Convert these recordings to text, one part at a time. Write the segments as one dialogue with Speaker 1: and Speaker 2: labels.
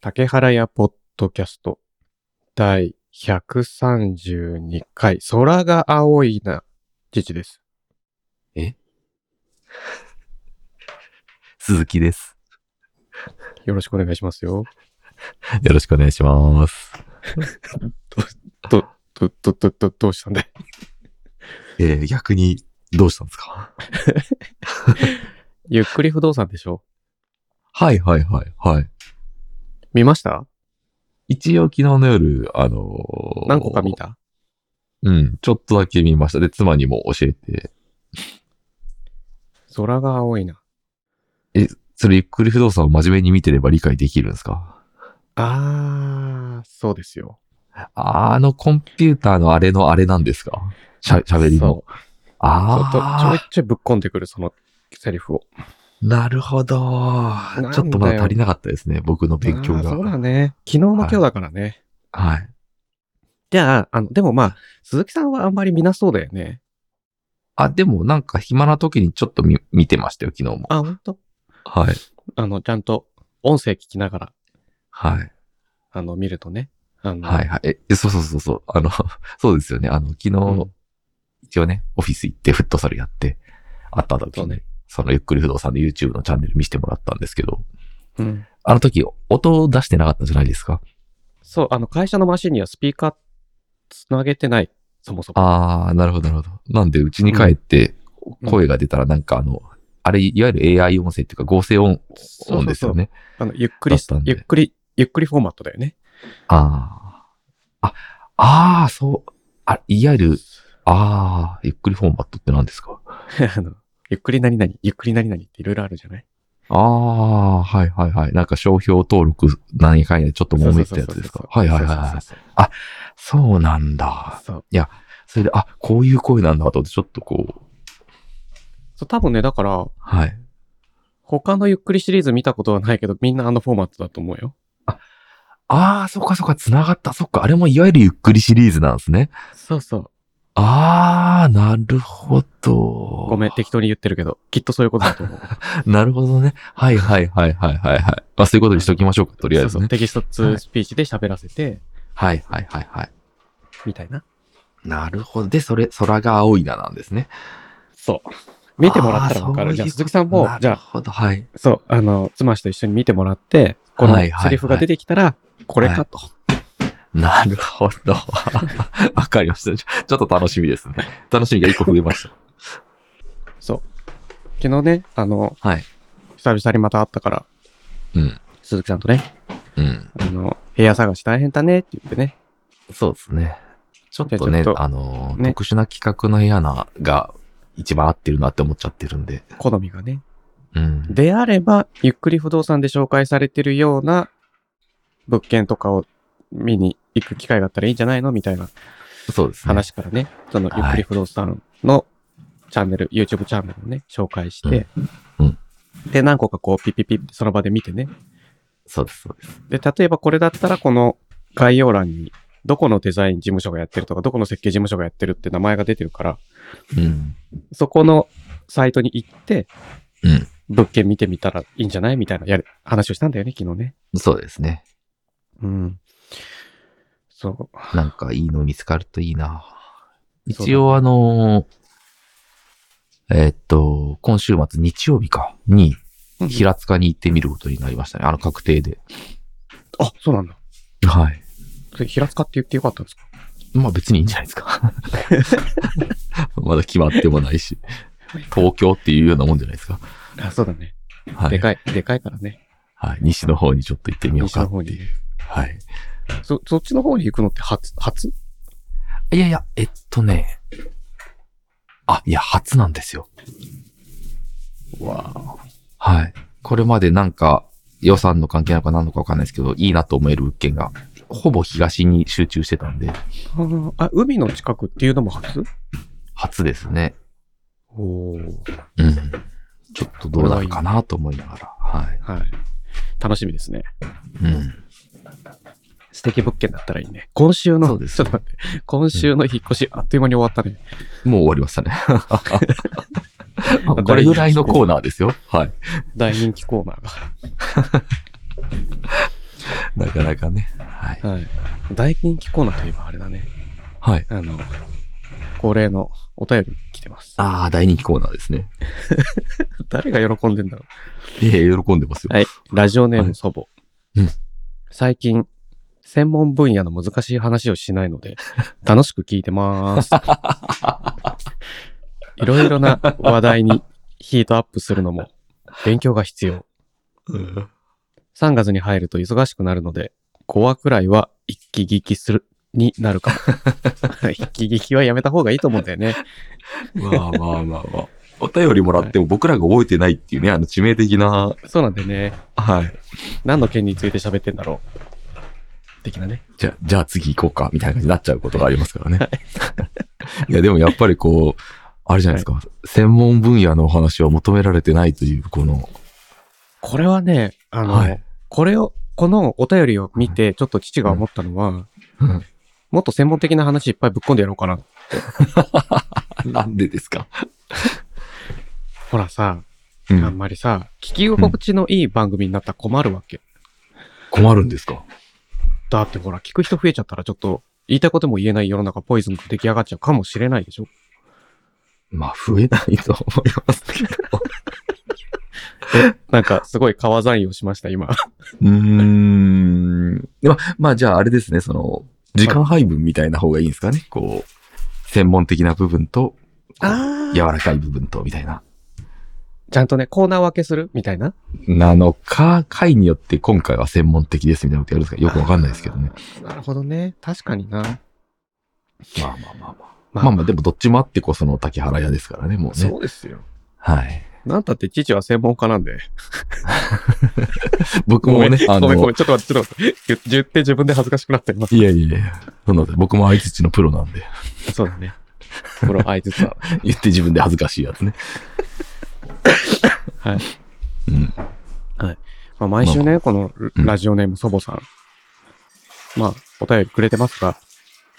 Speaker 1: 竹原屋ポッドキャスト第132回空が青いな父です。
Speaker 2: 鈴木です。
Speaker 1: よろしくお願いしますよ。
Speaker 2: よろしくお願いします。
Speaker 1: ど、ど、ど、ど、どうしたんだい
Speaker 2: えー、逆に、どうしたんですか
Speaker 1: ゆっくり不動産でしょ
Speaker 2: はいはいはいはい。
Speaker 1: 見ました
Speaker 2: 一応昨日の夜、あのー
Speaker 1: 何個か見た
Speaker 2: うん、ちょっとだけ見ました。で、妻にも教えて、
Speaker 1: 空が青いな。
Speaker 2: それゆっくり不動産を真面目に見てれば理解できるんですか
Speaker 1: あー、そうですよ。
Speaker 2: あのコンピューターのあれのあれなんですかしゃ、喋りの
Speaker 1: そ。うそうちょ
Speaker 2: あ
Speaker 1: いちょいぶっこんでくる、そのセリフを。
Speaker 2: あ、なるほど
Speaker 1: んだよ。
Speaker 2: ちょっとまだ足りなかったですね。僕の勉強
Speaker 1: あーそうだ
Speaker 2: が。
Speaker 1: ね。昨日の今日だからね。
Speaker 2: はい。
Speaker 1: じゃあ、あの、でもまあ、鈴木さんはあんまり見なそうだよね。
Speaker 2: あ、でもなんか暇な時にちょっと見見てましたよ、昨日も。
Speaker 1: あ、ほんと
Speaker 2: はい。
Speaker 1: あの、ちゃんと音声聞きながら、
Speaker 2: はい。
Speaker 1: あの、見るとね。あの、
Speaker 2: はいはい。え、そうそうそうそう。あの、 そうですよね。あの、昨日、
Speaker 1: うん
Speaker 2: 一応ね、オフィス行ってフットサルやって、あった時
Speaker 1: そう
Speaker 2: に、
Speaker 1: ね
Speaker 2: そのゆっくり不動産の YouTube のチャンネル見せてもらったんですけど、
Speaker 1: うん。
Speaker 2: あの時、音を出してなかったじゃないですか。
Speaker 1: そう、あの、会社のマシンにはスピーカーつなげてない、そもそも。
Speaker 2: あー、なるほどなるほど。なんで、うちに帰って、
Speaker 1: うん
Speaker 2: 声が出たらなんかあの、あれ、いわゆる AI 音声っていうか合成音、
Speaker 1: そうそうそう
Speaker 2: 音ですよね。
Speaker 1: あの、ゆっくり
Speaker 2: だったん、で
Speaker 1: ゆっくり、ゆっくりフォーマットだよね。
Speaker 2: あー。あ、あー、そう。あ、いわゆる、あー、ゆっくりフォーマットって何ですか
Speaker 1: あの、ゆっくり何々、ゆっくり何々っていろいろあるじゃない
Speaker 2: ああー、はいはいはい。なんか商標登録何回やでちょっと揉めてたやつですか。はいはいはいはい。
Speaker 1: そう
Speaker 2: そうなん
Speaker 1: そう
Speaker 2: だ。
Speaker 1: そう。そう
Speaker 2: それで、あ、こういう声なんだと思って、ちょっとこう、
Speaker 1: そう多分ね、だから、
Speaker 2: はい。
Speaker 1: 他のゆっくりシリーズ見たことはないけど、みんなあのフォーマットだと思うよ。
Speaker 2: ああ、そっかそっか、繋がった。そっか、あれもいわゆるゆっくりシリーズなんですね。
Speaker 1: そうそう。
Speaker 2: ああ、なるほど。
Speaker 1: ごめん、適当に言ってるけど、きっとそういうことだと思う。
Speaker 2: なるほどね。はいはいはいはいはいはい。まあそういうことにしときましょうか、とりあえず
Speaker 1: そうそう
Speaker 2: ね。
Speaker 1: テキスト2スピーチで喋らせて、
Speaker 2: はいはいはいはい。
Speaker 1: みたいな。
Speaker 2: なるほど。で、それ、空が青いななんですね。
Speaker 1: そう。見てもらったらわか
Speaker 2: あ
Speaker 1: る。
Speaker 2: ー
Speaker 1: じゃあ、
Speaker 2: そういうこと
Speaker 1: 鈴木さんも
Speaker 2: な、
Speaker 1: じゃ
Speaker 2: る
Speaker 1: あ、
Speaker 2: ほど、はい。
Speaker 1: そう、あの、妻氏と一緒に見てもらって、この
Speaker 2: はいはいはい
Speaker 1: セリフが出てきたら、これかと。
Speaker 2: なるほど。 わかりました。ちょちょっと楽しみですね。楽しみが一個増えました。
Speaker 1: そう。昨日ね、あの、
Speaker 2: はい。
Speaker 1: 久々にまた会ったから、
Speaker 2: うん。
Speaker 1: 鈴木さんとね、
Speaker 2: うん。
Speaker 1: あの、部屋探し大変だねって言ってね。
Speaker 2: そうですね。ちょっと
Speaker 1: じゃ
Speaker 2: ね、
Speaker 1: あちょっと
Speaker 2: あのー、
Speaker 1: ね
Speaker 2: 特殊な企画の部屋な、が一番合ってるなって思っちゃってるんで。
Speaker 1: 好みがね。
Speaker 2: うん。
Speaker 1: であれば、ゆっくり不動産で紹介されてるような物件とかを見に行く機会があったらいいんじゃないのみたいな
Speaker 2: そうですね。
Speaker 1: 話からね、そのゆっくり不動産のチャンネル、YouTube チャンネルをね、紹介して、
Speaker 2: うん
Speaker 1: で、何個かこう、ピッピッピッってその場で見てね。
Speaker 2: そうです、そうです。
Speaker 1: で、例えばこれだったら、この概要欄に、どこのデザイン事務所がやってるとか、どこの設計事務所がやってるって名前が出てるから、
Speaker 2: うん。
Speaker 1: そこのサイトに行って、
Speaker 2: うん
Speaker 1: 物件見てみたらいいんじゃないみたいなやる話をしたんだよね、昨日ね。
Speaker 2: そうですね。
Speaker 1: うん。そう。
Speaker 2: なんかいいの見つかるといいな。
Speaker 1: そうだね
Speaker 2: 一応あのー、えーっと、今週末日曜日か、に
Speaker 1: うん
Speaker 2: 平塚に行ってみることになりましたね。あの確定で。
Speaker 1: あ、そうなんだ。
Speaker 2: はい。
Speaker 1: それ平塚って言ってよかったんですか
Speaker 2: まあ別にいいんじゃないで すか。まだ決まってもないし。東京っていうようなもんじゃないですか。
Speaker 1: あ、そうだね。
Speaker 2: は
Speaker 1: で
Speaker 2: い。
Speaker 1: かい、でかいからね。
Speaker 2: はい、西の方にちょっと行ってみよう
Speaker 1: 西
Speaker 2: か
Speaker 1: の
Speaker 2: って
Speaker 1: 方
Speaker 2: いう。
Speaker 1: に。
Speaker 2: はい。
Speaker 1: そ、そっちの方に行くのって初、初
Speaker 2: いやいや、えっとね。あ、いや、初なんですよ。
Speaker 1: わ
Speaker 2: はい。これまでなんか予算の関係なのか何のかわかんないですけど、いいなと思える物件が、ほぼ東に集中してたんで、
Speaker 1: あ、海の近くっていうのも初
Speaker 2: 初ですね。
Speaker 1: おおー
Speaker 2: うん。ちょっとどうなるかなと思いながら。はい。
Speaker 1: はい。楽しみですね。
Speaker 2: うん。
Speaker 1: 素敵物件だったらいいね。今週の、
Speaker 2: そうです
Speaker 1: ちょっと待って。今週の引っ越し、あっという間に終わったね。
Speaker 2: もう終わりましたね。 これぐらいのコーナーですよ。はい。
Speaker 1: 大人気コーナーが。
Speaker 2: なかなかね。はい。
Speaker 1: はい。大人気コーナーといえばあれだね。
Speaker 2: はい。
Speaker 1: あの、恒例のお便り来てます。
Speaker 2: ああ、大人気コーナーですね。
Speaker 1: 誰が喜んでんだろ
Speaker 2: ええ喜んでますよ。
Speaker 1: はいいう。ラジオネー
Speaker 2: は
Speaker 1: ム
Speaker 2: い
Speaker 1: 祖母。
Speaker 2: うん
Speaker 1: 最近、専門分野の難しい話をしないの で、楽しく聞いてます。いろいろな話題にヒートアップするのも勉強が必要。
Speaker 2: うん
Speaker 1: 3月に入ると忙しくなるので、5話くらいは一気聞きする、になるか も。一気聞きはやめた方がいいと思うんだよね。
Speaker 2: まあまあまあまあ。お便りもらっても僕らが覚えてないっていうね、あの致命的な、
Speaker 1: そうなんだよね。
Speaker 2: はい。
Speaker 1: 何の件について喋ってんだろう。的なね。
Speaker 2: じゃあ、じゃあ次行こうか、みたいな感じになっちゃうことがありますからね。 いや、でもやっぱりこう、あれじゃないですか、専門分野のお話は求められてないという、この、
Speaker 1: これはね、あの、
Speaker 2: はい
Speaker 1: これを、このお便りを見て、ちょっと父が思ったのは、
Speaker 2: うん
Speaker 1: もっと専門的な話いっぱいぶっ込んでやろうかな。
Speaker 2: なんでですか
Speaker 1: ほらさ、
Speaker 2: う
Speaker 1: あん
Speaker 2: ん、
Speaker 1: まりさ、聞き心地のいい番組になったら困るわけ。
Speaker 2: 困るんですか
Speaker 1: だってほら、聞く人増えちゃったらちょっと、言いたいことも言えない世の中ポイズンが出来上がっちゃうかもしれないでしょ。
Speaker 2: まあ、増えないと思いますけ ど。
Speaker 1: なんか、すごい川残用しました、今。
Speaker 2: うーん。まあ、まあ、じゃああれですね、その、時間配分みたいな方がいいんですかね。こう、専門的な部分と、
Speaker 1: あ
Speaker 2: 柔らかい部分と、みたいな。
Speaker 1: ちゃんとね、コーナー分けするみたいな。
Speaker 2: なのか、回によって今回は専門的ですみたいなことやるんですかよくわかんないですけどね。
Speaker 1: なるほどね。確かにな。
Speaker 2: まあまあまあまあ。
Speaker 1: ま
Speaker 2: まあまあ、でもどっちもあってこその竹原屋ですからね、もうね。
Speaker 1: そうですよ。
Speaker 2: はい。
Speaker 1: なんたって父は専門家なんで。
Speaker 2: 僕もね、あ
Speaker 1: ごめんごめ
Speaker 2: の
Speaker 1: ん、、ちょっと待って、ちょっと待って。言って自分で恥ずかしくなった、今。
Speaker 2: いやいやいや、そうなんで、僕も相槌のプロなんで、
Speaker 1: そうだね。この相槌は。
Speaker 2: 言って自分で恥ずかしいやつね。
Speaker 1: はい。
Speaker 2: うん。
Speaker 1: まあ、毎週ね、この
Speaker 2: うん
Speaker 1: ラジオネーム祖母さん。まあ、お便りくれてますが、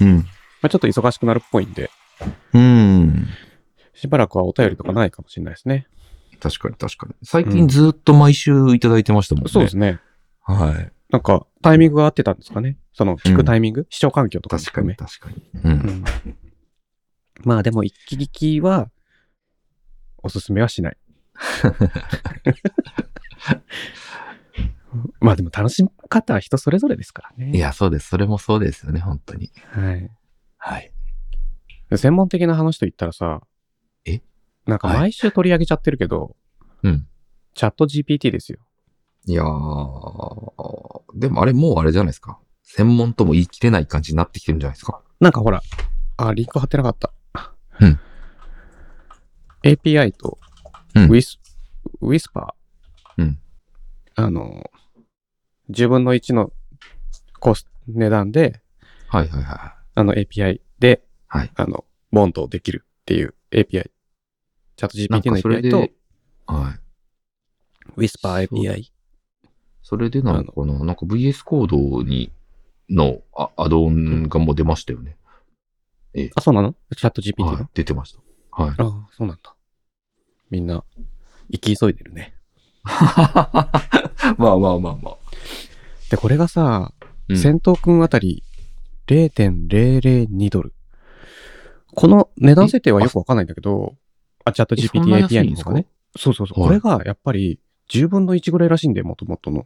Speaker 2: うん。
Speaker 1: まあ、ちょっと忙しくなるっぽいんで、
Speaker 2: うん。
Speaker 1: しばらくはお便りとかないかもしれないですね。
Speaker 2: 確かに確かに。最近ずっと毎週いただいてましたもんね。
Speaker 1: そうですね。
Speaker 2: はい。
Speaker 1: なんか、タイミングが合ってたんですかね。その、聞くタイミング、視聴環境とかも
Speaker 2: 確
Speaker 1: 含
Speaker 2: かに
Speaker 1: め。
Speaker 2: 確かに。うん。
Speaker 1: うん。まあ、でも、一気聞きは、おすすめはし ない。まあでも楽しみ方は人それぞれですからね。
Speaker 2: いや、そうです。それもそうですよね、本当に。
Speaker 1: はい。
Speaker 2: はい。
Speaker 1: 専門的な話と言ったらさ、
Speaker 2: え
Speaker 1: なんか
Speaker 2: はい
Speaker 1: 毎週取り上げちゃってるけど、
Speaker 2: うん。
Speaker 1: チャット GPT ですよ。
Speaker 2: いやー、でもあれもうあれじゃないですか。専門とも言い切れない感じになってきてるんじゃないですか。
Speaker 1: なんかほら、あ、リンク貼ってなかった。
Speaker 2: うん。
Speaker 1: API と
Speaker 2: う
Speaker 1: Whis、
Speaker 2: ん
Speaker 1: Whisper。
Speaker 2: うん。
Speaker 1: あの、10分の1のコス値段で、
Speaker 2: はいはいは
Speaker 1: あの API で、
Speaker 2: はい
Speaker 1: あの、ボンドできるっていう API。チャット
Speaker 2: い。なん
Speaker 1: GPT の
Speaker 2: かそれ
Speaker 1: API と
Speaker 2: で、はい。
Speaker 1: Whisper API。
Speaker 2: それでなのかな、なんか VS コードに、のあアドオンがもう出ましたよね。
Speaker 1: あ、そうなのチャット GPT の、
Speaker 2: はい、出てました。はい。
Speaker 1: ああ、そうなんだ。みんな、生き急いでるね。
Speaker 2: まあまあまあまあ。
Speaker 1: で、これがさ、
Speaker 2: うん
Speaker 1: 戦闘君あたり0.002ドル。この値段設定はよくわかんないんだけど、あ、チャット
Speaker 2: えそんな
Speaker 1: GPT
Speaker 2: 安い
Speaker 1: API
Speaker 2: ん
Speaker 1: の
Speaker 2: で
Speaker 1: 方
Speaker 2: すか
Speaker 1: がね。そうそうそう。
Speaker 2: はい
Speaker 1: これがやっぱり10分の1ぐらいらしいんだよ、もともとの。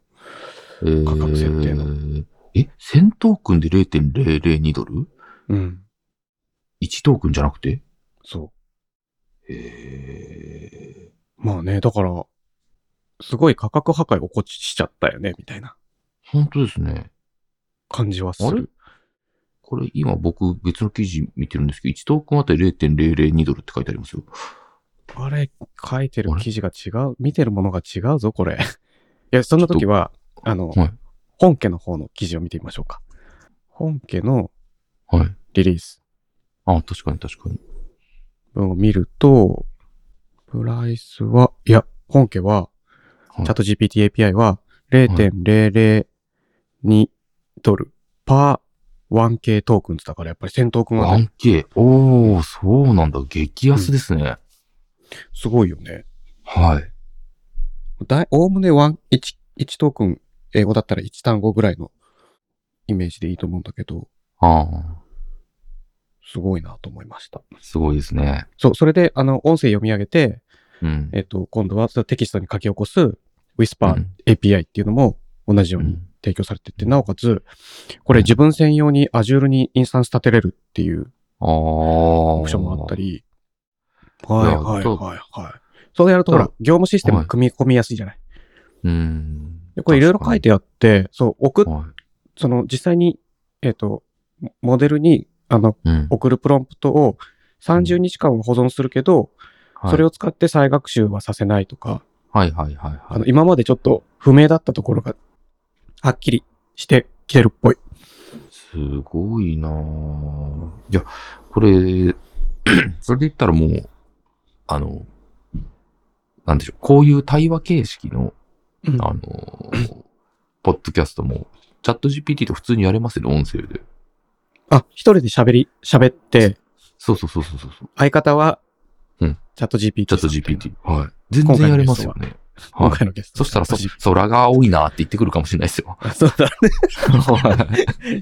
Speaker 1: 価格設定
Speaker 2: の。え、1000トークンで0.002ドル
Speaker 1: うん。
Speaker 2: ?1 トークンじゃなくて
Speaker 1: そ
Speaker 2: え
Speaker 1: う。まあね、だから、すごい価格破壊起こしちゃったよね、みたいな
Speaker 2: 本当ですね。
Speaker 1: 感じはす
Speaker 2: あれ
Speaker 1: る。
Speaker 2: これ今僕別の記事見てるんですけど、1トークンあたり0.002ドルって書いてありますよ。
Speaker 1: あれ、書いてる
Speaker 2: あれ
Speaker 1: 記事が違う、見てるものが違うぞ、これ。 いや、そんな時は、あの、
Speaker 2: はい
Speaker 1: 本家の方の記事を見てみましょうか。本家の
Speaker 2: はい。
Speaker 1: リリース
Speaker 2: あ、確かに確かに。
Speaker 1: を見ると、プライスは、いや、本家は、
Speaker 2: はい
Speaker 1: チャット GPT API は0.002ドルパー 1K トークンズだから、やっぱり1000トークンはね、
Speaker 2: 1K。おー、そうなんだ。激安ですね。
Speaker 1: すごいよね。
Speaker 2: はい。
Speaker 1: だい、おおむね1、1、1トークン、英語だったら1単語ぐらいのイメージでいいと思うんだけど、
Speaker 2: あ
Speaker 1: すごいなと思いました。
Speaker 2: あ、すごいですね。
Speaker 1: そう、それで、あの、音声読み上げて、
Speaker 2: うん。
Speaker 1: えっと、今度はそのテキストに書き起こす
Speaker 2: う
Speaker 1: Whisper
Speaker 2: ん
Speaker 1: API っていうのも同じよう
Speaker 2: う
Speaker 1: に
Speaker 2: ん
Speaker 1: 提供されてて、なおかつ、これ自分専用に Azure にインスタンス立てれるっていう
Speaker 2: ああ。オ
Speaker 1: オプションもあった。り、
Speaker 2: い
Speaker 1: はい
Speaker 2: や
Speaker 1: はい
Speaker 2: そう
Speaker 1: はいはい。そうやると、ほら
Speaker 2: だ、
Speaker 1: 業務システムが組み込みやすいじゃない。
Speaker 2: うん。
Speaker 1: でこれいろいろ書いてあって、そう、送っ
Speaker 2: は
Speaker 1: その実際に、えっ、と、モデルに、あの、
Speaker 2: い。うん。
Speaker 1: 送るプロンプトを30日間は保存するけど、それ
Speaker 2: を。
Speaker 1: を使って再学習はさせないとか、
Speaker 2: はいはいはいはい。
Speaker 1: あの、今までちょっと不明だったところが、はっきりしてきてるっぽい。
Speaker 2: すごいなぁ。いや、これ、 それで言ったらもう、あの、なんでしょう、こういう対話形式の、
Speaker 1: うん
Speaker 2: あの、ポッドキャストも、チャット GPT と普通にやれますよね、音声で。
Speaker 1: あ、一人で喋り、喋って、
Speaker 2: そうそうそうそうそうそう。
Speaker 1: 相方は、
Speaker 2: うん
Speaker 1: チャット GPT。
Speaker 2: チャット GPT。はい。全然やれますよね。
Speaker 1: 今
Speaker 2: はい。
Speaker 1: 回のゲスト
Speaker 2: そ
Speaker 1: は。
Speaker 2: したらそ、
Speaker 1: チャッ
Speaker 2: 空が多いなって言ってくるかもしれないですよ。
Speaker 1: ト そうだ。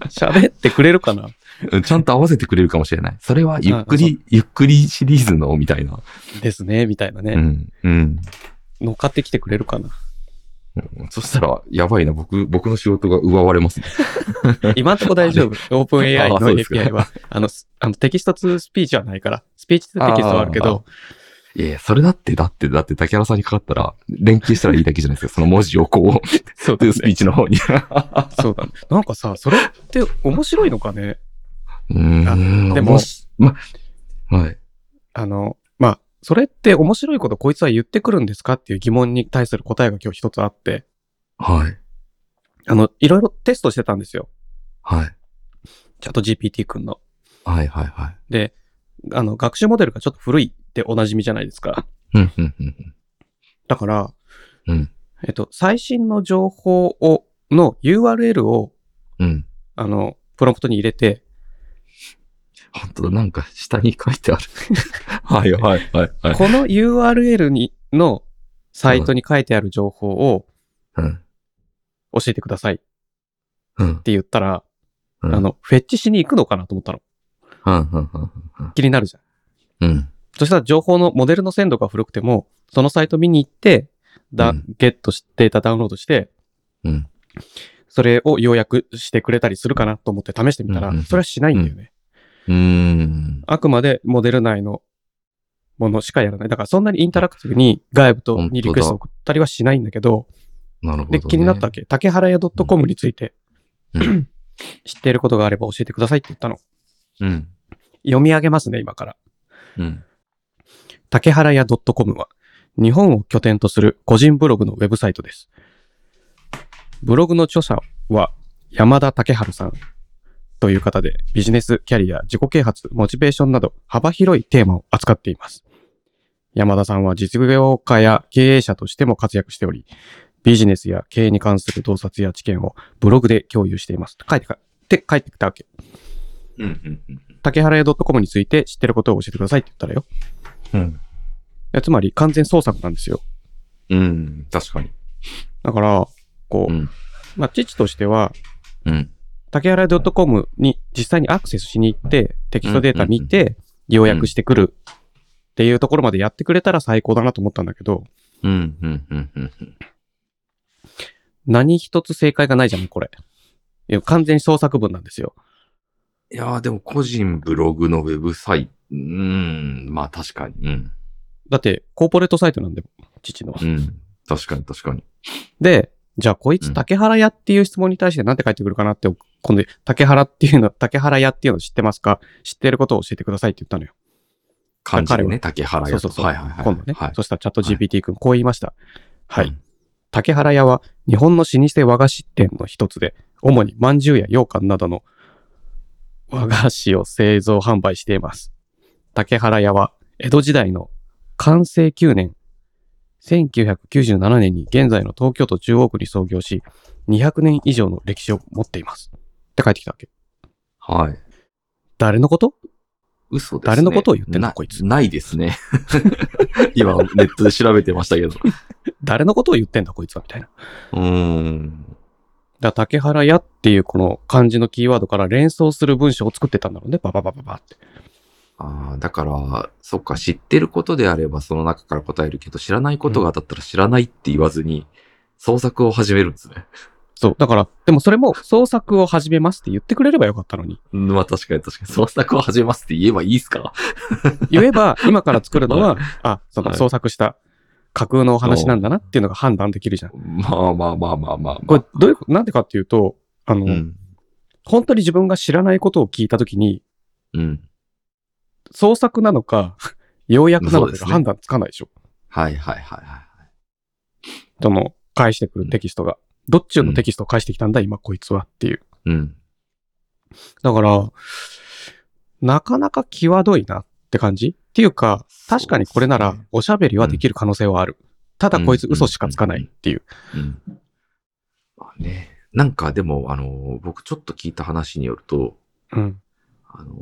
Speaker 1: 喋ってくれるかな
Speaker 2: うんちゃんと合わせてくれるかもしれない。それは、ゆっくり、ゆっくりシリーズの、みたいな。
Speaker 1: ですね、みたいな
Speaker 2: う
Speaker 1: ね。
Speaker 2: ん。うん。
Speaker 1: 乗っかってきてくれるかな。
Speaker 2: そしたら、やばいな、僕、僕の仕事が奪われますね。
Speaker 1: 今んとこ大 丈夫。オープン AI の
Speaker 2: あそうですか
Speaker 1: API は。あの、すあのテキスト2スピーチはないから。スピーチ2テキストはあるけど、
Speaker 2: いやいや、それだって、だって、だって、竹原さんにかかったら、連携したらいいだけじゃな いですか。その文字をこう、
Speaker 1: そう
Speaker 2: ト
Speaker 1: だね
Speaker 2: ゥースピーチの方に。
Speaker 1: そうだね。なんかさ、それって面白いのかね。
Speaker 2: うーん。
Speaker 1: でも
Speaker 2: しま、はい。
Speaker 1: あの、まあ、それって面白いことこいつは言ってくるんですかっていう疑問に対する答えが今日一つあって、
Speaker 2: はい。
Speaker 1: あの、いろいろテストしてたんですよ。
Speaker 2: はい。
Speaker 1: チャット GPT 君の。
Speaker 2: はい、はい、はい。
Speaker 1: で、あの、学習モデルがちょっと古いっておなじみじゃないですか。
Speaker 2: うん、うん、うん。
Speaker 1: だから、
Speaker 2: うん
Speaker 1: えっと、最新の情報を、の URL を、
Speaker 2: うん。
Speaker 1: あの、プロンプトに入れて、
Speaker 2: 本当だ、なんか、下に書い てある。はい、はい、はい、はい。
Speaker 1: この URL に、のサイトに書いてある情報を
Speaker 2: うん。
Speaker 1: 教えてくださいって
Speaker 2: うん。
Speaker 1: 言ったら、
Speaker 2: うん
Speaker 1: あの、フェッチしに行くのかなと思ったの。
Speaker 2: うん、うん、うん
Speaker 1: 気になるじゃん。
Speaker 2: うん。
Speaker 1: そしたら情報のモデルの鮮度が古くても、そのサイト見に行って、だ、
Speaker 2: うん
Speaker 1: ゲットし、データダウンロードして、
Speaker 2: うん。
Speaker 1: それを要約してくれたりするかなと思って試してみたら、
Speaker 2: うんうん
Speaker 1: それはしないんだよね。
Speaker 2: うーん。
Speaker 1: あくまでモデル内のものしかやらない。だからそんなにインタラクティブに外部とにリクエストを送ったりはしないんだけど、
Speaker 2: なるほど、
Speaker 1: で、
Speaker 2: ね。
Speaker 1: 気になったわけ。竹原屋 .com について、
Speaker 2: うんう
Speaker 1: 知っていることがあれば教えてくださいって言ったの。
Speaker 2: うん。
Speaker 1: 読み上げますね、今から。
Speaker 2: うん。
Speaker 1: 竹原屋 .com は、日本を拠点とする個人ブログのウェブサイトです。ブログの著者は、山田竹春さんという方で、ビジネス、キャリア、自己啓発、モチベーションなど幅広いテーマを扱っています。山田さんは実業家や経営者としても活躍しており、ビジネスや経営に関する洞察や知見をブログで共有しています。書いてか、って書いてきたわけ。
Speaker 2: うん。
Speaker 1: 竹原屋 .com について知ってることを教えてくださいって言ったらよ。
Speaker 2: うん。
Speaker 1: いやつまり完全創作なんですよ。
Speaker 2: うん。確かに。
Speaker 1: だから、こう、
Speaker 2: うん
Speaker 1: まあ、父としては、
Speaker 2: うん。
Speaker 1: 竹原 .com に実際にアクセスしに行って、テキストデータ見て、要約してくるっていうところまでやってくれたら最高だなと思ったんだけど、
Speaker 2: うん。うん。うん。うん。
Speaker 1: 何一つ正解がないじゃん、これ。いや完全に創作文なんですよ。
Speaker 2: いやー、でも個人ブログのウェブサイト。うーん。まあ確かに。うん。
Speaker 1: だって、コーポレートサイトなんで、父の。
Speaker 2: うん。確かに確かに。
Speaker 1: で、じゃあこいつ竹原屋っていう質問に対して何て返ってくるかなって、今度、竹原っていうの、竹原屋っていうの知ってますか知ってることを教えてくださいって言ったのよ。
Speaker 2: 感じで
Speaker 1: 彼
Speaker 2: ね、
Speaker 1: は
Speaker 2: 竹原
Speaker 1: そう
Speaker 2: 屋
Speaker 1: そ
Speaker 2: と
Speaker 1: うそう。
Speaker 2: はいはいはい。
Speaker 1: 今度ね。
Speaker 2: はい。
Speaker 1: そしたらチャット GPT 君、こう言いました。はい。
Speaker 2: うん
Speaker 1: 竹原屋は日本の老舗和菓子店の一つで、主に饅頭や羊羹などの和菓子を製造販売しています。竹原屋は江戸時代の寛政9年、1997年に現在の東京都中央区に創業し、200年以上の歴史を持っています。って帰ってきたわけ。
Speaker 2: はい。
Speaker 1: 誰のこと
Speaker 2: 嘘ですね。
Speaker 1: 誰のことを言ってんの
Speaker 2: な
Speaker 1: こいつ
Speaker 2: ないですね。 今、ネットで調べてましたけど。
Speaker 1: 誰のことを言ってんだこいつはみたいな。
Speaker 2: うーん。
Speaker 1: だから竹原屋っていうこの漢字のキーワードから連想する文章を作ってたんだろうね。バババババって。
Speaker 2: ああ、だから、そっか、知ってることであればその中から答えるけど、知らないことが当たったら知らないって言わずに、創作を始めるんですね。
Speaker 1: そう。だから、でもそれも創作を始めますって言ってくれればよかったの に。
Speaker 2: うんまあ確かに確かに、創作を始めますって言えばいいっすか
Speaker 1: 言えば、今から作るのは、あ、そ
Speaker 2: は
Speaker 1: の
Speaker 2: い
Speaker 1: 創作した架空のお話なんだなっていうのが判断できるじゃん。
Speaker 2: まあまあまあまあまあ、まあ。
Speaker 1: これ、どういうこと、なんでかっていうと、あの、
Speaker 2: うん。
Speaker 1: 本当に自分が知らないことを聞いたときに、
Speaker 2: うん。
Speaker 1: 創作なのか、 要約なの
Speaker 2: そう
Speaker 1: か
Speaker 2: です
Speaker 1: が
Speaker 2: ね
Speaker 1: 判断つかないでしょ。
Speaker 2: はいはいはいはい。
Speaker 1: その、返してくるテキストが。どっちのテキストを返してきたんだ、今こいつはっていう。
Speaker 2: うん。
Speaker 1: だから、なかなか際どいなって感じっていうか、確かにこれな
Speaker 2: そう
Speaker 1: ら
Speaker 2: ですね
Speaker 1: おしゃべりはできる可能性はある。ただこいつ嘘しかつかないっていう。
Speaker 2: うん。まあね。なんかでも、あの、僕ちょっと聞いた話によると、
Speaker 1: うん。
Speaker 2: あの、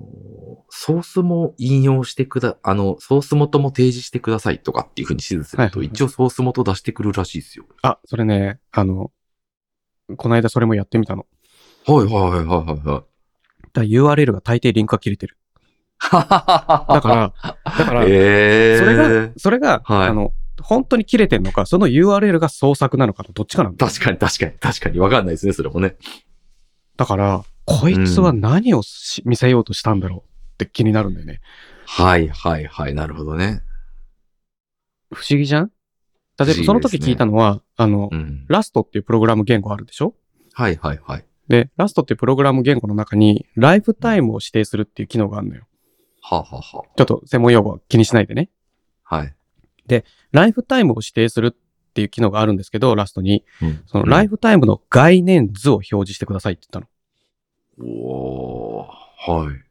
Speaker 2: ソースも引用してくだ、あの、ソース元も提示してくださいとかっていうふうに指示すると、
Speaker 1: はいはいはい
Speaker 2: 一応ソース元出してくるらしいですよ。
Speaker 1: あ、それね、あの、この間それもやってみたの。
Speaker 2: はいはいはいはいはいはい。
Speaker 1: だから URL が大抵リンクが切れてる。だ か
Speaker 2: だ
Speaker 1: ら、だから、
Speaker 2: ええー。
Speaker 1: それが、それが、
Speaker 2: はい
Speaker 1: あの、本当に切れてんのか、その URL が創作なのかのどっちかなんだ。
Speaker 2: 確かに確かに確かにわかんないですね、それもね。
Speaker 1: だから、こいつは何をし見せようとしたんだろうって気になるんだよね。
Speaker 2: はいはいはい、なるほどね。
Speaker 1: 不思議じゃん例えばその時聞いたのは、あの、
Speaker 2: うん。
Speaker 1: ラストっていうプログラム言語あるでしょ
Speaker 2: はいはいはい。
Speaker 1: で、ラストっていうプログラム言語の中に、ライフタイムを指定するっていう機能があるのよ。
Speaker 2: はあはあは
Speaker 1: ちょっと専門用語は気にしないでね。
Speaker 2: あ。はい。
Speaker 1: ライフタイムを指定するっていう機能があるんですけど、ラストに、
Speaker 2: うん
Speaker 1: そのライフタイムの概念図を表示してくださいって言ったの。
Speaker 2: おーはい。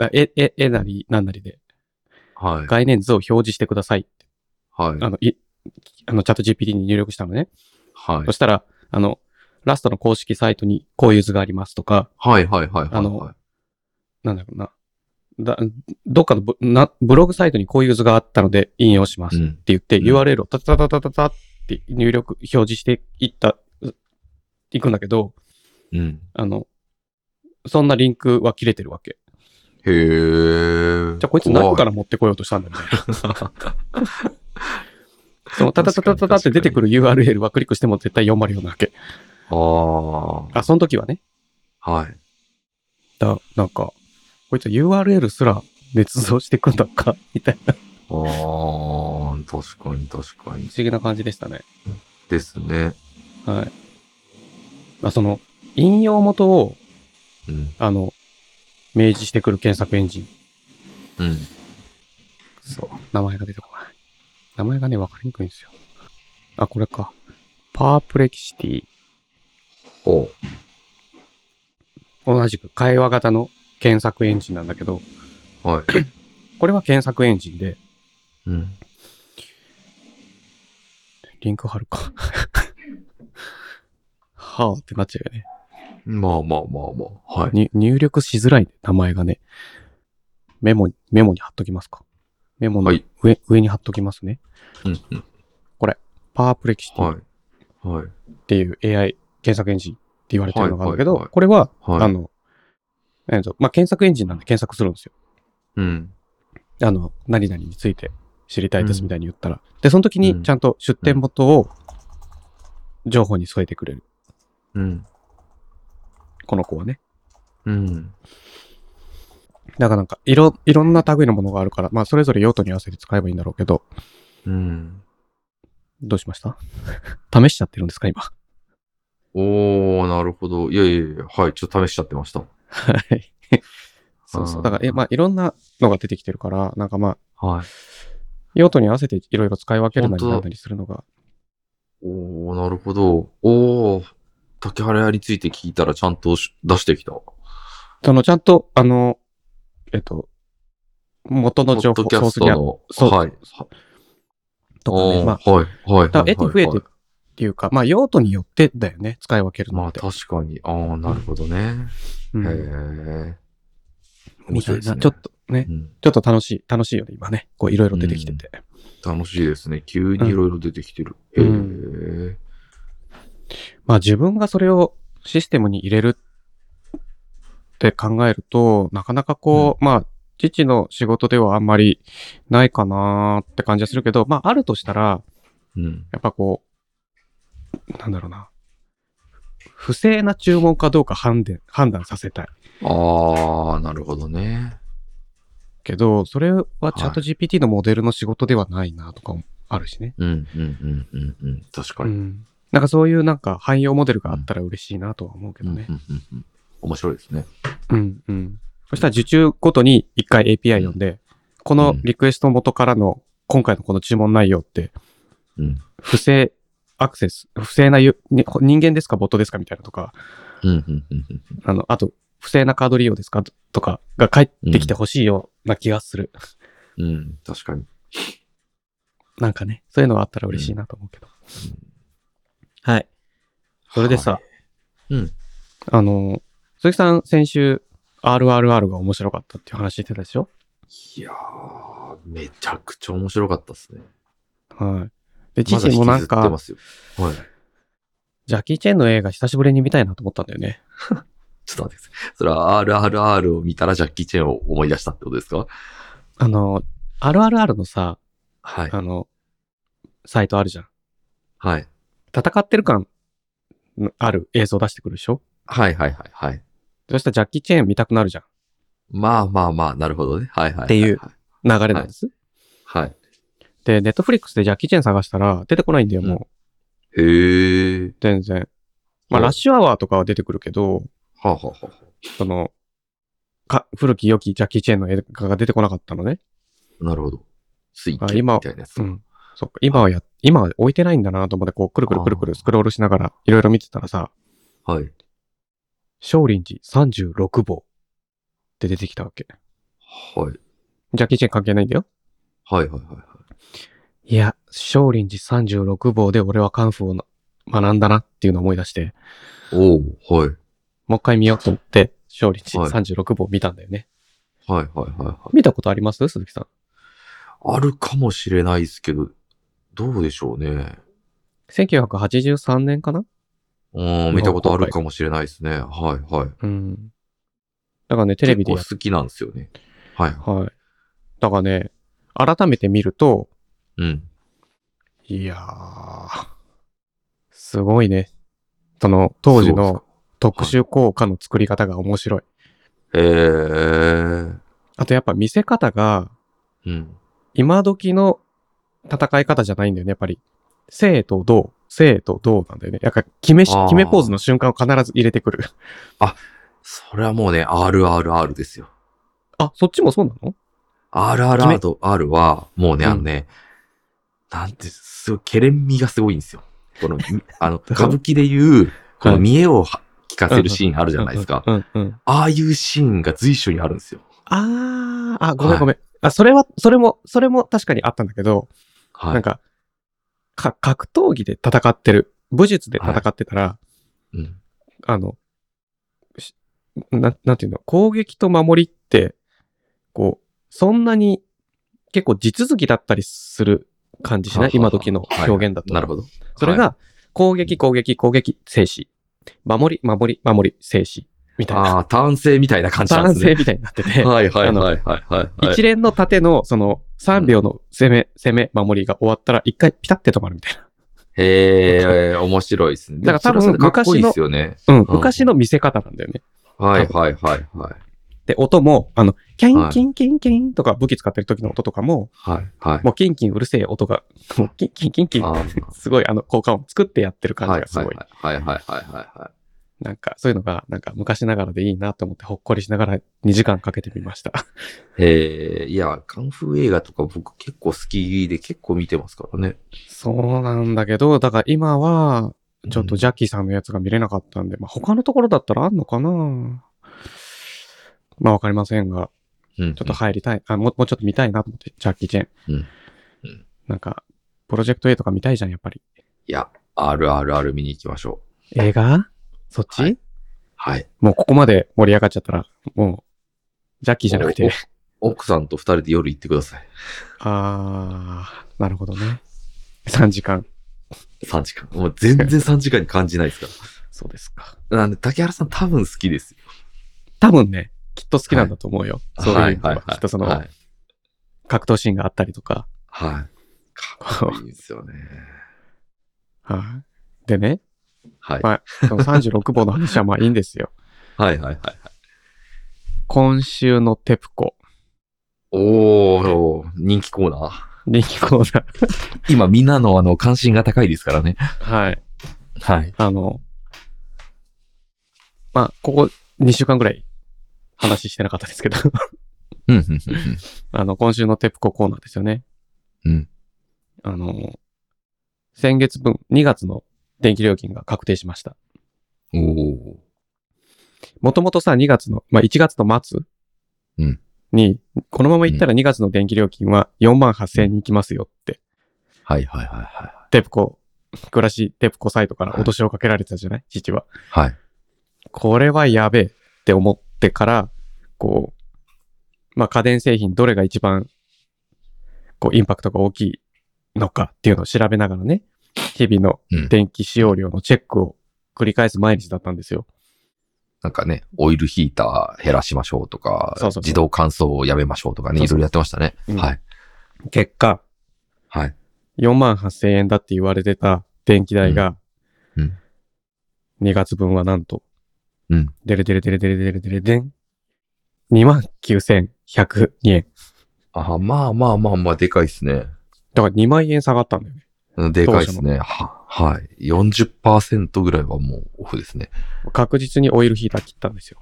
Speaker 1: あえ、え、えなり、なんなりで、
Speaker 2: はい。
Speaker 1: 概念図を表示してくださいって、
Speaker 2: はい。
Speaker 1: あの、い、あの、チャット GPT に入力したのね。
Speaker 2: はい
Speaker 1: そ。したら、あの、ラストの公式サイトにこういう図がありますとか、
Speaker 2: はいはいはいはい。
Speaker 1: あの
Speaker 2: はい
Speaker 1: なんだろうな。だ、どっかのブなブログサイトにこういう図があったので引用します。
Speaker 2: うん
Speaker 1: って言って、
Speaker 2: うん
Speaker 1: URL をタタタタタタって入力、表示していった、ういくんだけど、
Speaker 2: うん。
Speaker 1: あの、そんなリンクは切れてるわけ。
Speaker 2: へー。
Speaker 1: じゃあこいつ何個から持ってこようとしたんだみ たいな。 そのタタタタタタって出てくる URL はクリックしても絶対読まれるようなわけ。
Speaker 2: 怖い。あ
Speaker 1: あ、その時はね。
Speaker 2: あ。はい。
Speaker 1: だ、なんか、こいつ URL すら捏造してくんだかみたいな
Speaker 2: ああ、確かに確かに
Speaker 1: 不。思議な感じでしたね。
Speaker 2: ですね。
Speaker 1: はい。まあその、引用元を、
Speaker 2: うん。
Speaker 1: あの、明示してくる検索エンジン。
Speaker 2: うん。
Speaker 1: そう。名前が出てこない。名前がね、わかりにくいんですよ。あ、これか。パープレキシティ。
Speaker 2: ほ
Speaker 1: 同じく会話型の検索エンジンなんだけど、
Speaker 2: う。はい。
Speaker 1: これは検索エンジンで、
Speaker 2: うん。
Speaker 1: リンク貼るか。 はぁってなっちゃうよね。
Speaker 2: まあまあまあまあ。はい。
Speaker 1: に入力しづらいね、名前がね。メモに、メモに貼っときますか。メモの
Speaker 2: は
Speaker 1: 上、
Speaker 2: い
Speaker 1: 上に貼っときますね。
Speaker 2: うんうん。
Speaker 1: パープレキシティっ
Speaker 2: はい。はい。
Speaker 1: ていう AI 検索エンジンって言われてるのがあるんだけど、
Speaker 2: はいはいはい
Speaker 1: これは、あ
Speaker 2: はい。
Speaker 1: の、えっと、まあ、検索エンジンなんで検索するんですよ。
Speaker 2: うん。
Speaker 1: あの、何々について知りたいですみたいに言ったら。で、その時にちゃんと出店元を情報に添えてくれる。
Speaker 2: うん。
Speaker 1: この子はね。
Speaker 2: うん。
Speaker 1: だからなんか、いろ、いろんな類のものがあるから、まあ、それぞれ用途に合わせて使えばいいんだろうけど、
Speaker 2: うん。
Speaker 1: どうしました 試しちゃってるんですか、今。
Speaker 2: おー、なるほど。いやいやいや、はい。ちょっと試しちゃってました。
Speaker 1: はい。 そうそう。だから、え、まあ、いろんなのが出てきてるから、なんかまあ、
Speaker 2: はい。
Speaker 1: 用途に合わせていろいろ使い分けるなり
Speaker 2: 本当だ
Speaker 1: なんなりするのが、
Speaker 2: おー、なるほど。おー、竹原屋について聞いたらちゃんとし出してきた。
Speaker 1: その、ちゃんと、あの、えっと、元の情
Speaker 2: ポ
Speaker 1: 報
Speaker 2: ッドキャス
Speaker 1: ソースにあ
Speaker 2: ト
Speaker 1: ソー
Speaker 2: の、
Speaker 1: ス
Speaker 2: はい。
Speaker 1: とかね、
Speaker 2: おー
Speaker 1: まあ、っ
Speaker 2: はい、はい。
Speaker 1: だから絵に増えて
Speaker 2: はい
Speaker 1: ていうか、まあ、用途によってだよね、使い分ける
Speaker 2: ま
Speaker 1: の
Speaker 2: あ
Speaker 1: って。
Speaker 2: 確かに。ああ、なるほどね。
Speaker 1: うん
Speaker 2: へえ。
Speaker 1: みたいな、
Speaker 2: 面白ですね
Speaker 1: ちょっとね、
Speaker 2: うん
Speaker 1: ちょっと楽しい、楽しいよね、今ね。こう、いろいろ出てきてて。
Speaker 2: 楽しいですね。急にいろいろ出てきてる。
Speaker 1: う
Speaker 2: へえ。
Speaker 1: んまあ自分がそれをシステムに入れるって考えると、なかなかこう、まあ、父の仕事ではあんまりないかなーって感じはするけど、まああるとしたら、
Speaker 2: うん。
Speaker 1: やっぱこう、なんだろうな。不正な注文かどうか判断、判断させたい。
Speaker 2: ああ、なるほどね。
Speaker 1: けど、それはチャット GPT のモデルの仕事ではないなとかもあるしね。
Speaker 2: うん、うん、うん、うん、うん。確か
Speaker 1: う
Speaker 2: に。
Speaker 1: ん。なんかそういうなんか汎用モデルがあったら嬉しいなとは思うけ
Speaker 2: うん、
Speaker 1: ど
Speaker 2: うん、
Speaker 1: ね。
Speaker 2: うん。うん面白いですね。
Speaker 1: うんうん。そしたら受注ごとに一回 API 読んで、このリクエスト元からの今回のこの注文内容って、
Speaker 2: うん。
Speaker 1: 不正アクセス、不正なゆに人間ですかボットですかみたいなとか、
Speaker 2: うん、うん、うんうん。
Speaker 1: あの、あと、不正なカード利用ですかとかが返ってきてほしいような気がする。
Speaker 2: うん、確かに。
Speaker 1: なんかね、そういうのがあったら嬉しいなと思うけど。はい。それでさ、
Speaker 2: はいうん。
Speaker 1: あの、鈴木さん先週 RRR が面白かったっていう話してたでしょ
Speaker 2: いやー、めちゃくちゃ面白かったですね。
Speaker 1: はい。で、
Speaker 2: まだ
Speaker 1: 父
Speaker 2: 引
Speaker 1: も
Speaker 2: き
Speaker 1: な
Speaker 2: ず
Speaker 1: ん
Speaker 2: って
Speaker 1: か
Speaker 2: ま、すよ。はい。
Speaker 1: ジャッキー・チェンの映画久しぶりに見たいなと思ったんだよね。
Speaker 2: ちょっと待ってください。それは RRR を見たらジャッキー・チェンを思い出したってことですか
Speaker 1: あの、RRR のさ、
Speaker 2: はい。
Speaker 1: あの、サイトあるじゃん。
Speaker 2: はい。
Speaker 1: 戦ってる感のある映像出してくるでしょ
Speaker 2: はいはいはいはい。
Speaker 1: そしたらジャッキー・チェーン見たくなるじゃん。
Speaker 2: まあまあまあ、なるほどね。はいはいは。
Speaker 1: っていう。流れなんです。
Speaker 2: はい。
Speaker 1: で、ネットフリックスでジャッキー・チェーン探したら出てこないんだよ、も
Speaker 2: へえ。
Speaker 1: う。全然。まあ、
Speaker 2: はい
Speaker 1: ラッシュアワーとかは出てくるけど、
Speaker 2: はあ、はあはあは
Speaker 1: その、か、古き良きジャッキー・チェーンの映画が出てこなかったのね。
Speaker 2: あ、なるほど。スイッ
Speaker 1: あ
Speaker 2: チみ
Speaker 1: 今
Speaker 2: たいなやつ。
Speaker 1: うん。そっか、今はや、今は置いてないんだなと思って、こう、くるくるくるくるスクロールしながら、いろいろ見てたらさ、
Speaker 2: はい。
Speaker 1: 少林寺36号って出てきたわけ。
Speaker 2: はい。
Speaker 1: ジャッキー・チェン関係ないんだよ。
Speaker 2: はいはいはいはい。
Speaker 1: いや、少林寺36号で俺はカンフーをな学んだなっていうのを思い出して、
Speaker 2: おおはい。
Speaker 1: もう一回見ようと思って、少林寺36号を見たんだよね。
Speaker 2: はいはいはいはい。
Speaker 1: 見たことあります鈴木さん。
Speaker 2: あるかもしれないですけど、どうでしょうね。
Speaker 1: 1983年かな
Speaker 2: うん、見たことあるかもしれないですね。はいはい。
Speaker 1: うん。だからね、テレビでやっ
Speaker 2: 結構好きなんですよね。はい。
Speaker 1: はい。だからね、改めて見ると、
Speaker 2: うん。
Speaker 1: いやー、すごいね。その、当時の特殊効果の作り方が面白い。
Speaker 2: そうですか。へえ。
Speaker 1: あとやっぱ見せ方が、
Speaker 2: うん。
Speaker 1: 今時の戦い方じゃないんだよね、やっぱり。生と動、生と動なんだよね。やっぱ決めし
Speaker 2: あー、
Speaker 1: 決めポーズの瞬間を必ず入れてくる。
Speaker 2: それはもうね、RRR ですよ。
Speaker 1: あ、そっちもそうなの
Speaker 2: RRR と R は、もうね、
Speaker 1: うん
Speaker 2: あのね、なんて、すごい、ケレン味がすごいんですよ。この、み あの、歌舞伎でいう、この見栄をは聞かせるシーンあるじゃないですか。
Speaker 1: うんうん。
Speaker 2: ああいうシーンが随所にあるんですよ。
Speaker 1: あー、あ、ごめんごめん。あ、それは、それも、それも確かにあったんだけど、
Speaker 2: はい。
Speaker 1: なんか、か、格闘技で戦ってる、武術で戦ってたら、
Speaker 2: うん、
Speaker 1: あの、しななんていうの、攻撃と守りって、こう、そんなに結構地続きだったりする感じしない今時の表現だと。
Speaker 2: はいなるほど。
Speaker 1: それが、攻撃、攻撃、攻撃、静止。守り、守り、守り、静止。みたいな。
Speaker 2: ああー、単性みたいな感じなん
Speaker 1: 男
Speaker 2: ですね
Speaker 1: 性。みたいになってて、
Speaker 2: はいはいはいはいはい、はい。
Speaker 1: 一連の盾のその3秒の攻め、攻め、守りが終わったら一回ピタって止まるみたいな。
Speaker 2: へえ、面白いですね。
Speaker 1: だから多分
Speaker 2: でもそれはそれでかっこいいですよね。
Speaker 1: うん、昔の見せ方なんだよね。
Speaker 2: はいはいはいはい。
Speaker 1: で、音も、あの、キャイ
Speaker 2: は
Speaker 1: ン
Speaker 2: い
Speaker 1: キンキンキンとか武器使ってる時の音とかも、
Speaker 2: はいはい。
Speaker 1: もうキンキンうるせえ音が、もうキンキンキンキン
Speaker 2: あ
Speaker 1: っ
Speaker 2: ー
Speaker 1: て、すごいあの効果音作ってやってる感じがすごい。
Speaker 2: はいはいはいはいはいはい。
Speaker 1: なんかそういうのが、なんか昔ながらでいいなと思ってほっこりしながら2時間かけてみました。
Speaker 2: えー、いや、カンフー映画とか僕結構好きで結構見てますからね。
Speaker 1: そうなんだけど、だから今は、ちょっとジャッキーさんのやつが見れなかったんで、まあ他のところだったらあんのかなまあわかりませんが、
Speaker 2: うん、
Speaker 1: ちょっと入りたい、あもう、もうちょっと見たいなと思って、ジャッキーチェン。
Speaker 2: うんうん
Speaker 1: なんか、プロジェクト A とか見たいじゃん、やっぱり。
Speaker 2: いや、RRR 見に行きましょう。
Speaker 1: 映画そっち、
Speaker 2: はいはい。
Speaker 1: もうここまで盛り上がっちゃったら、もう、ジャッキーじゃなくて。
Speaker 2: お。お奥さんと二人で夜行ってください。
Speaker 1: あー、なるほどね。3時間。
Speaker 2: 3時間。もう全然3時間に感じないですか
Speaker 1: そうですか。
Speaker 2: ら。なんで、竹原さん多分好きですよ。
Speaker 1: 多分ね、きっと好きなんだと思うよ。そういう意味では。きっとそ
Speaker 2: は
Speaker 1: の
Speaker 2: い。
Speaker 1: 格闘シーンがあったりと か。
Speaker 2: はい。かっこいいですよね。
Speaker 1: はい。でね、
Speaker 2: はい。
Speaker 1: まその36号の話はまあいいんですよ。
Speaker 2: はいはいはい。
Speaker 1: 今週のテプコ、
Speaker 2: おー、人気コーナー。
Speaker 1: 人気コーナ
Speaker 2: 今みんなのあの関心が高いですからね。
Speaker 1: ー。はい。
Speaker 2: はい。
Speaker 1: あの、まあ、ここ2週間ぐらい話してなかったですけど、
Speaker 2: うん、うん、
Speaker 1: あの、今週のテプココーナーですよね。
Speaker 2: うん。
Speaker 1: あの、先月分、2月の電気料金が確定しました。
Speaker 2: うん。おー。
Speaker 1: もともとさ、2月の、まあ、1月の末
Speaker 2: うん
Speaker 1: に、このまま行ったら2月の電気料金は4万8000円に行きますよって、
Speaker 2: はいはいはいは
Speaker 1: テプコ、暮らしテプコサイトから脅しをかけられてたじゃない父は。
Speaker 2: い。はい。
Speaker 1: これはやべえって思ってから、こう、まあ、家電製品どれが一番、こう、インパクトが大きいのかっていうのを調べながらね、日々の
Speaker 2: うん。
Speaker 1: 電気使用量のチェックを繰り返す毎日だったんですよ。
Speaker 2: なんかね、オイルヒーター減らしましょうとか、
Speaker 1: そうそうそう
Speaker 2: 自動乾燥をやめましょうとかね、
Speaker 1: そう
Speaker 2: い
Speaker 1: そ
Speaker 2: ろ
Speaker 1: う
Speaker 2: いろやってましたね。
Speaker 1: うん
Speaker 2: はい。
Speaker 1: 結果、
Speaker 2: はい。
Speaker 1: 4万8000円だって言われてた電気代が、
Speaker 2: うんうん
Speaker 1: 2月分はなんと、
Speaker 2: うん
Speaker 1: デレデレデレデレデレデレデン。2万9102円。
Speaker 2: あまあまあまあまあ、でかいですね。
Speaker 1: だから2万円下がったんだよね。
Speaker 2: うんでかいですね。は、はい。40%ぐらいはもうオフですね。
Speaker 1: 確実にオイルヒーター切ったんですよ。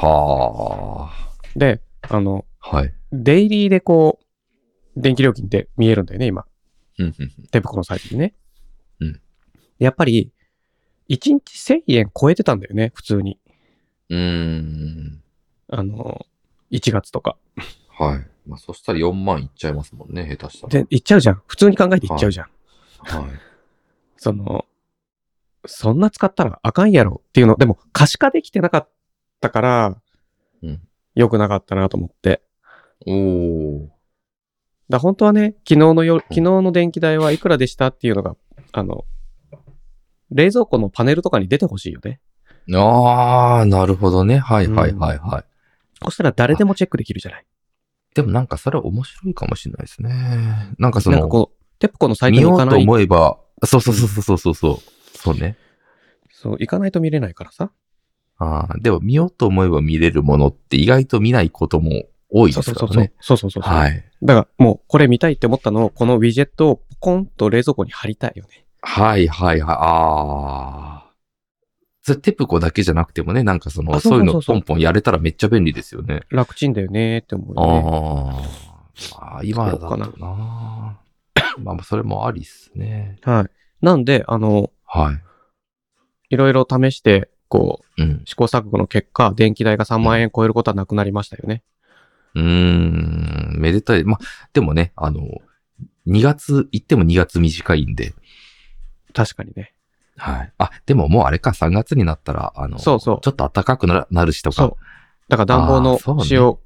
Speaker 2: は
Speaker 1: で、あの、
Speaker 2: あ。はい。
Speaker 1: デイリーでこう、電気料金って見えるんだよね、今。
Speaker 2: うん、うん、
Speaker 1: テプコのサイトにね。
Speaker 2: うん。
Speaker 1: やっぱり、1日1000円超えてたんだよね、普通に。
Speaker 2: うん。うーん。
Speaker 1: あの、1月とか。
Speaker 2: はい。まあ、そしたら4万いっちゃいますもんね、下手したら。
Speaker 1: で、行っちゃうじゃん。普通に考えて行っちゃうじゃん。
Speaker 2: はい。
Speaker 1: その、そんな使ったらあかんやろっていうの、でも可視化できてなかったから、
Speaker 2: うん
Speaker 1: 良くなかったなと思って。
Speaker 2: おー。
Speaker 1: だ本当はね、昨日の夜、昨日の電気代はいくらでしたっていうのが、あの、冷蔵庫のパネルとかに出てほしいよね。
Speaker 2: ああ、なるほどね。はいはいはいはい。
Speaker 1: そしたら誰でもチェックできるじゃない。
Speaker 2: でもなんかそれは面白いかもしれないですね。なんかそ
Speaker 1: なんか
Speaker 2: の、
Speaker 1: こう、テプコのサイト
Speaker 2: 見
Speaker 1: に
Speaker 2: よ
Speaker 1: 行か
Speaker 2: うと
Speaker 1: ない、
Speaker 2: 思えば、そうそうそうそうそうそう。そうね。
Speaker 1: そう、行かないと見れないからさ。
Speaker 2: ああ、でも見ようと思えば見れるものって意外と見ないことも多い
Speaker 1: そ
Speaker 2: で
Speaker 1: うそ
Speaker 2: す
Speaker 1: うそう
Speaker 2: から
Speaker 1: そう
Speaker 2: ね。。
Speaker 1: そうそうそう。
Speaker 2: はい。
Speaker 1: だからもうこれ見たいって思ったのを、このウィジェットをポコンと冷蔵庫に貼りたいよね。
Speaker 2: はいはいはい。ああ。それテプコだけじゃなくてもね、なんかその、
Speaker 1: あそ
Speaker 2: そうう
Speaker 1: そう
Speaker 2: いう
Speaker 1: そう
Speaker 2: の
Speaker 1: そう
Speaker 2: ポンポンやれたらめっちゃ便利ですよね。
Speaker 1: 楽ちんだよねーって思う
Speaker 2: あ
Speaker 1: よね。
Speaker 2: ーあー、今だと
Speaker 1: どう
Speaker 2: な。まあまあ、それもありっすね。
Speaker 1: はい。なんで、あの、
Speaker 2: はい
Speaker 1: ろいろ試して、こう、
Speaker 2: い。うん。
Speaker 1: 試行錯誤の結果、電気代が3万円超えることはなくなりましたよね。
Speaker 2: うーん、めでたい。まあ、でもね、あの、2月、行っても2月短いんで。
Speaker 1: 確かにね。
Speaker 2: はい。あ、でももうあれか、3月になったら、あの、
Speaker 1: そうそう
Speaker 2: ちょっと暖かくななるしとか。
Speaker 1: そう。だから暖房
Speaker 2: あーそう
Speaker 1: の
Speaker 2: ね
Speaker 1: 使用、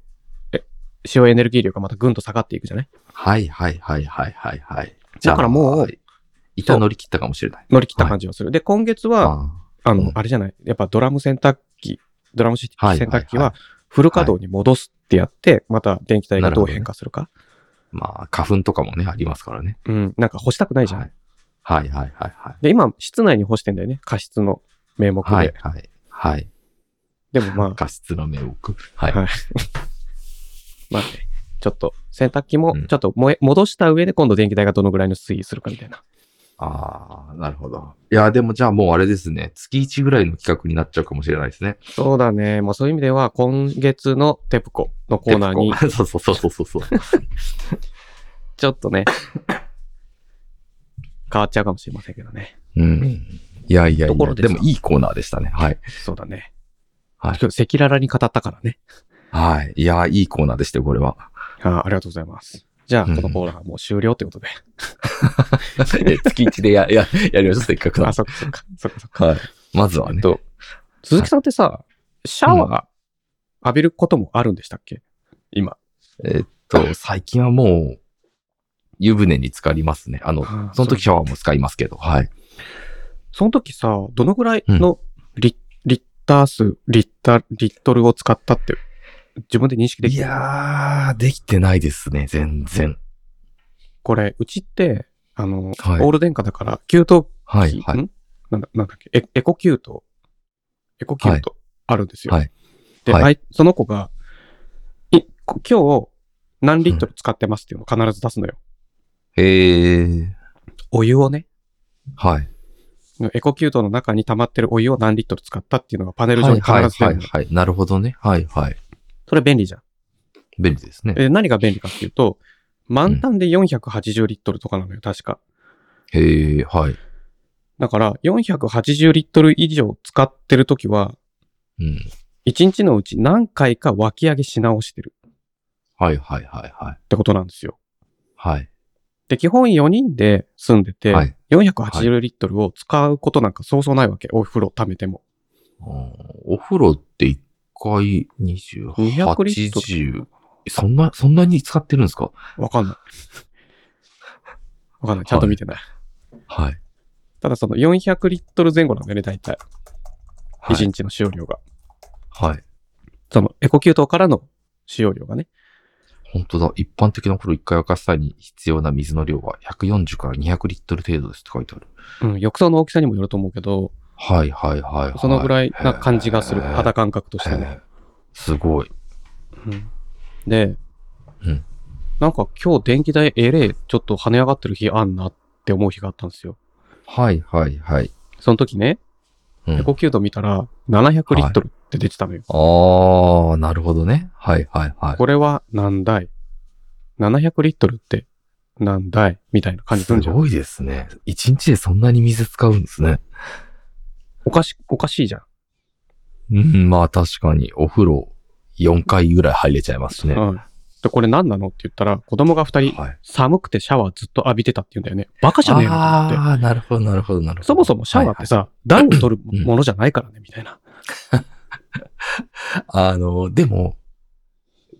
Speaker 1: え使用エネルギー量がまたぐんと下がっていくじゃない
Speaker 2: はいはいはいはいはいはい。
Speaker 1: だからもう
Speaker 2: じゃあ、一旦乗り切ったかもしれない。
Speaker 1: 乗り切った感じがする。で、今月は、
Speaker 2: あ
Speaker 1: あの、
Speaker 2: うん
Speaker 1: あれじゃない、やっぱドラム洗濯機、ドラム洗
Speaker 2: はいはいはい
Speaker 1: 濯機はフル稼働に戻すってやって、また電気代がどう変化するか。
Speaker 2: まあ、花粉とかもね、ありますからね。
Speaker 1: うん。なんか干したくないじゃん。
Speaker 2: はい。はいはいはいはい。
Speaker 1: で、今、室内に干してんだよね。加湿の名目で。
Speaker 2: はいはい。はい。
Speaker 1: でもまあ、
Speaker 2: 加湿の名目。はい。
Speaker 1: はいまあね、ちょっと洗濯機も
Speaker 2: うん
Speaker 1: ちょっともえ戻した上で今度電気代がどのぐらいの推移するかみたいな。
Speaker 2: ああ、なるほど。いや、でもじゃあもうあれですね。月1ぐらいの企画になっちゃうかもしれないですね。
Speaker 1: そうだね。もうそういう意味では今月のテプコのコーナーに
Speaker 2: 結構 そうそうそうそうそう。
Speaker 1: ちょっと ね、変わっちゃうかもしれませんけどね。
Speaker 2: うん。いやいやい
Speaker 1: ところ
Speaker 2: や、
Speaker 1: です
Speaker 2: で
Speaker 1: が
Speaker 2: もいいコーナーでしたね。はい。
Speaker 1: そうだね。
Speaker 2: はい
Speaker 1: 今日赤裸々に語ったからね。
Speaker 2: はい。いや、いいコーナーでしたよ、こ れは。
Speaker 1: あありがとうございます。じゃあ、
Speaker 2: うん
Speaker 1: このコーナーはもう終了ということで。
Speaker 2: え月1でや、や、やりましょう、せっかく
Speaker 1: あ、
Speaker 2: な
Speaker 1: そっかそっか。そっかそっか。
Speaker 2: はい。まずは
Speaker 1: えっ
Speaker 2: ね。
Speaker 1: と、鈴木さんってさ、シャワー浴びることもあるんでしたっけ今。
Speaker 2: えっと、最近はもう、湯船に浸かりますね。あの、
Speaker 1: あー
Speaker 2: その時シャワーも使いますけど、はい。
Speaker 1: その時さ、どのぐらいのリ,、リッター数、リッター、リットルを使ったって、自分で認識でき
Speaker 2: い
Speaker 1: る
Speaker 2: やー、できてないですね、全然。
Speaker 1: これ、うちって、あの、
Speaker 2: はい
Speaker 1: オール電化だから、給湯器、
Speaker 2: はい、はい。
Speaker 1: んなんだなんだっけエ、エコ給湯、エコ給湯、
Speaker 2: はい
Speaker 1: あるんですよ。
Speaker 2: はい
Speaker 1: で、
Speaker 2: はい
Speaker 1: あい、その子が、いこ今日、何リットル使ってますっていうのを必ず出すのよ。
Speaker 2: へー、
Speaker 1: お湯をね、
Speaker 2: はい。
Speaker 1: エコ給湯の中に溜まってるお湯を何リットル使ったっていうのがパネル上
Speaker 2: は
Speaker 1: に
Speaker 2: い、
Speaker 1: 必
Speaker 2: はい、
Speaker 1: ず出
Speaker 2: は
Speaker 1: る
Speaker 2: い、
Speaker 1: のよ。
Speaker 2: はい。なるほどね。はい、はい。
Speaker 1: それ便利じゃん。
Speaker 2: 便利ですね。
Speaker 1: えー何が便利かっていうと、満タンで480リットルとかなのよ、確か。
Speaker 2: へー、はい。
Speaker 1: だから、480リットル以上使ってるときは、
Speaker 2: うん。
Speaker 1: 1日のうち何回か脇上げし直してる
Speaker 2: はい、はい、はい、はい。
Speaker 1: ってことなんですよ。
Speaker 2: はい。
Speaker 1: で、基本4人で住んでて、
Speaker 2: はい
Speaker 1: 480リットルを使うことなんかそうそうないわけ。お風呂溜めても。
Speaker 2: うんお風呂って1回
Speaker 1: 200リット
Speaker 2: 28、80。そんな、そんなに使ってるんですか
Speaker 1: わかんない。わかんない。ちゃんと見てない。
Speaker 2: はい。
Speaker 1: ただその400リットル前後なんだよね、大体。
Speaker 2: は
Speaker 1: 1
Speaker 2: い。
Speaker 1: 日の使用量が。
Speaker 2: はい。
Speaker 1: その、エコ給湯からの使用量がね。
Speaker 2: 本当だ。一般的なお風呂1回沸かす際に必要な水の量は140から200リットル程度ですって書いてある。
Speaker 1: うん、浴槽の大きさにもよると思うけど、
Speaker 2: はいはいはい、はい。
Speaker 1: そのぐらいな感じがする。
Speaker 2: へー
Speaker 1: 肌感覚としてね。
Speaker 2: へーすごい。
Speaker 1: うんで、
Speaker 2: うん
Speaker 1: なんか今日電気代えれえちょっと跳ね上がってる日あんなって思う日があったんですよ。
Speaker 2: はいはいはい。
Speaker 1: その時ね、
Speaker 2: うん
Speaker 1: エコキュート見たら700リットルって出てたのよ。
Speaker 2: ああ、なるほどね。はいはいはい。
Speaker 1: これは何台 ?700 リットルって何台みたいな感じするんじ
Speaker 2: す
Speaker 1: ゃん。
Speaker 2: ごいですね。一日でそんなに水使うんですね。
Speaker 1: おかし、おかしいじゃん。
Speaker 2: うん、まあ確かにお風呂4回ぐらい入れちゃいますしね。
Speaker 1: うん。で、これ何なのって言ったら、子供が二人、
Speaker 2: はい。
Speaker 1: 寒くてシャワーずっと浴びてたって言うんだよね。バカじゃねえのと思って。
Speaker 2: ああ、なるほどなるほどなるほど。
Speaker 1: そもそもシャワーってさ、暖を取るものじゃないからね、みたいな。
Speaker 2: あの、でも、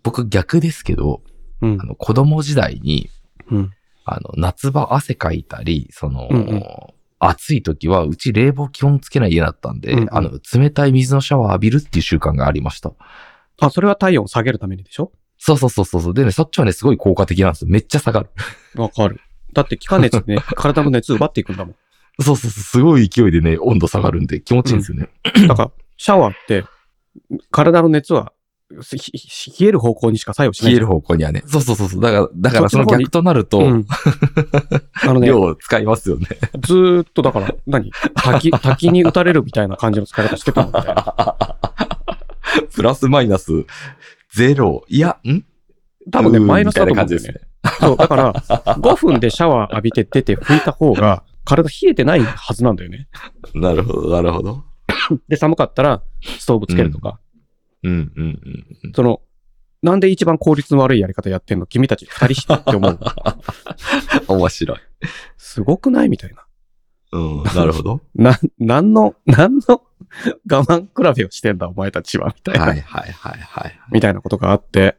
Speaker 2: 僕逆ですけど、
Speaker 1: うん
Speaker 2: あ。の、子供時代に、
Speaker 1: うん
Speaker 2: あの、夏場汗かいたり、その、
Speaker 1: うんうん
Speaker 2: 暑い時は、うち冷房基本つけない家だったんで、
Speaker 1: うんうん
Speaker 2: あの、冷たい水のシャワー浴びるっていう習慣がありました。
Speaker 1: あ、それは体温を下げるためにでしょ
Speaker 2: そうそうそうそうそう。でね、そっちはね、すごい効果的なんですよ。めっちゃ下がる。
Speaker 1: わかる。だって気化熱 でね、体の熱奪っていくんだも
Speaker 2: そうそうそう、すごい勢いでね、温度下がるんで気持ちいいんですよね。
Speaker 1: ん。だから、シャワーって、体の熱は、ひひ冷える方向にしか作用しない
Speaker 2: 冷
Speaker 1: じゃ
Speaker 2: える
Speaker 1: ん。
Speaker 2: 方向にはね。そうそうそうそう。だから、だからそ
Speaker 1: そっちの
Speaker 2: の
Speaker 1: 方に
Speaker 2: 逆となると、
Speaker 1: うん。 あのね、
Speaker 2: 量を使いますよね。
Speaker 1: ずーっとだから、何 滝、滝に打たれるみたいな感じの使い方してたもんね。
Speaker 2: プラスマイナスゼロ。いや、ん
Speaker 1: 多分ね
Speaker 2: うーん
Speaker 1: マイナスだと思うん
Speaker 2: み
Speaker 1: だ
Speaker 2: たいな
Speaker 1: よね
Speaker 2: 感じですね。
Speaker 1: そう、だから、5分でシャワー浴びて出て拭いた方が、体冷えてないはずなんだよね。
Speaker 2: なるほど、なるほど。
Speaker 1: で、寒かったら、ストーブつけるとか、
Speaker 2: うん、うん、うん。
Speaker 1: その、なんで一番効率の悪いやり方やってんの君たち二人してって 思う。
Speaker 2: 面白い。
Speaker 1: すごくないみたいな。
Speaker 2: うん、なるほど。
Speaker 1: な、なんの、なんの我慢比べをしてんだ、お前たちは、みたいな。
Speaker 2: はいはいはいはい。
Speaker 1: みたいなことがあって、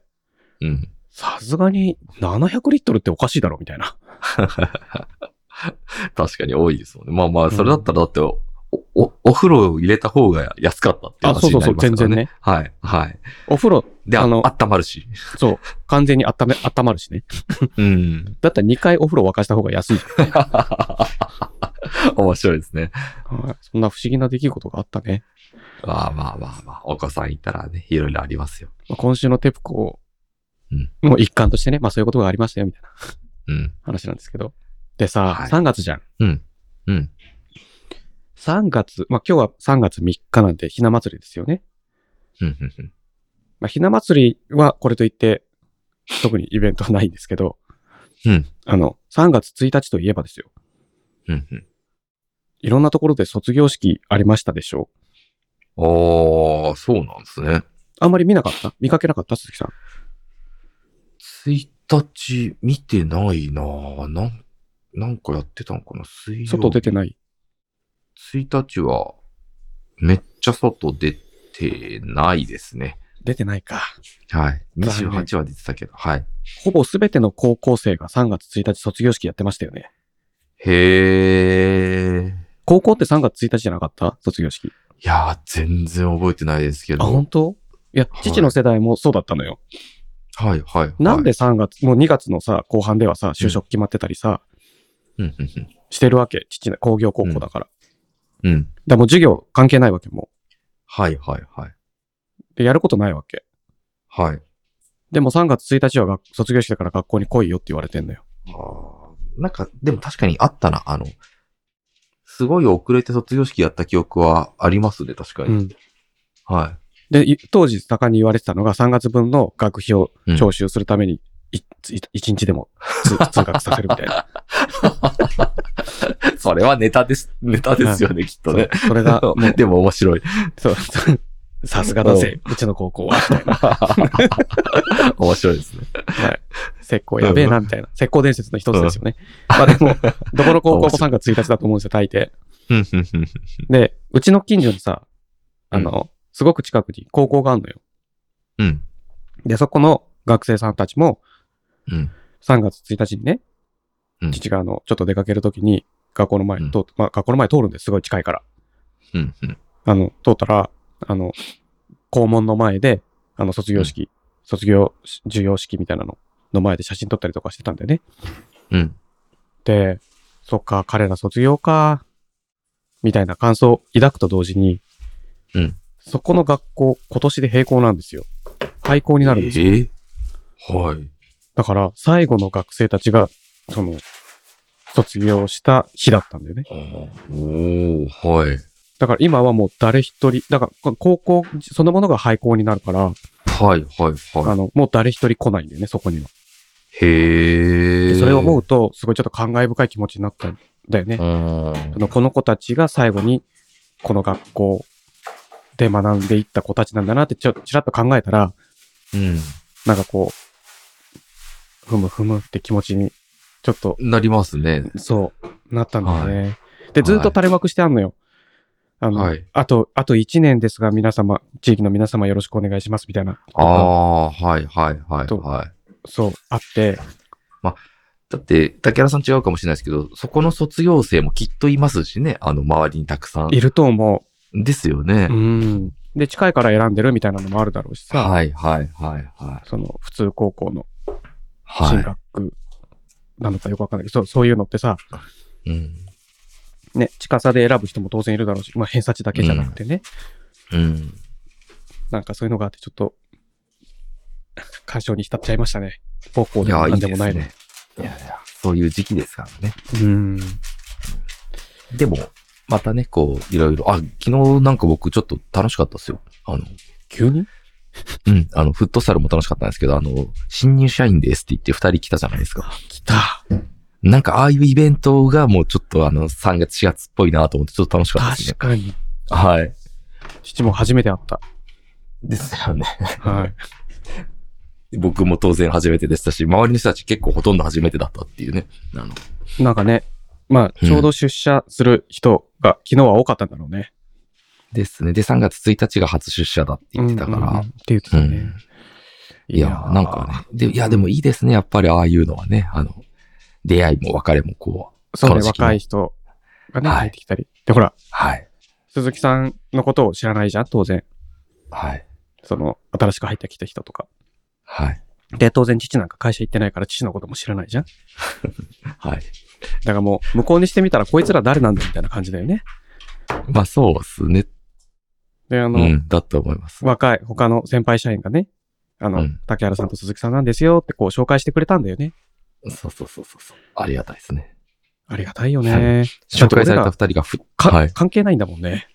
Speaker 2: うん。
Speaker 1: さすがに700リットルっておかしいだろ、みたいな。
Speaker 2: 確かに多いですもんね。まあま
Speaker 1: う
Speaker 2: あ、
Speaker 1: ん
Speaker 2: それだったらだってお、お、お風呂を入れた方が安かったっていう
Speaker 1: あ、そう
Speaker 2: 話
Speaker 1: そ
Speaker 2: に
Speaker 1: う
Speaker 2: な
Speaker 1: そ
Speaker 2: り
Speaker 1: う、全
Speaker 2: ますから
Speaker 1: 然
Speaker 2: ね。
Speaker 1: ね。
Speaker 2: はい、はい。
Speaker 1: お風呂、
Speaker 2: で、あ
Speaker 1: あの
Speaker 2: の、温まるし。
Speaker 1: そう、完全に温め、温まるしね。
Speaker 2: うん。
Speaker 1: だったら2回お風呂沸かした方が安いじ
Speaker 2: 面白いですね。
Speaker 1: ゃん。はいそんな不思議な出来事があったね。
Speaker 2: まあまあまあまあ、お子さんいたらね、いろいろありますよ。
Speaker 1: まあ今週のテプコ
Speaker 2: うん
Speaker 1: の一環としてね、まあそういうことがありましたよ、みたいな
Speaker 2: うん。
Speaker 1: 話なんですけど。でさ、
Speaker 2: はい
Speaker 1: 3月じゃん。
Speaker 2: うん。うん。
Speaker 1: 3月、まあ今日は3月3日なんで、ひな祭りですよね。
Speaker 2: うんうんうん
Speaker 1: まあ、ひな祭りはこれといって、特にイベントはないんですけど、
Speaker 2: うん
Speaker 1: あの、3月1日といえばですよ。
Speaker 2: うんうん。
Speaker 1: いろんなところで卒業式ありましたでしょう
Speaker 2: ああ、そうなんですね。
Speaker 1: あんまり見なかった見かけなかった鈴木さん。
Speaker 2: 1日見てないなぁ。なん、なんかやってたのかな水曜日。
Speaker 1: 外出てない。
Speaker 2: 1日は、めっちゃ外出てないですね。
Speaker 1: 出てないか。
Speaker 2: はい。
Speaker 1: 残念
Speaker 2: 28は出てたけど、はい。
Speaker 1: ほぼすべての高校生が3月1日卒業式やってましたよね。
Speaker 2: へー。
Speaker 1: 高校って3月1日じゃなかった卒業式。
Speaker 2: いやー、全然覚えてないですけ
Speaker 1: あ、
Speaker 2: ど
Speaker 1: 本。当いや
Speaker 2: は、い
Speaker 1: 父の世代もそうだったのよ。
Speaker 2: はい、はい、はい。
Speaker 1: なんで3月、もう2月のさ、後半ではさ、就職決まってたりさ、
Speaker 2: うん、うん
Speaker 1: してるわけ。父の工業高校だから。
Speaker 2: うん、うん。
Speaker 1: でもう授業関係ないわけも
Speaker 2: はい、はい、はい。
Speaker 1: う。で、やることないわけ。
Speaker 2: はい。
Speaker 1: でも3月1日は学卒業式だから学校に来いよって言われてんのよ。
Speaker 2: あーなんか、でも確かにあったな、あの、すごい遅れて卒業式やった記憶はありますね、確か
Speaker 1: う
Speaker 2: に。
Speaker 1: ん
Speaker 2: は
Speaker 1: で、い当時盛んに言われてたのが3月分の学費を
Speaker 2: い。うん
Speaker 1: 徴収するために、いい一日でも通 通学させるみたいな。
Speaker 2: それはネタです。ネタですよね、きっとね。
Speaker 1: そうそれが、もう
Speaker 2: でも面白い。
Speaker 1: そう、 そうさすがだぜ、うちの高校は。
Speaker 2: 面白いですね。
Speaker 1: 石膏やべえな、みたいな。石膏伝説の一つですよね。まあで も、どこの高校も3月1日だと思うんですよ、大抵。
Speaker 2: うんうんうん
Speaker 1: で、うちの近所にさ、あの、すごく近くに高校があるのよ。
Speaker 2: うん。
Speaker 1: で、そこの学生さんたちも
Speaker 2: うん。
Speaker 1: 3月1日にね、
Speaker 2: うん
Speaker 1: 父があの、ちょっと出かけるときに、学校の前
Speaker 2: うん
Speaker 1: 通っ、まあ学校の前通るんです、すごい近いから。
Speaker 2: うん。うん。
Speaker 1: あの、通ったら、あの、校門の前で、あの、卒業式、卒業し、授業式みたいなのの前で写真撮ったりとかしてたんだよね。
Speaker 2: うん。
Speaker 1: で、そっか、彼ら卒業か、みたいな感想を抱くと同時に、
Speaker 2: うん
Speaker 1: そこの学校、今年で閉校なんですよ。廃校になるんですよ。
Speaker 2: えーはい。
Speaker 1: だから、最後の学生たちが、その、卒業した日だったんだよね。
Speaker 2: おー、はい。
Speaker 1: だから今はもう誰一人、だからこ高校そのものが廃校になるから、
Speaker 2: はい、はい、
Speaker 1: あ
Speaker 2: は
Speaker 1: の、もう誰一人来ないんだよね、そこには。
Speaker 2: い。へ
Speaker 1: で
Speaker 2: え。
Speaker 1: それを思
Speaker 2: う。
Speaker 1: うと、すごいちょっと感慨深い気持ちになったんだよね。
Speaker 2: ん。
Speaker 1: あのこの子たちが最後にこの学校で学んでいった子たちなんだなってちょちらっと考えたら、
Speaker 2: うん。
Speaker 1: なんかこう、ふむふむって気持ちに、ちょっと、
Speaker 2: なりますね。
Speaker 1: そう、なったんだよね。で、ずっと垂れ幕してあんのよ。あの、
Speaker 2: はい
Speaker 1: あと、あと1年ですが、皆様、地域の皆様よろしくお願いします、みたいな。
Speaker 2: ああー、はい、はい、はい、
Speaker 1: と
Speaker 2: はい。
Speaker 1: そう、あって、
Speaker 2: だって、竹原さん違うかもしれないですけど、そこの卒業生もきっといますしね、あの、周りにたくさん。
Speaker 1: いると思
Speaker 2: ですよね
Speaker 1: う。う。ん。で、近いから選んでるみたいなのもあるだろうしさ、
Speaker 2: はい、はい、はい、はい。
Speaker 1: その、普通高校の
Speaker 2: は
Speaker 1: 進
Speaker 2: い。
Speaker 1: 学なのかよくわかんないけど、そうそういうのってさ、
Speaker 2: うん。
Speaker 1: ね、近さで選ぶ人も当然いるだろうし、まあ、偏差値だけじゃなくてね、
Speaker 2: うん。
Speaker 1: なんかそういうのがあって、ちょっと、干渉に浸っちゃいましたね。高校
Speaker 2: い
Speaker 1: でも
Speaker 2: や、い
Speaker 1: 何
Speaker 2: い
Speaker 1: で
Speaker 2: で
Speaker 1: も
Speaker 2: す
Speaker 1: ないの。
Speaker 2: ね。いやいや、そういう時期ですからね。
Speaker 1: うん。
Speaker 2: でも、またね、こう、いろいろ、あ、昨日なんか僕ちょっと楽しかったですよ。あの、
Speaker 1: 急に
Speaker 2: うん、あの、フットサルも楽しかったんですけど、あの、新入社員ですって言って二人来たじゃないですか。
Speaker 1: 来た。
Speaker 2: なんか、ああいうイベントがもうちょっとあの、3月、4月っぽいなと思って、ちょっと楽しかったです
Speaker 1: 確
Speaker 2: ね。
Speaker 1: かに。
Speaker 2: はい。
Speaker 1: 父も初めて会った。
Speaker 2: ですよね。
Speaker 1: はい。
Speaker 2: 僕も当然初めてでしたし、周りの人たち結構ほとんど初めてだったっていうね。あの、
Speaker 1: なんかね、まあ、ちょうど出社する人が昨日は多かったんだろうね。
Speaker 2: ですね。で、3月1日が初出社だって言ってたから。
Speaker 1: うんうんうんって言ってた
Speaker 2: う
Speaker 1: ね
Speaker 2: ん。いや
Speaker 1: ー
Speaker 2: ー、なんかね。で、いや、でもいいですね。やっぱりああいうのはね、あの、出会いも別れもこう、
Speaker 1: そう
Speaker 2: こ
Speaker 1: ね、
Speaker 2: の時期の
Speaker 1: 若い人がね、
Speaker 2: はい
Speaker 1: 入ってきたり。で、ほら、
Speaker 2: はい。
Speaker 1: 鈴木さんのことを知らないじゃん、当然。
Speaker 2: はい。
Speaker 1: その、新しく入ってきた人とか。
Speaker 2: はい。
Speaker 1: で、当然父なんか会社行ってないから父のことも知らないじゃん。
Speaker 2: は
Speaker 1: だ
Speaker 2: い。
Speaker 1: からもう、向こうにしてみたらこいつら誰なんだみたいな感じだよね。
Speaker 2: まあ、そうですね。
Speaker 1: で、あ
Speaker 2: う
Speaker 1: の、
Speaker 2: ん、だと思います。
Speaker 1: 若い他の先輩社員がね、あの、
Speaker 2: うん
Speaker 1: 竹原さんと鈴木さんなんですよってこう紹介してくれたんだよね。
Speaker 2: そうそうそうそうそう。ありがたいですね。
Speaker 1: ありがたいよ
Speaker 2: は
Speaker 1: ね。だ
Speaker 2: 紹
Speaker 1: って俺
Speaker 2: 介され
Speaker 1: ら
Speaker 2: た二人がふ、
Speaker 1: か
Speaker 2: はい。
Speaker 1: 関係ないんだもん ね。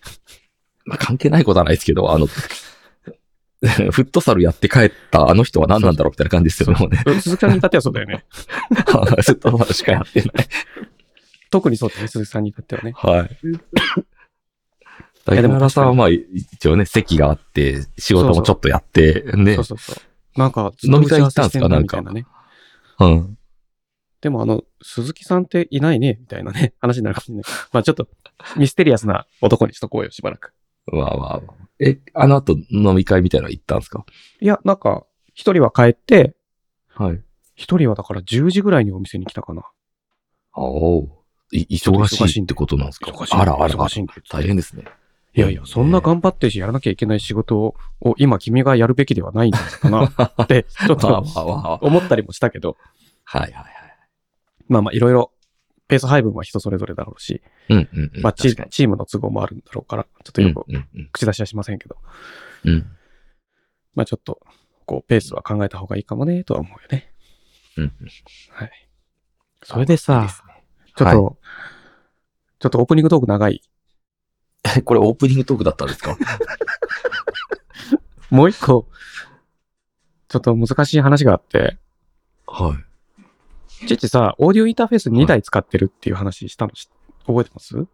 Speaker 2: まあ、関係ないことはないですけど、あの、 フットサルやって帰ったあの人は何なんだろうみたいな感じですよね。もう ね
Speaker 1: 鈴木さんに至ってはそうだよね。
Speaker 2: フットサルしかやってない。
Speaker 1: 特にそうだよね、鈴木さんに至ってはね。
Speaker 2: はい。
Speaker 1: いや
Speaker 2: 竹
Speaker 1: でも
Speaker 2: 原さんはまあ一応ね、席があって、仕事もちょっとやって、ね
Speaker 1: そう。そうそう。なんか、
Speaker 2: 飲み会行ったんすか
Speaker 1: ずと打ち合わせしてみたいね。
Speaker 2: うん。
Speaker 1: でもあの、鈴木さんって いないね、みたいなね、話になるかもしれない。まあちょっと、ミステリアスな男にしとこうよ、しばらく。
Speaker 2: わあわあわあ。え、あの後飲み会みたいなの行ったんですか
Speaker 1: いや、なんか、一人は帰って、
Speaker 2: はい。
Speaker 1: 一人はだから10時ぐらいにお店に来たかな。
Speaker 2: あおい忙しいってことなんですか
Speaker 1: 忙しい。
Speaker 2: あらあら
Speaker 1: 忙しいんだよ
Speaker 2: 大 変ですね。
Speaker 1: いやいや、そんな頑張ってし、やらなきゃいけない仕事を、を今君がやるべきではないんですかな って、ちょっ
Speaker 2: わあわ
Speaker 1: と
Speaker 2: あわあわあ。
Speaker 1: 思ったりもしたけど、
Speaker 2: はいはいはい。
Speaker 1: まあまあいろいろ、ペース配分は人それぞれだろうし、
Speaker 2: うんうんうん。
Speaker 1: まあチ
Speaker 2: 確か
Speaker 1: ー
Speaker 2: に
Speaker 1: チームの都合もあるんだろうから、ちょっとよく
Speaker 2: うんうん
Speaker 1: 口出しはしませんけど、
Speaker 2: うん。うん
Speaker 1: まあちょっと、こう、ペースは考えた方がいいかもね、とは思うよね。
Speaker 2: うんうん。
Speaker 1: はい。それで
Speaker 2: いい
Speaker 1: さ
Speaker 2: で、すね
Speaker 1: ちょっと、ちょっとオープニングトーク長い。
Speaker 2: え これオープニングトークだったんで すか
Speaker 1: もう一個、ちょっと難しい話があって、
Speaker 2: はい。
Speaker 1: 父さ、オーディオインターフェース2台使ってるっていう話したのし、覚えてます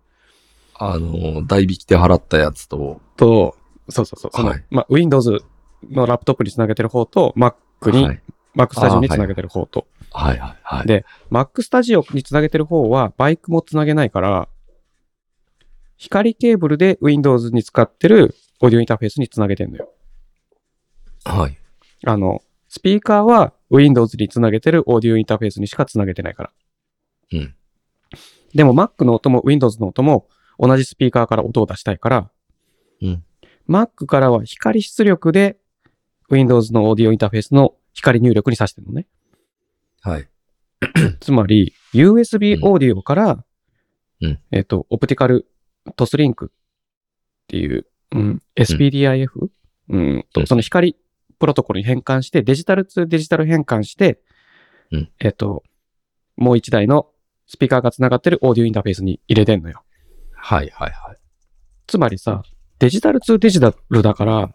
Speaker 2: あの、代引きで払ったやつと、
Speaker 1: と、そうそうそう、その、
Speaker 2: はい
Speaker 1: まあ、Windows のラップトップにつなげてる方と、Mac に、
Speaker 2: はい
Speaker 1: Mac スタジオにつなげてる方と、
Speaker 2: はいはいはい。
Speaker 1: で Mac スタジオにつなげてる方は、バイクもつなげないから、光ケーブルで Windows に使ってるオーディオインターフェースにつなげてんのよ。
Speaker 2: はい。
Speaker 1: あの、スピーカーは Windows につなげてるオーディオインターフェースにしかつなげてないから。
Speaker 2: うん。
Speaker 1: でも Mac の音も Windows の音も同じスピーカーから音を出したいから、
Speaker 2: うん。
Speaker 1: Mac からは光出力で Windows のオーディオインターフェースの光入力に挿してるのね。
Speaker 2: はい。
Speaker 1: つまり、USB
Speaker 2: うん
Speaker 1: オーディオから、
Speaker 2: うん
Speaker 1: えっ、と、オプティカルトスリンクっていう、うん、SPDIF、うんと
Speaker 2: うん
Speaker 1: その光プロトコルに変換して、デジタルツーデジタル変換して、
Speaker 2: うん
Speaker 1: えっ、と、もう一台のスピーカーが繋がってるオーディオインターフェースに入れてんのよ。
Speaker 2: はいはいはい。
Speaker 1: つまりさ、デジタル2デジタルだから、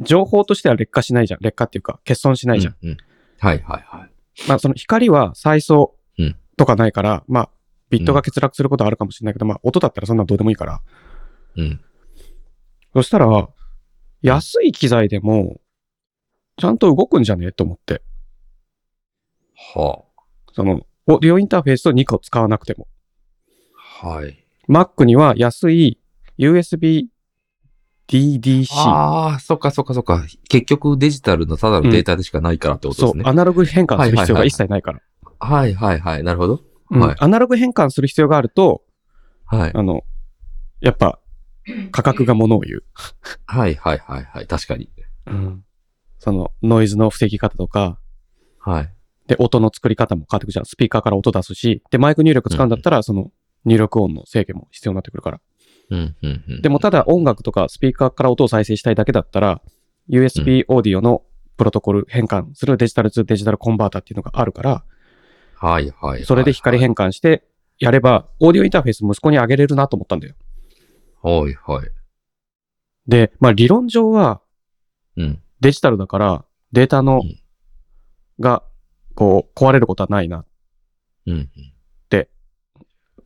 Speaker 1: 情報としては劣化しないじゃん。劣化っていうか、欠損しないじゃん。
Speaker 2: うんうん。はいはいはい。
Speaker 1: まあ、その光は再送
Speaker 2: うん
Speaker 1: とかないから、まあ、ビットが欠落することはあるかもしれないけど、まあ、音だったらそんなんどうでもいいから。
Speaker 2: うん。
Speaker 1: そしたら、安い機材でも、ちゃんと動くんじゃねえと思って。
Speaker 2: は
Speaker 1: その、オーディオインターフェースを2個使わなくても。
Speaker 2: あ。はい。
Speaker 1: Mac には安い USB DDC。
Speaker 2: ああ、そっかそっかそっか。結局デジタルのただのデータでしかないからってことで
Speaker 1: そう
Speaker 2: す、ね。
Speaker 1: アナログ変換する必要が一切ないから。
Speaker 2: はいはいはい。なるほど。
Speaker 1: うん
Speaker 2: はい
Speaker 1: アナログ変換する必要があると、
Speaker 2: はい。
Speaker 1: あの、やっぱ、価格がものを言う。
Speaker 2: はいはいはいはい。確かに。
Speaker 1: その、ノイズの防ぎ方とか、
Speaker 2: はい。
Speaker 1: で、音の作り方も変わってくるじゃん。スピーカーから音出すし、で、マイク入力使うんだったら、その、入力音の制限も必要になってくるから。
Speaker 2: うんうんうん。
Speaker 1: でも、ただ音楽とかスピーカーから音を再生したいだけだったら、USB オーディオのプロトコル変換するデジタル2デジタルコンバーターっていうのがあるから、
Speaker 2: はいはいはい。
Speaker 1: それで光変換してやれば、オーディオインターフェース息子にあげれるなと思ったんだよ。
Speaker 2: はいはい。
Speaker 1: で、まあ理論上は、
Speaker 2: うん。
Speaker 1: デジタルだから、データの
Speaker 2: うん、
Speaker 1: が、こう、壊れることはないな。
Speaker 2: うん。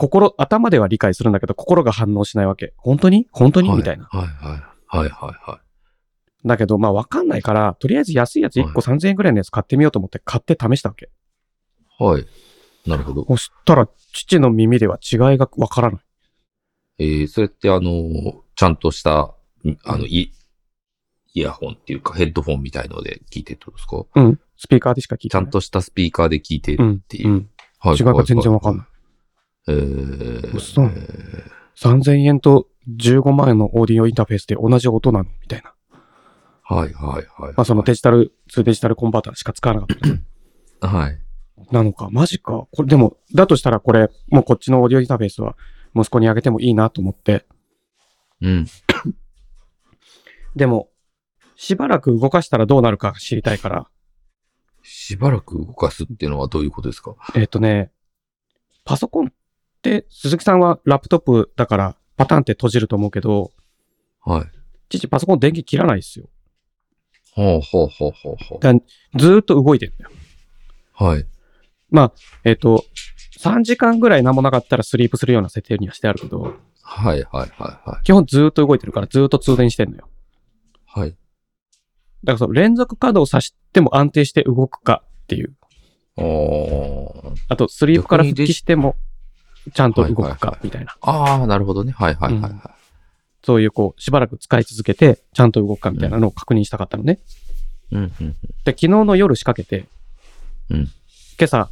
Speaker 1: 心、頭では理解するんだけど、心が反応しないわけ。本当に本当に、
Speaker 2: は
Speaker 1: みたいな。
Speaker 2: はいはい。はいはいは
Speaker 1: だけど、まあ、わかんないから、とりあえず安いやつ1個3000円くらいのやつ買ってみようと思って買って試したわけ。
Speaker 2: い。はい。なるほど。
Speaker 1: そしたら、父の耳では違いがわからない。
Speaker 2: えー、それってあのー、ちゃんとした、んあの、い、イヤホンっていうかヘッドフォンみたいので聞いてってことですか
Speaker 1: うん。スピーカーでしか聞い
Speaker 2: ち
Speaker 1: て
Speaker 2: ゃ
Speaker 1: ない。
Speaker 2: んとしたスピーカーで聞いてっ
Speaker 1: うん。
Speaker 2: ていうう。
Speaker 1: ん。
Speaker 2: は
Speaker 1: 違いが全然わかんない
Speaker 2: い。。えー、
Speaker 1: 嘘
Speaker 2: え
Speaker 1: 3000円と15万円のオーディオインターフェースで同じ音なのみたいな。
Speaker 2: ーはいはいは
Speaker 1: ま
Speaker 2: い。
Speaker 1: あ、そのデジタル、2デジタルコンバーターしか使わなかった。
Speaker 2: はい。
Speaker 1: なのか、マジか。これ、でも、だとしたらこれ、もうこっちのオーディオインターフェースは、息子にあげてもいいなと思って。
Speaker 2: うん。
Speaker 1: でも、しばらく動かしたらどうなるか知りたいから、
Speaker 2: しばらく動かすっていうのはどういうことですか
Speaker 1: えっ、とね、パソコンって、鈴木さんはラップトップだから、パタンって閉じると思うけど、
Speaker 2: はい。
Speaker 1: 父、パソコン電気切らないですよ。
Speaker 2: ほうほうほうほうほ
Speaker 1: ずーっと動いてるんだよ。
Speaker 2: う。はい。
Speaker 1: えっ、と、3時間ぐらい何もなかったらスリープするような設定にはしてあるけど、
Speaker 2: はいはいはいはい。
Speaker 1: 基本ずーっと動いてるから、ずーっと通電してんのよ。
Speaker 2: はい。
Speaker 1: だからその連続稼働させても安定して動くかっていう。
Speaker 2: おー
Speaker 1: あと、スリープから
Speaker 2: 逆に
Speaker 1: 復
Speaker 2: デジ
Speaker 1: 帰しても、ちゃんと動
Speaker 2: は
Speaker 1: く
Speaker 2: いはいは
Speaker 1: か、みたいな。
Speaker 2: ああ、なるほどね。はいはいはいはい。
Speaker 1: うんそういうこう、しばらく使い続けて、ちゃんと動くかみたいなのを確認したかったのね。
Speaker 2: うん、うん。
Speaker 1: で、昨日の夜仕掛けて、
Speaker 2: うん
Speaker 1: 今朝、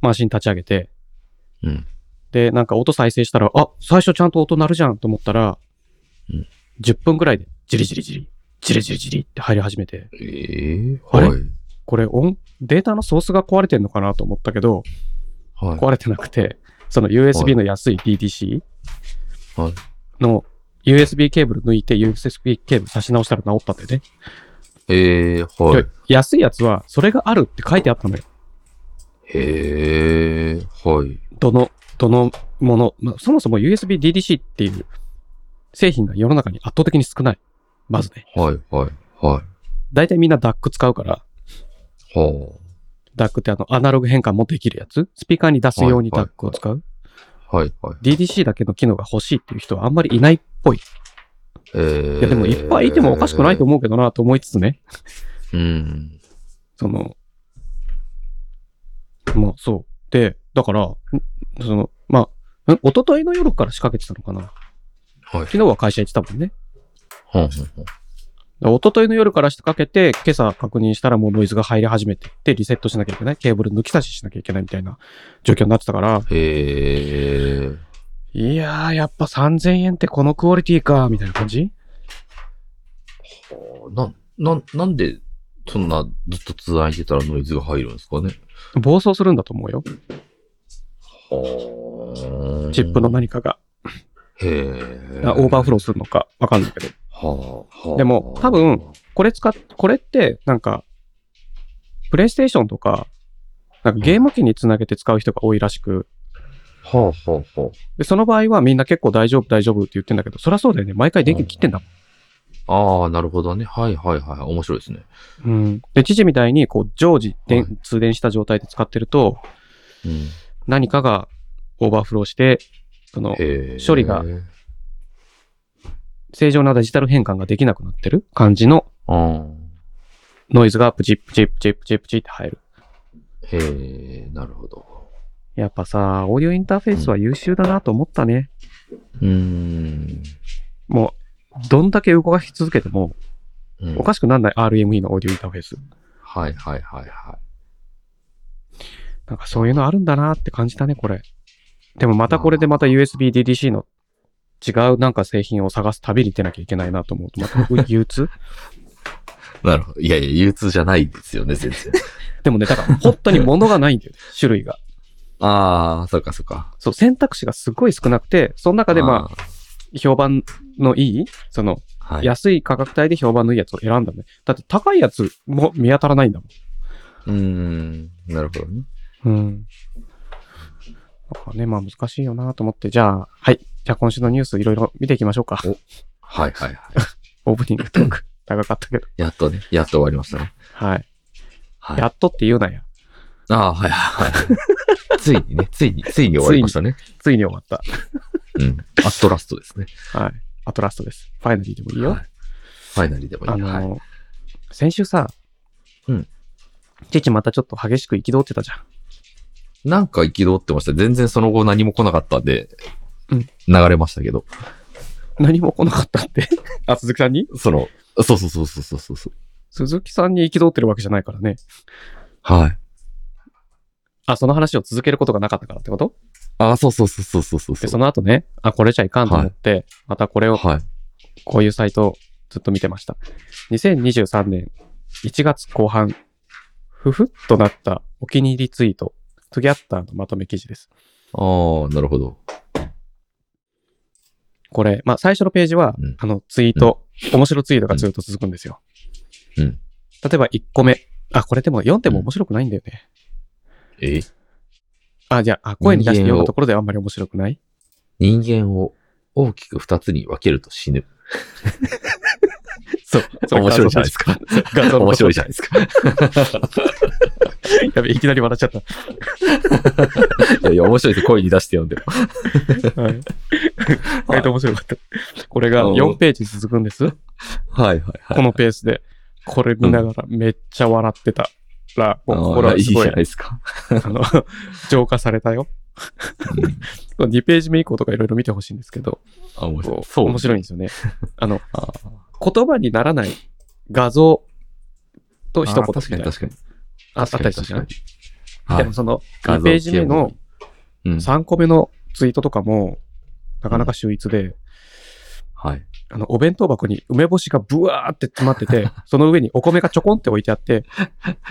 Speaker 1: マシン立ち上げて、
Speaker 2: うん
Speaker 1: で、なんか音再生したら、あ、最初ちゃんと音鳴るじゃんと思ったら、
Speaker 2: うん
Speaker 1: 10分ぐらいで、ジリジリジリ、ジリジリジリって入り始めて、
Speaker 2: ええ
Speaker 1: あれ
Speaker 2: はい。
Speaker 1: これ音、データのソースが壊れてんのかなと思ったけど、
Speaker 2: はい。
Speaker 1: 壊れてなくて、その USB の安い DTC
Speaker 2: はい
Speaker 1: の USB ケーブル抜いて USB ケーブル差し直したら直ったんだよね。
Speaker 2: ええはい。
Speaker 1: で安いやつは、それがあるって書いてあったのよ。
Speaker 2: へえはい。
Speaker 1: どの、どのもの、まあそもそも USB DDC っていう製品が世の中に圧倒的に少ない。まずね。
Speaker 2: はい、はい、はい。
Speaker 1: 大体みんな DAC 使うから、
Speaker 2: は
Speaker 1: DAC ってあのアナログ変換もできるやつ。スピーカーに出すように
Speaker 2: はいはい
Speaker 1: DAC を使う。
Speaker 2: あ。はい、はい。
Speaker 1: DDC だけの機能が欲しいっていう人はあんまりいないっぽい。
Speaker 2: えー
Speaker 1: いやでもいっぱいいてもおかしくないと思うけどなと思いつつね。
Speaker 2: うん。
Speaker 1: その、まあそう。で、だから、んその、まあ、ん一昨日の夜から仕掛けてたのかな。
Speaker 2: はい。
Speaker 1: 昨日は会社行ってたもんね。
Speaker 2: はん
Speaker 1: だから一昨日の夜から仕掛けて、今朝確認したらもうノイズが入り始めてって、リセットしなきゃいけない。ケーブル抜き差ししなきゃいけないみたいな状況になってたから、
Speaker 2: へえ
Speaker 1: いやー、やっぱ3000円ってこのクオリティか、みたいな感じ
Speaker 2: な、な、なんで、そんな、ずっと続いてたらノイズが入るんですかね。
Speaker 1: 暴走するんだと思うよ。
Speaker 2: はあ。
Speaker 1: チップの。何かが。
Speaker 2: へえ
Speaker 1: あオーバーフロ
Speaker 2: ー。
Speaker 1: ーするのか、わかんないけど。
Speaker 2: はあ、はあ。
Speaker 1: でも多分、これ使っ、これって、なんか、プレイステーションとか、なんかゲーム機につなげて使う人が多いらしく、
Speaker 2: はあ、はあ、は
Speaker 1: で、その場合はみんな結構大丈夫大丈夫って言ってんだけど、そりゃそうだよね。毎回電気切ってんだも
Speaker 2: あ。ああ、なるほどね。はい、はい、はい。面白いですね。
Speaker 1: ん。うん。で、知事みたいに、こう、常時電、
Speaker 2: は
Speaker 1: 通電した状態で使ってると、
Speaker 2: うん。
Speaker 1: 何かがオーバーフローして、その、
Speaker 2: へえ
Speaker 1: 処理が正常なデジタル変換ができなくなってる感じの
Speaker 2: ああ。
Speaker 1: ノイズがプチプチプチプチプチって入る。
Speaker 2: へえなるほど。
Speaker 1: やっぱさ、オーディオインターフェースは優秀だなと思ったね。
Speaker 2: うーん。
Speaker 1: もう、どんだけ動かし続けても、
Speaker 2: うん
Speaker 1: おかしくならない RME のオーディオインターフェース。
Speaker 2: はい、はい、はい、は
Speaker 1: なんかそういうのあるんだなって感じたね、これ。でもまたこれでまた USB DDC の違うなんか製品を探す旅に出なきゃいけないなと思うと、またう憂鬱
Speaker 2: い。なるほど。いやいや、憂鬱じゃないですよね、全然。
Speaker 1: でもね、だから本当に物がないんだよね、種類が。
Speaker 2: ああ、そうか、そうか。
Speaker 1: そう、選択肢がすごい少なくて、その中でまあ、
Speaker 2: あ
Speaker 1: 評判のいい、その、
Speaker 2: あ、はい。
Speaker 1: 安い価格帯で評判のいいやつを選んだね。だって高いやつも見当たらないんだもん。
Speaker 2: うーん、なるほどね。
Speaker 1: うん。だからね、まあ難しいよなと思って、じゃあ、はい。じゃあ今週のニュースいろいろ見ていきましょうか。
Speaker 2: はいはいはい。
Speaker 1: オープニングトー ク。長かったけど。
Speaker 2: やっとね、やっと終わりましたね。
Speaker 1: はい。
Speaker 2: はい。
Speaker 1: や
Speaker 2: あ
Speaker 1: っとって言うなや。
Speaker 2: あ、はいはいはい。ついにね、ついに、ついに終わりましたね。
Speaker 1: ついに終わった。
Speaker 2: うん。アットラストですね。
Speaker 1: はい。アトラストです。ファイナリーでもいいよ。
Speaker 2: はいファイナリーでもいい。
Speaker 1: あ
Speaker 2: はい。
Speaker 1: の、先週さ、
Speaker 2: うん。
Speaker 1: 父またちょっと激しく憤ってたじゃん。
Speaker 2: なんか憤ってました。全然その後何も来なかったんで、
Speaker 1: うん
Speaker 2: 流れましたけど。
Speaker 1: 何も来なかったって。あ、鈴木さんに
Speaker 2: その、そうそうそうそうそうそうそう。
Speaker 1: 鈴木さんに憤ってるわけじゃないからね。
Speaker 2: はい。
Speaker 1: あ、その話を続けることがなかったからってこと
Speaker 2: ああ、そうそうそうそうそうそう
Speaker 1: で、その後ね、あ、これじゃいかんと思って、またこれを
Speaker 2: はい。
Speaker 1: こういうサイトをずっと見てました。2023年1月後半、ふふっとなったお気に入りツイート、トゥギャッターのまとめ記事です。
Speaker 2: ああ、なるほど。
Speaker 1: これ、まあ、最初のページは、
Speaker 2: うん
Speaker 1: あの、ツイート、面白ツイートがずっと続くんですよ。
Speaker 2: うん
Speaker 1: 例えば1個目。あ、これでも読んでも面白くないんだよね。
Speaker 2: え
Speaker 1: あ、じゃあ、あ声に出して読んだところであんまり面白く ない
Speaker 2: 人間を大きく二つに分けると死ぬ。
Speaker 1: そう。
Speaker 2: 面白いじゃないですすか。
Speaker 1: か。画像の
Speaker 2: 面白いじゃないですか。
Speaker 1: やべ、いきなり笑っちゃった。
Speaker 2: いやいや、面白いです。声に出して読んでも。
Speaker 1: はい。意外と面白かった。これが4ページ続くんです。
Speaker 2: はいはいはい。
Speaker 1: このペースで、これ見ながらめっちゃ笑ってたら、もう
Speaker 2: あー
Speaker 1: これは
Speaker 2: やいい
Speaker 1: す
Speaker 2: じゃ
Speaker 1: ごい、
Speaker 2: ない
Speaker 1: あ
Speaker 2: ですか。
Speaker 1: の、浄化されたよ。
Speaker 2: うん
Speaker 1: 2ページ目以降とかいろいろ見てほしいんですけど、
Speaker 2: あ、面白
Speaker 1: こ
Speaker 2: い。そう。
Speaker 1: 面
Speaker 2: い。
Speaker 1: 白いんですよ ね。あの、
Speaker 2: あー
Speaker 1: 言葉にならない画像と一言
Speaker 2: あー
Speaker 1: み
Speaker 2: 確
Speaker 1: た
Speaker 2: か
Speaker 1: い
Speaker 2: に
Speaker 1: な。
Speaker 2: 確かに。
Speaker 1: ああったりする
Speaker 2: 確
Speaker 1: じ
Speaker 2: か
Speaker 1: ゃない
Speaker 2: に。は
Speaker 1: で
Speaker 2: い
Speaker 1: も。その
Speaker 2: 画
Speaker 1: 2
Speaker 2: 像
Speaker 1: ページ目の
Speaker 2: うん。
Speaker 1: 3個目のツイートとかも、なかなか秀逸で、
Speaker 2: はい。
Speaker 1: あの、お弁当箱に梅干しがブワーって詰まって て、その上にお米がちょこんって置いてあって、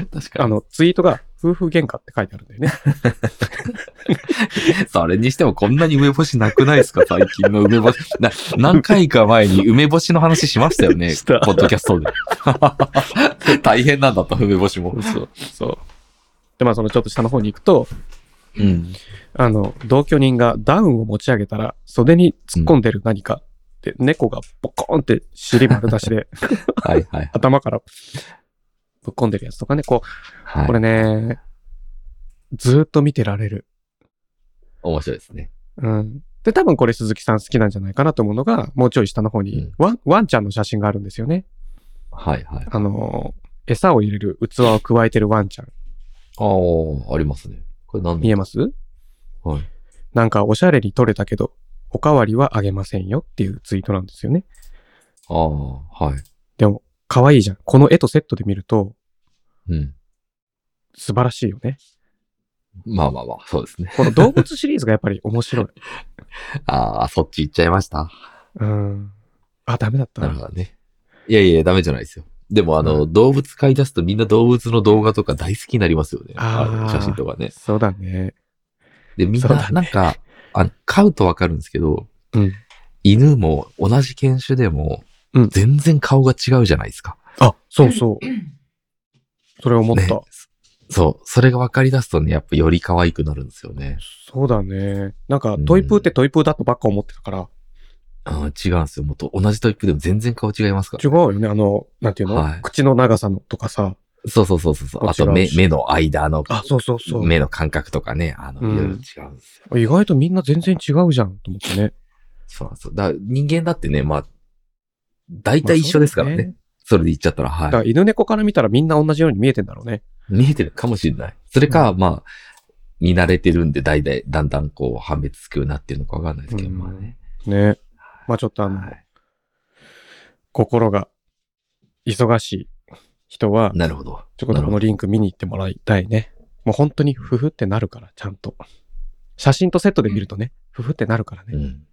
Speaker 2: 確か
Speaker 1: あの、ツイートが夫婦喧嘩って書いてあるんだよね。
Speaker 2: に。それにしてもこんなに梅干しなくないですか最近の梅干し。な、何回か前に梅干しの話しま したよね。
Speaker 1: した
Speaker 2: ポッドキャストで。大変なんだった、梅干しも。
Speaker 1: そう、そう。で、まあ、そのちょっと下の方に行くと、
Speaker 2: うん。
Speaker 1: あの、同居人がダウンを持ち上げたら、袖に突っ込んでる何か、で、猫がボコーンって尻丸出しで、
Speaker 2: はいはい。
Speaker 1: 頭からぶっ込んでるやつとかね、こ
Speaker 2: は
Speaker 1: う、
Speaker 2: い。
Speaker 1: これね、ずーっと見てられる。
Speaker 2: 面白いですね。
Speaker 1: うん。で、多分これ鈴木さん好きなんじゃないかなと思うのが、もうちょい下の方
Speaker 2: う
Speaker 1: に
Speaker 2: ん、
Speaker 1: ワン、ワンちゃんの写真があるんですよね。
Speaker 2: はいはい。
Speaker 1: あのー、餌を入れる器を加えてるワンちゃん。
Speaker 2: ああ、ありますね。これ何
Speaker 1: 見えます
Speaker 2: はい。
Speaker 1: なんかおしゃれに撮れたけど、おかわりはあげませんよっていうツイートなんですよね。
Speaker 2: ああ、はい。
Speaker 1: でも、可愛いじゃん。この絵とセットで見ると、
Speaker 2: うん。
Speaker 1: 素晴らしいよね。
Speaker 2: まあまあまあ、そうですね。
Speaker 1: この動物シリーズがやっぱり面白い。
Speaker 2: ああ、そっち行っちゃいました。
Speaker 1: うん。あ、ダメだった
Speaker 2: なるほどね。いやいや、ダメじゃないですよ。でも、あの、動物飼い出すとみんな動物の動画とか大好きになりますよね。
Speaker 1: あー
Speaker 2: の写真とかね。
Speaker 1: そうだね。
Speaker 2: で、みん
Speaker 1: そうだ
Speaker 2: な、
Speaker 1: ね
Speaker 2: なんか、あの飼うとわかるんですけど、
Speaker 1: うん。
Speaker 2: 犬も同じ犬種でも
Speaker 1: うん、
Speaker 2: 全然顔が違うじゃないですか。
Speaker 1: あ、そうそう。それ思った。
Speaker 2: ねそう。それが分かり出すとね、やっぱより可愛くなるんですよね。
Speaker 1: そうだね。なんか
Speaker 2: う、ん
Speaker 1: トイプーってトイプーだとばっか思ってたから、
Speaker 2: あー違うんですよ。もっと同じトイプでも全然顔違いますから。
Speaker 1: 違うよね。あの、なんていうの、
Speaker 2: はい
Speaker 1: 口の長さのとかさ。
Speaker 2: そうそうそうそうそう。
Speaker 1: も
Speaker 2: あ
Speaker 1: ちろ
Speaker 2: と
Speaker 1: ん
Speaker 2: 目、目の間の、
Speaker 1: あ、そうそうそう。
Speaker 2: 目の感覚とかね、あの、
Speaker 1: うん
Speaker 2: いろいろ違うんですよ。
Speaker 1: 意外とみんな全然違うじゃん、と思ってね。
Speaker 2: そうなんですよ。だから人間だってね、まあ、大体一緒ですからね。
Speaker 1: まあ
Speaker 2: そ
Speaker 1: そうだね
Speaker 2: れで言っちゃったら、
Speaker 1: だか
Speaker 2: は
Speaker 1: ら
Speaker 2: い。
Speaker 1: 犬猫から見たらみんな同じように見えてんだろうね。
Speaker 2: 見えてるかもしれない。それか、まあ、見慣れてるんで、大体、だんだんこう、判別つくようになってるのかわかんないですけど、
Speaker 1: うん
Speaker 2: まあね。
Speaker 1: ね。まあちょっとあの、
Speaker 2: はい
Speaker 1: 心が忙しい人は、
Speaker 2: なるほど。
Speaker 1: ちょっとこのリンク見に行ってもらいたいね。もう本当にふふってなるから、ちゃんと。写真とセットで見るとね、ふふってなるから
Speaker 2: う
Speaker 1: ね。
Speaker 2: ん。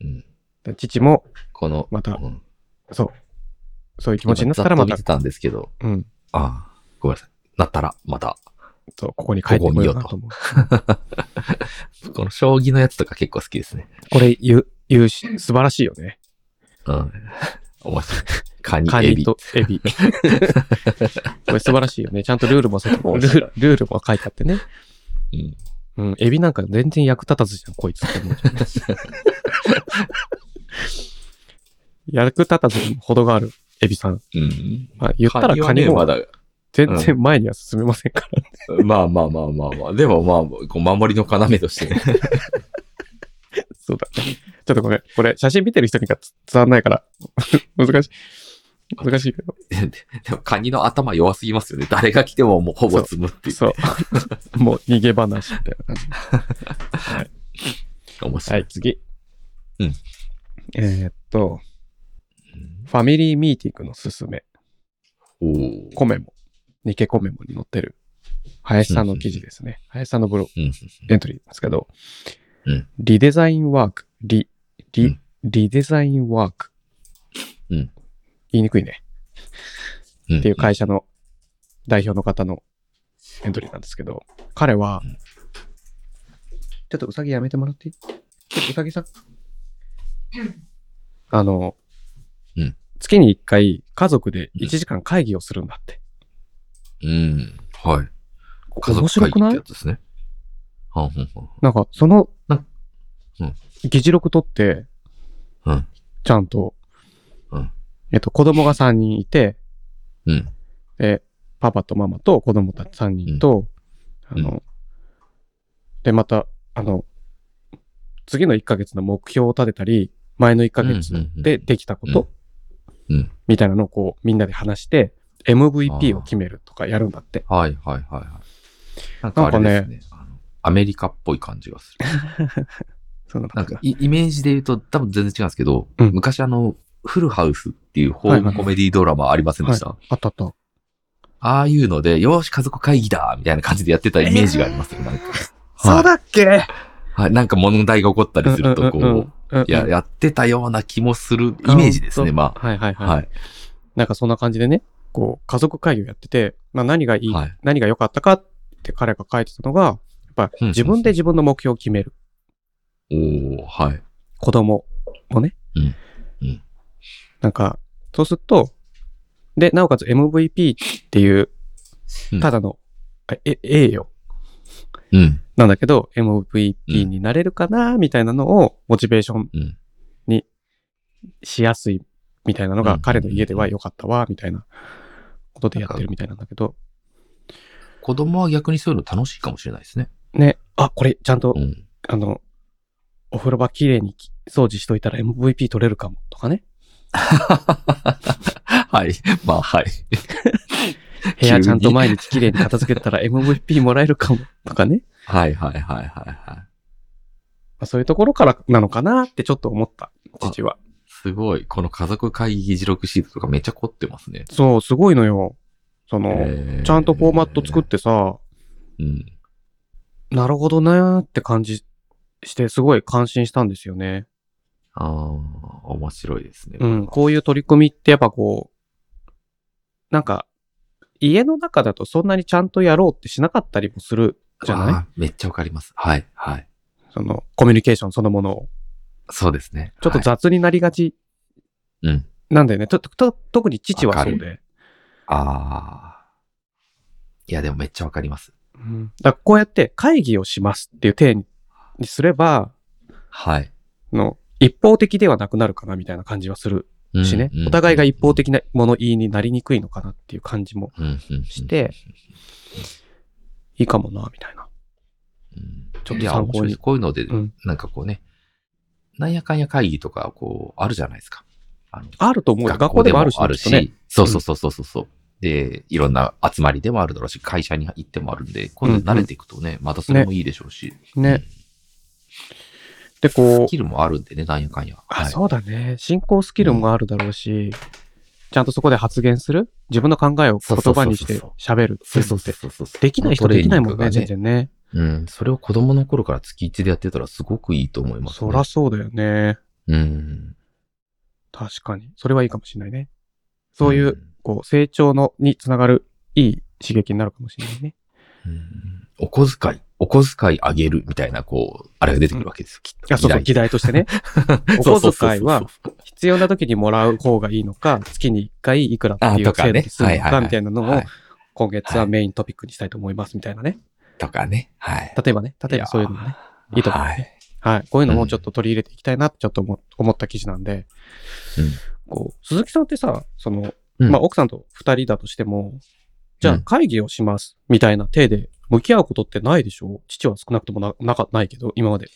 Speaker 2: うん。
Speaker 1: で父も、
Speaker 2: この、
Speaker 1: また
Speaker 2: うん、
Speaker 1: そう、そういう気
Speaker 2: 気
Speaker 1: 持ちになったらま
Speaker 2: 見
Speaker 1: た
Speaker 2: て、たんですけど、
Speaker 1: うん、
Speaker 2: ああ、ごめんなさい。なったら、また。
Speaker 1: そう、ここに書いてこようかなと思う。
Speaker 2: この将棋のやつとか結構好きですね。
Speaker 1: これ言う、言うし、素晴らしいよね。
Speaker 2: うん。面白い。カニ、
Speaker 1: カ
Speaker 2: エ
Speaker 1: ニ
Speaker 2: ビ。
Speaker 1: とエビ。 これ素晴らしいよね。ちゃんとルールもセット、ルールルールも書いてあってね。
Speaker 2: うん
Speaker 1: うん、エビなんか全然役立たずじゃん、こいつって思うじゃん役立たずにも程がある、エビさん。
Speaker 2: うん。
Speaker 1: まあ、言ったらカニも
Speaker 2: はねまだ
Speaker 1: 全然前には進めませんから。
Speaker 2: まあまあまあまあまあ。でもまあ、こう守りの要としてね。
Speaker 1: そうだね。ちょっとごめん。これ、写真見てる人にがつ伝わんないから。 難しい。難しいけど。
Speaker 2: でもカニの頭弱すぎますよね。誰が来てももうほぼ積むっていう。
Speaker 1: そう。もう逃げ話みたいな感じ。
Speaker 2: 面白。
Speaker 1: はいい、次。
Speaker 2: うん。
Speaker 1: えーっと、ファミリーミーティングのすすめ。
Speaker 2: おー
Speaker 1: コメモ。ニケコメモに載ってる。林さんの記事ですね。林さんのブログ、
Speaker 2: うん
Speaker 1: エントリーですけど、
Speaker 2: うん
Speaker 1: リデザインワーク、リ、リ、
Speaker 2: うん
Speaker 1: リデザインワーク。
Speaker 2: うん
Speaker 1: 言いにくいね。
Speaker 2: うん
Speaker 1: っていう会社の代表の方のエントリーなんですけど、彼は、ちょっとうさぎやめてもらっていいちょっとうさぎさん。あの、
Speaker 2: うん
Speaker 1: 月に1回家族で1時間会議をするんだって。
Speaker 2: うん。はい。
Speaker 1: 面白くない
Speaker 2: 家族会議ってやつですね。はんはんはん
Speaker 1: なんか、その
Speaker 2: なうん、
Speaker 1: 議事録取って、
Speaker 2: うん
Speaker 1: ちゃんと、
Speaker 2: うん
Speaker 1: えっと、子供が3人いて、
Speaker 2: うん。
Speaker 1: で、パパとママと子供たち3人と、
Speaker 2: ん
Speaker 1: あの、
Speaker 2: う
Speaker 1: で、また、あの、次の1ヶ月の目標を立てたり、前の1ヶ月
Speaker 2: うんうんうん
Speaker 1: でできたこと、
Speaker 2: うんうん
Speaker 1: みたいなのをこう、みんなで話して、MVP を決めるとかやるんだって。
Speaker 2: はいはいはいはい。なんかあれですね。あのアメリカっぽい感じが する。
Speaker 1: そうなんだ
Speaker 2: なんかイイメージで言うと多分全然違うんですけど、
Speaker 1: うん
Speaker 2: 昔あの、フルハウスっていうホームコメディドラマありませんでした、
Speaker 1: あったあった。
Speaker 2: ああいうので、よーし、家族会議だみたいな感じでやってたイメージがありますよ、なんか。
Speaker 1: そうだっけ
Speaker 2: はい、はい。なんか問題が起こったりすると、こう、
Speaker 1: うん
Speaker 2: いや、やってたような気もするイメージですね、ま
Speaker 1: はいはい
Speaker 2: あ。
Speaker 1: はい。
Speaker 2: はい。
Speaker 1: なんかそんな感じでね、こう、家族会議をやってて、まあ何がいい、
Speaker 2: はい
Speaker 1: 何が良かったかって彼が書いてたのが、やっぱ
Speaker 2: うん
Speaker 1: 自分で自分の目標を決める。
Speaker 2: おー、はい。
Speaker 1: 子供をね。
Speaker 2: うんうん
Speaker 1: なんか、そうすると、で、なおかつ MVP っていう
Speaker 2: う、ん
Speaker 1: ただの、え、栄誉
Speaker 2: うん。
Speaker 1: なんだけど、MVP になれるかな、みたいなのを、モチベーション
Speaker 2: うん
Speaker 1: にしやすい、みたいなの
Speaker 2: う
Speaker 1: が、
Speaker 2: ん
Speaker 1: 彼の家では良かったわ、みたいなことでやってるみたいなんだけど、
Speaker 2: 子供は逆にそういうの楽しいかもしれないですね。
Speaker 1: ね、あ、これ、ちゃんと
Speaker 2: う、ん。
Speaker 1: あの、お風呂場きれいにき掃除しといたら MVP 取れるかも、とかね。
Speaker 2: はい。まあ、はい。
Speaker 1: 部屋ちゃんと
Speaker 2: 急に
Speaker 1: 毎日きれいに片付けたら MVP もらえるかも、とかね。
Speaker 2: はいはいはいはいはい。
Speaker 1: まあ、そういうところからなのかなってちょっと思った、父は。
Speaker 2: すごい。この家族会議議事録シートとかめっちゃ凝ってますね。
Speaker 1: そう、すごいのよ。その、
Speaker 2: えー
Speaker 1: ちゃんとフォーマット作っ。てさ、
Speaker 2: うん。
Speaker 1: なるほどなーって感じして、すごい感心したんですよね。
Speaker 2: ああ、面白いですね。
Speaker 1: うん、
Speaker 2: こ
Speaker 1: こういう取り組みってやっぱこう、なんか、家の中だとそんなにちゃんとやろうってしなかったりもする
Speaker 2: れ
Speaker 1: じゃない
Speaker 2: あーめっちゃわかります。はい、はい。
Speaker 1: その、コミュニケーションそのものを。
Speaker 2: そうですね。
Speaker 1: ちょっと
Speaker 2: はい
Speaker 1: 雑になりがち
Speaker 2: うん。
Speaker 1: なんだよね。とと特に父はそう
Speaker 2: わか
Speaker 1: で。
Speaker 2: ああ。いや、でもめっちゃわかります。
Speaker 1: うんだからこうやって会議をしますっていう体ににすれば、
Speaker 2: はい。
Speaker 1: の一方的ではなくなるかなみたいな感じはする
Speaker 2: うん
Speaker 1: しね
Speaker 2: うん。
Speaker 1: お互いが一方的な物言いになりにくいのかなっていう感じも
Speaker 2: うんうんうん
Speaker 1: して、いいかもな、みたいな。
Speaker 2: うん
Speaker 1: ちょっと参考に
Speaker 2: いや、面白いですこういうので、
Speaker 1: うん
Speaker 2: なんかこうね、なんやかんや会議とか、こう、あるじゃないですか。あの
Speaker 1: あると思うよ。学校でもあるしね、きっとね。
Speaker 2: そうそうそうそうそうそう。で、いろんな集まりでもあるだろうし、会社に行ってもあるんで、今度慣れていくとね、またそれもいいでしょうし、
Speaker 1: ね。で、こう
Speaker 2: ス、キルもあるんでね、なんやかんや。
Speaker 1: あ、
Speaker 2: はい
Speaker 1: そうだね。進行スキルもあるだろうし、ちゃんとそこで発言する自分の考えを言葉にして
Speaker 2: そうそう
Speaker 1: 喋るって
Speaker 2: そ
Speaker 1: いううのっ
Speaker 2: そうそう
Speaker 1: て。
Speaker 2: そうそう。
Speaker 1: できない人できないもんね、全然ね。
Speaker 2: うん、それを子供の頃から月一でやってたらすごくいいと思います、
Speaker 1: そらそうだよね。
Speaker 2: うん。
Speaker 1: 確かに。それはいいかもしれないね。そういう、
Speaker 2: ん
Speaker 1: こう、成長の、につながるいい刺激になるかもしれないね。
Speaker 2: うんお小遣い、お小遣いあげるみたいな、こう、あれが出てくるわけですよ、きっと。
Speaker 1: あ、そうそう、議題としてね。 お
Speaker 2: そうそ
Speaker 1: 小
Speaker 2: うそう
Speaker 1: 遣いは、必要な時にもらう方がいいのか、月に1回いくらって
Speaker 2: あ
Speaker 1: い
Speaker 2: と
Speaker 1: う
Speaker 2: か
Speaker 1: 制
Speaker 2: ね
Speaker 1: 度にするの
Speaker 2: はいはい
Speaker 1: か、
Speaker 2: はい
Speaker 1: みたいなの
Speaker 2: は
Speaker 1: を
Speaker 2: い、
Speaker 1: 今月はメイントピックにしたいと思います、みたいなね。
Speaker 2: とかね。はい。
Speaker 1: 例えばね、例えばそういうのもね。いいと思うね
Speaker 2: はい。
Speaker 1: はい。こういうのもちょっと取り入れていきたいなってちょっと思思った記事なんで、
Speaker 2: うん
Speaker 1: こう、鈴木さんってさ、その、
Speaker 2: うん
Speaker 1: まあ、奥さんと二人だとしても、じゃ
Speaker 2: う
Speaker 1: あ
Speaker 2: ん
Speaker 1: 会議をします、みたいな手で向き合うことってないでしょ父は少なくともな、なか、ないけど、今まで。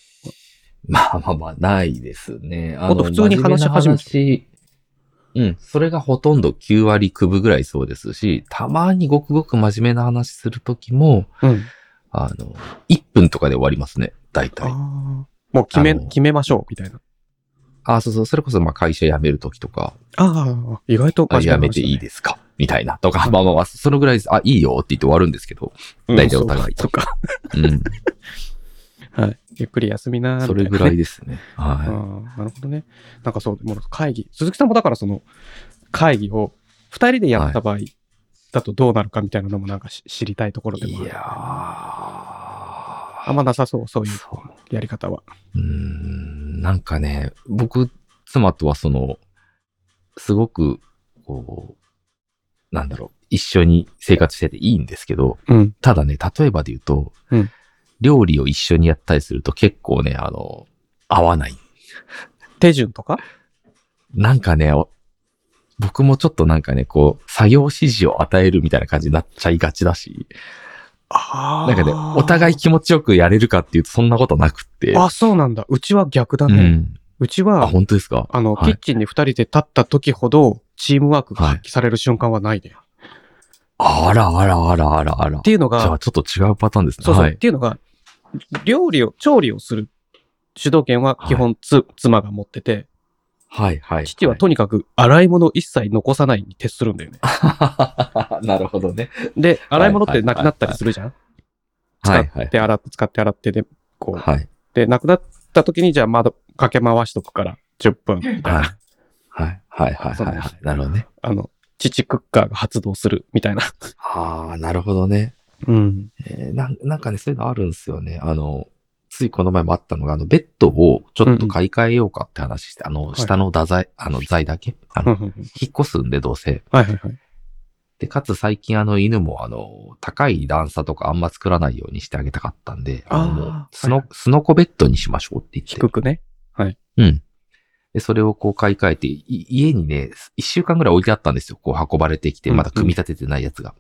Speaker 2: まあまあまあ、ないですね。あ
Speaker 1: もっと普通に話し始め
Speaker 2: 真面目な話うん。それがほとんど9割9分ぐらいそうですし、たまにごくごく真面目な話するときも、
Speaker 1: うん。
Speaker 2: あの、1分とかで終わりますね。大
Speaker 1: あ
Speaker 2: 体。
Speaker 1: あ。もう決め、
Speaker 2: あの
Speaker 1: 決めましょう、みたいな。
Speaker 2: ああ、そうそう。それこそ、まあ、会社辞めるときとか、
Speaker 1: ああ、意外と真
Speaker 2: あ
Speaker 1: 面
Speaker 2: 辞
Speaker 1: 目
Speaker 2: め
Speaker 1: な話だね
Speaker 2: ていいですかみたいな。とか、 まあまあまあ、そのぐらいです。あ、いいよって言って終わるんですけど。
Speaker 1: うん
Speaker 2: 大体お互い
Speaker 1: そうか。
Speaker 2: うん。
Speaker 1: はい。ゆっくり休みなーみた
Speaker 2: そ
Speaker 1: いなね
Speaker 2: れぐらいですね。
Speaker 1: あ
Speaker 2: は
Speaker 1: あ、なるほどね。なんかそう、もう会議、鈴木さんもだからその会議を2人でやった場合だとどうなるかみたいなのもなんかし知りたいところで
Speaker 2: い。
Speaker 1: もある。
Speaker 2: や
Speaker 1: あんまなさそう、そう
Speaker 2: ー
Speaker 1: いう
Speaker 2: そう
Speaker 1: やり方は。
Speaker 2: うーんなんかね、僕、妻とはその、すごく、こう、なんだろう、一緒に生活してていいんですけど、
Speaker 1: うん。
Speaker 2: ただね、例えばで言うと、
Speaker 1: うん
Speaker 2: 料理を一緒にやったりすると結構ね、あの、合わない。
Speaker 1: 手順とか
Speaker 2: なんかね、お僕もちょっとなんかね、こう、作業指示を与えるみたいな感じになっちゃいがちだし、
Speaker 1: あ
Speaker 2: なんかね、お互い気持ちよくやれるかっていうとそんなことなくって。
Speaker 1: あ、そうなんだ。うちは逆だ
Speaker 2: う。
Speaker 1: ね。うんち
Speaker 2: あ、
Speaker 1: は、
Speaker 2: 本当ですか
Speaker 1: あの、
Speaker 2: はい
Speaker 1: キッチンに2人で立った時ほど、チームワークが発揮される瞬間はないね。っ
Speaker 2: あらあらあらあらあら。
Speaker 1: ていうの
Speaker 2: じゃ
Speaker 1: が
Speaker 2: あ、ちょっと違うパターンですね。
Speaker 1: そうそう、
Speaker 2: は
Speaker 1: っ
Speaker 2: い。
Speaker 1: ていうのが、料理を、調理をする主導権は基本つ、妻が持ってて、
Speaker 2: はいはい。
Speaker 1: 父はとにかく洗い物一切残さないに徹するんだよね。
Speaker 2: はい、なるほどね。
Speaker 1: で、
Speaker 2: はい
Speaker 1: 洗い物ってなくなったりするじゃん使
Speaker 2: はいはい
Speaker 1: っ。て洗って、使って洗ってで、こう。
Speaker 2: はい。
Speaker 1: で、なくなった時にじゃあ窓かけ回しとくから10分みたい
Speaker 2: はい
Speaker 1: な。
Speaker 2: はいはいはい
Speaker 1: そう
Speaker 2: はいはい。なるほどね。
Speaker 1: あの、父クッカーが発動するみたいな。
Speaker 2: ああ、なるほどね。
Speaker 1: うん。
Speaker 2: えーなんなんかね、そういうのあるんですよね。あの、ついこの前もあったのが、あの、ベッドをちょっと買い替えようかって話して、あの、
Speaker 1: い
Speaker 2: 下の座材、あの、材だけあ
Speaker 1: う
Speaker 2: の、
Speaker 1: んうんうん
Speaker 2: 引っ越すんで、どうせ。
Speaker 1: はいはいはい。
Speaker 2: で、かつ最近あの犬もあの、高い段差とかあんま作らないようにしてあげたかったんで、の
Speaker 1: あー
Speaker 2: も
Speaker 1: はいうは、い
Speaker 2: すの、すのこベッドにしましょうって言って。
Speaker 1: 低くね。
Speaker 2: うん。で、それをこう買い替えて、い家にね、一週間ぐらい置いてあったんですよ。こう運ばれてきて、まだ組み立ててないやつが。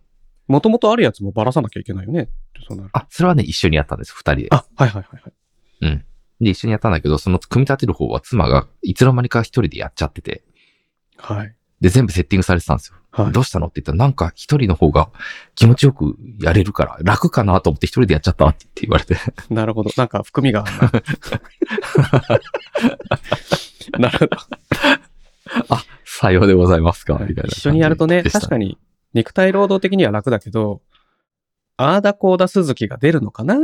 Speaker 1: もともとあるやつもばらさなきゃいけないよね。そうなる。
Speaker 2: あ、それはね、一緒にやったんです、二人で。
Speaker 1: あ、はいはいはいはい。
Speaker 2: で、一緒にやったんだけど、その組み立てる方は妻がいつの間にか一人でやっちゃってて、
Speaker 1: はい。
Speaker 2: で、全部セッティングされてたんですよ。
Speaker 1: はい。
Speaker 2: どうしたのって言ったら、なんか一人の方が気持ちよくやれるから、楽かなと思って一人でやっちゃったって言われて。
Speaker 1: なるほど。なんか含み があるな。なるほど。
Speaker 2: あ、さようでございますか、みたいな感じでし
Speaker 1: 一
Speaker 2: た。
Speaker 1: 緒にやるとね、確か
Speaker 2: に。
Speaker 1: に肉体労働的には楽だけど、あーだこーだ鈴木が出るのかな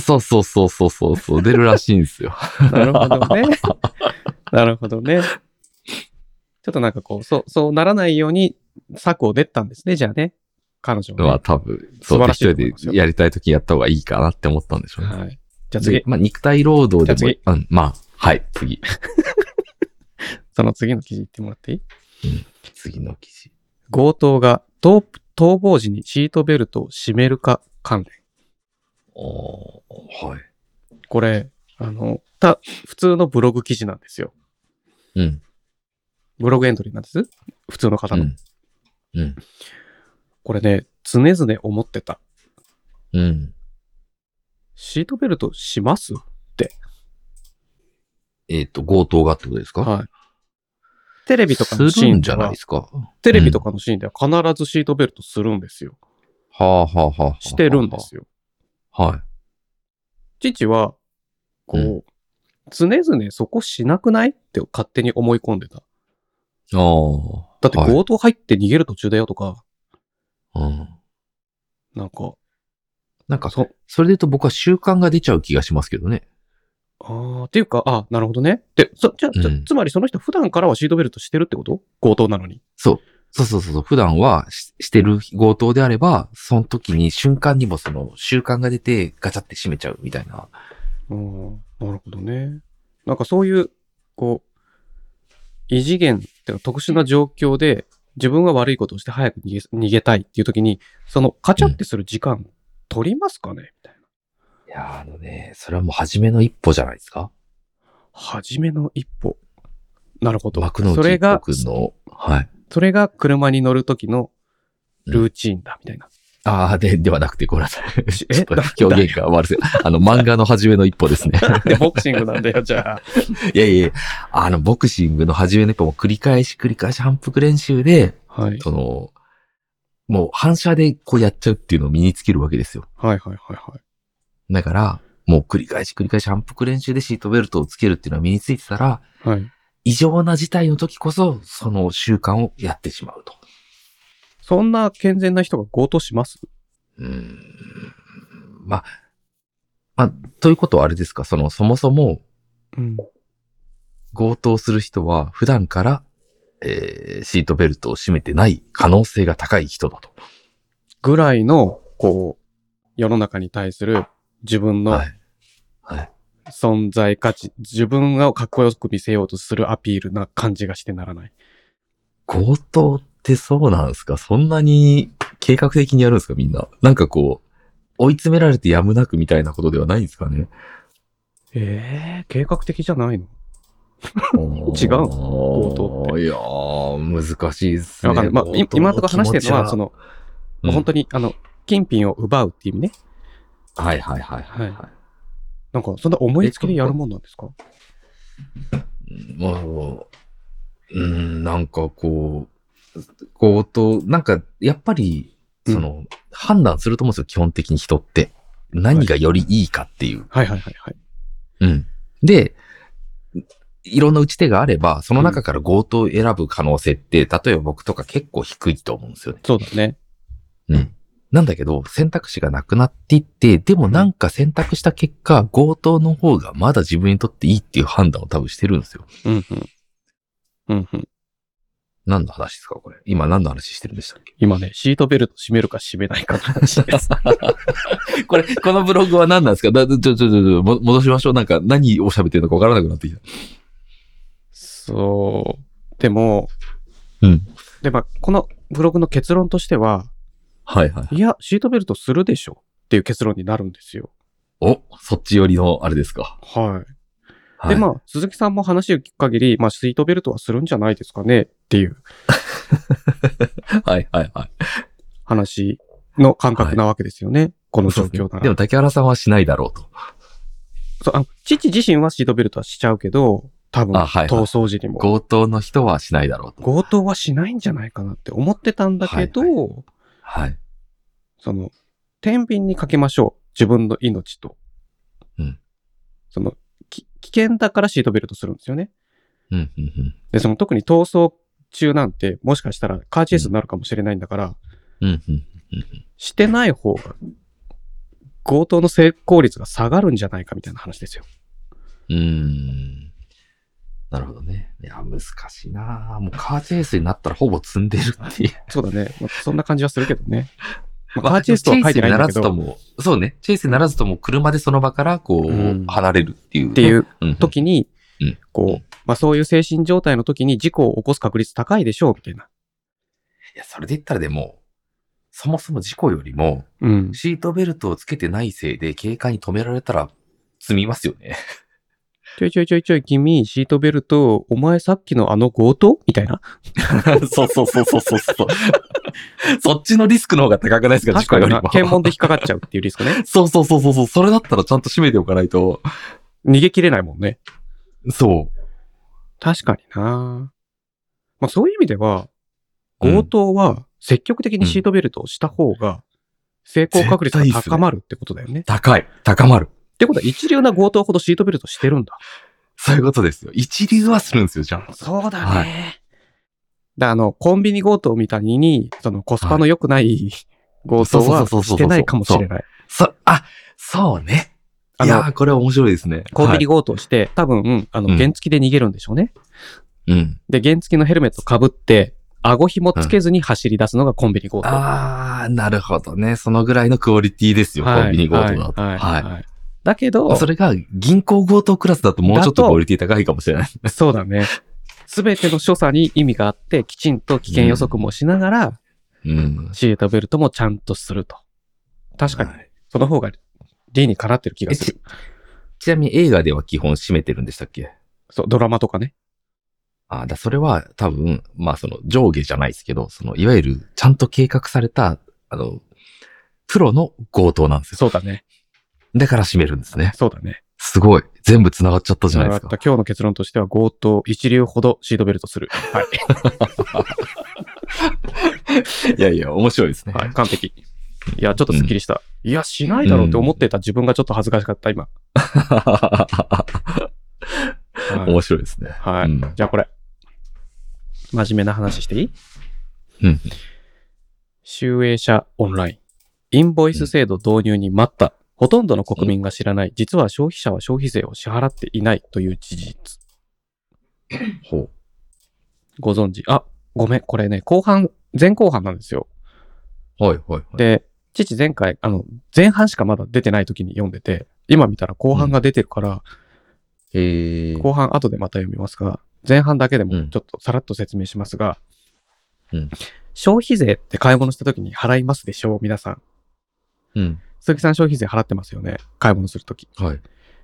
Speaker 2: そうそうそうそうそうそう、出るらしいんで すよ。
Speaker 1: なるほ どね。なるほどね。ちょっとなんかこう、そう、そうならないように策を練ったんですね、じゃあね。彼女
Speaker 2: まあ
Speaker 1: は、
Speaker 2: 多分、
Speaker 1: 素
Speaker 2: そう、
Speaker 1: 晴
Speaker 2: 一
Speaker 1: らしいと
Speaker 2: 人
Speaker 1: 思い
Speaker 2: で
Speaker 1: ますよ
Speaker 2: やりたいときやった方がいいかなって思ったんでしょう
Speaker 1: ね。
Speaker 2: ね。
Speaker 1: はい。じゃあ次
Speaker 2: で、まあ肉体労働でも、
Speaker 1: じ
Speaker 2: うん、まあ、はい、次。
Speaker 1: その次の記事言ってもらっていい
Speaker 2: 次の記事。
Speaker 1: 強盗が逃逃亡時にシートベルトを締めるか関連。
Speaker 2: おーはい。
Speaker 1: これ、あの、た、普通のブログ記事なんですよ。
Speaker 2: うん。
Speaker 1: ブログエントリーなんです。普通の方
Speaker 2: う
Speaker 1: の。
Speaker 2: ん。うん。
Speaker 1: これね、常々思ってた。
Speaker 2: うん。
Speaker 1: シートベルトします
Speaker 2: えっ、と、強盗がってことですかい。
Speaker 1: はい。テレビとかの
Speaker 2: す
Speaker 1: シ
Speaker 2: る
Speaker 1: ー
Speaker 2: ん
Speaker 1: ン
Speaker 2: じ
Speaker 1: で
Speaker 2: ゃない
Speaker 1: は
Speaker 2: で、すか。は
Speaker 1: テレビとかのシーンでは必ずシートベルトするんですよ。
Speaker 2: あはあはあはあ。
Speaker 1: してるんで。すよ。
Speaker 2: は
Speaker 1: 父は、こう、
Speaker 2: う
Speaker 1: 常々そこしなくないって勝手に思い込んでた。
Speaker 2: い。あ
Speaker 1: だって
Speaker 2: はい
Speaker 1: 強盗入って逃げる途中だよとか、
Speaker 2: あ。うん。
Speaker 1: なんか、
Speaker 2: なんか、
Speaker 1: そ、
Speaker 2: それで言うと僕は習慣が出ちゃう気がしますけどね。
Speaker 1: ああ、っていうか、あなるほどね。で、そ、じゃ、じゃ
Speaker 2: うん
Speaker 1: つまりその人普段からはシートベルトしてるってこと強盗なのに。
Speaker 2: そう。そうそうそうそう。普段はししてる強盗であれば、その時に瞬間にもその習慣が出てガチャって閉めちゃうみたいな。
Speaker 1: うん、なるほどね。なんかそういう、こう、異次元っていうか特殊な状況で自分は悪いことをして早く逃げ逃げたいっていう時に、そのカチャってする時間取りますかねみたいな。
Speaker 2: いやーあのね、それはもう初めの一歩じゃないですか。
Speaker 1: 初めの一歩。なるほど。
Speaker 2: 幕の内
Speaker 1: それが、
Speaker 2: 僕の、はい。
Speaker 1: それが車に乗る時のルーチンだ、みたいな。
Speaker 2: ああ、で、ではなくてごめんなさい。
Speaker 1: し
Speaker 2: ちょ
Speaker 1: え
Speaker 2: っと表現が悪すぎる。あの、漫画の初めの一歩ですね。
Speaker 1: で、ボクシングなんだよ、じゃあ。
Speaker 2: いやいやいやあの、ボクシングの初めの一歩も繰り返し繰り返し反復練習で、
Speaker 1: はい。
Speaker 2: その、もう反射でこうやっちゃうっていうのを身につけるわけですよ。
Speaker 1: はいはいはいはい。
Speaker 2: だから、もう繰り返し繰り返し反復練習でシートベルトをつけるっていうのは身についてたら、
Speaker 1: はい。
Speaker 2: 異常な事態の時こそ、その習慣をやってしまうと。
Speaker 1: そんな健全な人が強盗します
Speaker 2: うーん。まあ、まあ、ということはあれですか、その、そもそも、
Speaker 1: うん。
Speaker 2: 強盗する人は普段から、えーシートベルトを締めてない可能性が高い人だと。
Speaker 1: ぐらいの、こう、世の中に対する自分の
Speaker 2: はい。はい。
Speaker 1: 存在価値、自分をかっこよく見せようとするアピールな感じがしてならない。
Speaker 2: 強盗ってそうなんですかそんなに計画的にやるんですかみんな。なんかこう、追い詰められてやむなくみたいなことではないんですかね
Speaker 1: ええ計画的じゃないの
Speaker 2: 違う
Speaker 1: 違う強盗って
Speaker 2: いやー、難しいですね。
Speaker 1: わかんない。まあ、い
Speaker 2: 強盗
Speaker 1: 今のところ話してるの
Speaker 2: 気持ち
Speaker 1: は、そ、の、
Speaker 2: うん
Speaker 1: 本当に、あの、金品を奪うっていう意味ね。
Speaker 2: はいはいはいはい、
Speaker 1: は
Speaker 2: は
Speaker 1: なんか、そんな思いつきでやるもんなんですか
Speaker 2: い。もう、うん、なんかこう、強盗、なんか、やっぱり、その、判断すると思うんですよ、基本的に人って。何がよりいいかっていう。
Speaker 1: はいはいはいはい。
Speaker 2: うん。で、いろんな打ち手があれば、その中から強盗を選ぶ可能性って、例えば僕とか結構低いと思うんですよね。
Speaker 1: そうだね。
Speaker 2: うん。なんだけど、選択肢がなくなっていって、でもなんか選択した結果、強盗の方がまだ自分にとっていいっていう判断を多分してるんですよ。
Speaker 1: うんうん。うんうん。
Speaker 2: 何の話ですかこれ。今何の話してるんでしたっけ
Speaker 1: 今ね、シートベルト締めるか締めないかの話です。
Speaker 2: これ、このブログは何なんですかだちょ、ちょ、ちょ、ちょ、も戻しましょう。なんか何を喋ってるのかわからなくなってきた。
Speaker 1: そう。でも、
Speaker 2: うん。
Speaker 1: で、まあ、このブログの結論としては、
Speaker 2: はいはい。
Speaker 1: いや、シートベルトするでしょっていう結論になるんですよ。
Speaker 2: お、そっち寄りのあれですか。
Speaker 1: はい。
Speaker 2: は
Speaker 1: で、
Speaker 2: い、
Speaker 1: まあ、鈴木さんも話を聞く限り、まあ、シートベルトはするんじゃないですかねっていう
Speaker 2: はいはいはい。
Speaker 1: 話の感覚なわけですよね。この状況なら。
Speaker 2: でも、竹原さんはしないだろうと。
Speaker 1: そうあの父自身はシートベルトはしちゃうけど、多分、
Speaker 2: あはいはい
Speaker 1: 逃走時にも。
Speaker 2: 強盗の人はしないだろうと。
Speaker 1: 強盗はしないんじゃないかなって思ってたんだけど、
Speaker 2: はいはい。
Speaker 1: その、天秤にかけましょう。自分の命と。
Speaker 2: うん
Speaker 1: その、き危険だからシートベルトするんですよね。
Speaker 2: うん、うん、うん。
Speaker 1: で、その特に逃走中なんて、もしかしたらカーチェイスになるかもしれないんだから、
Speaker 2: うん、うん。
Speaker 1: してない方が、強盗の成功率が下がるんじゃないかみたいな話ですよ。
Speaker 2: うーん。なるほどね。いや、難しいなぁもうカーチェイスになったらほぼ積んでるっていう。
Speaker 1: そうだね。まあそんな感じはするけど ね。まあ、カーチェイスとは書いてないんだけ
Speaker 2: チェイス
Speaker 1: ど、
Speaker 2: にならずとも、そうね。チェイスにならずとも車でその場からこう、
Speaker 1: うん
Speaker 2: 離れるっていう。
Speaker 1: って
Speaker 2: う
Speaker 1: いう
Speaker 2: うん。
Speaker 1: 時に
Speaker 2: うん、う
Speaker 1: こう、まあそういう精神状態の時に事故を起こす確率高いでしょうみたいな。
Speaker 2: いや、それで言ったらでも、そもそも事故よりも、
Speaker 1: うん。
Speaker 2: シートベルトをつけてないせいで警官に止められたら積みますよね。
Speaker 1: ちょいちょいちょいちょい君、シートベルト、お前さっきのあの強盗みたいな。
Speaker 2: そうそうそうそうそうそう。そっちのリスクの方が高くないですか、
Speaker 1: 確
Speaker 2: 事故
Speaker 1: か
Speaker 2: よ
Speaker 1: に
Speaker 2: り
Speaker 1: な
Speaker 2: も。
Speaker 1: 検問で引っかかっちゃうっていうリスク ね。
Speaker 2: そうそうそうそうそう。それだったらちゃんと締めておかないと。
Speaker 1: 逃げ切れないもんね。
Speaker 2: そ
Speaker 1: 確かになまあそういう意味では、
Speaker 2: う。
Speaker 1: 強盗は積極的にシートベルトをした方が、成功確率が高まるってことだよね。っ
Speaker 2: 高い。高まる。
Speaker 1: てことは一流な強盗ほどシートベルトしてるんだ。
Speaker 2: そういうことですよ。一流はするんですよ、じゃあ。
Speaker 1: そうだ
Speaker 2: ねはい
Speaker 1: だからあの、コンビニ強盗みたいに、そのコスパの良くない強盗は
Speaker 2: そうそうそうそうそ
Speaker 1: し
Speaker 2: う
Speaker 1: てないかもしれない。
Speaker 2: そ、あ、そうね。
Speaker 1: あ
Speaker 2: いや
Speaker 1: の、
Speaker 2: ー、これ面白いですね。
Speaker 1: コンビニ
Speaker 2: は
Speaker 1: 強盗して、多分、あ
Speaker 2: う
Speaker 1: の、
Speaker 2: ん
Speaker 1: 原付で逃げるんでしょうね。
Speaker 2: いうん。
Speaker 1: で、原付のヘルメットかぶって、顎紐つけずに走り出すのがコンビニ強盗。
Speaker 2: あー、なるほどね。そのぐらいのクオリティですよ、
Speaker 1: はい
Speaker 2: コンビニ強盗だと。
Speaker 1: はいはい
Speaker 2: は
Speaker 1: はいだけど
Speaker 2: い。、それが銀行強盗クラスだともうちょっとクオリティ高いかもしれない。
Speaker 1: そうだね。すべての所作に意味があって、きちんと危険予測もしながら、
Speaker 2: うん。
Speaker 1: シートベルトもちゃんとすると。確かに
Speaker 2: は、い
Speaker 1: その方が理にかなってる気が
Speaker 2: え
Speaker 1: する。
Speaker 2: ちちなみに映画では基本締めてるんでしたっけ
Speaker 1: そう、ドラマとかね。
Speaker 2: あーだそれは多分、まあその上下じゃないですけど、そのいわゆるちゃんと計画された、あの、プロの強盗なんですよ。
Speaker 1: そうだね。
Speaker 2: だから締めるんですね。
Speaker 1: そうだね。
Speaker 2: すごい。全部繋がっちゃったじゃない
Speaker 1: わ
Speaker 2: で
Speaker 1: か
Speaker 2: す
Speaker 1: っ
Speaker 2: か
Speaker 1: た。。今日の結論としては、強盗一流ほどシートベルトする。はい。
Speaker 2: いやいや、面白いですね。
Speaker 1: はい、完璧。いや、ちょっとスッキリした。いや、しないだろうって思ってた自分がちょっと恥ずかしかった、今。はい
Speaker 2: 面白いですね。
Speaker 1: はい。
Speaker 2: うん
Speaker 1: じゃあこれ。真面目な話していい
Speaker 2: うん。
Speaker 1: 集英社オンライン。インボイス制度導入に待った。ほとんどの国民が知らない。実は消費者は消費税を支払っていないという事実。
Speaker 2: ほう。
Speaker 1: ご存知。あ、ごめん。これね、後半、前後半なんですよ。
Speaker 2: はいはいはい。
Speaker 1: で、父前回、あの、前半しかまだ出てない時に読んでて、今見たら後半が出てるから、
Speaker 2: えー、
Speaker 1: 後半後でまた読みますが、前半だけで
Speaker 2: う
Speaker 1: も
Speaker 2: ん
Speaker 1: ちょっとさらっと説明しますが、
Speaker 2: うん
Speaker 1: 消費税って買い物した時に払いますでしょう皆さん。
Speaker 2: うん。
Speaker 1: 鈴木さん消費税払ってますよね買い物するとき。
Speaker 2: はい。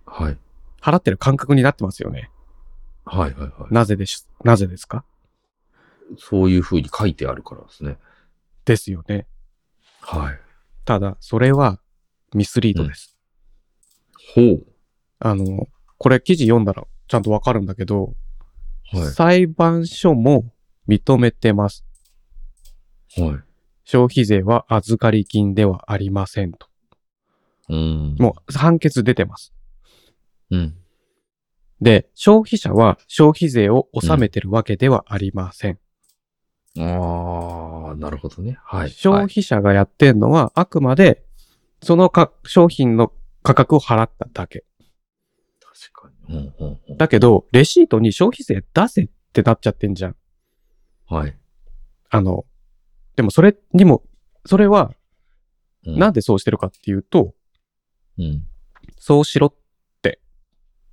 Speaker 2: はい。
Speaker 1: 払ってる感覚になってますよね
Speaker 2: はいはいはい。
Speaker 1: なぜでし、なぜですか
Speaker 2: そういう風に書いてあるからですね。
Speaker 1: ですよね。
Speaker 2: はい。
Speaker 1: ただ、それはミスリードです。
Speaker 2: ほ
Speaker 1: あの、これ記事読んだらちゃんとわかるんだけど、
Speaker 2: う。は
Speaker 1: 裁判所も認めてます。
Speaker 2: い。はい。
Speaker 1: 消費税は預かり金ではありませんと。
Speaker 2: うん。
Speaker 1: もう判決出てます。
Speaker 2: うん。
Speaker 1: で、消費者は消費税を納めてるわけではありません。
Speaker 2: ああ、なるほどね。はい。
Speaker 1: 消費者がやってんのは、あくまで、そのか商品の価格を払っただけ。
Speaker 2: 確かに。うんうんうん
Speaker 1: だけど、レシートに消費税出せってなっちゃってんじゃん。
Speaker 2: はい。
Speaker 1: あの、でもそれにも、それは、
Speaker 2: う
Speaker 1: なんでそうしてるかっていうと、
Speaker 2: うん。
Speaker 1: そうしろって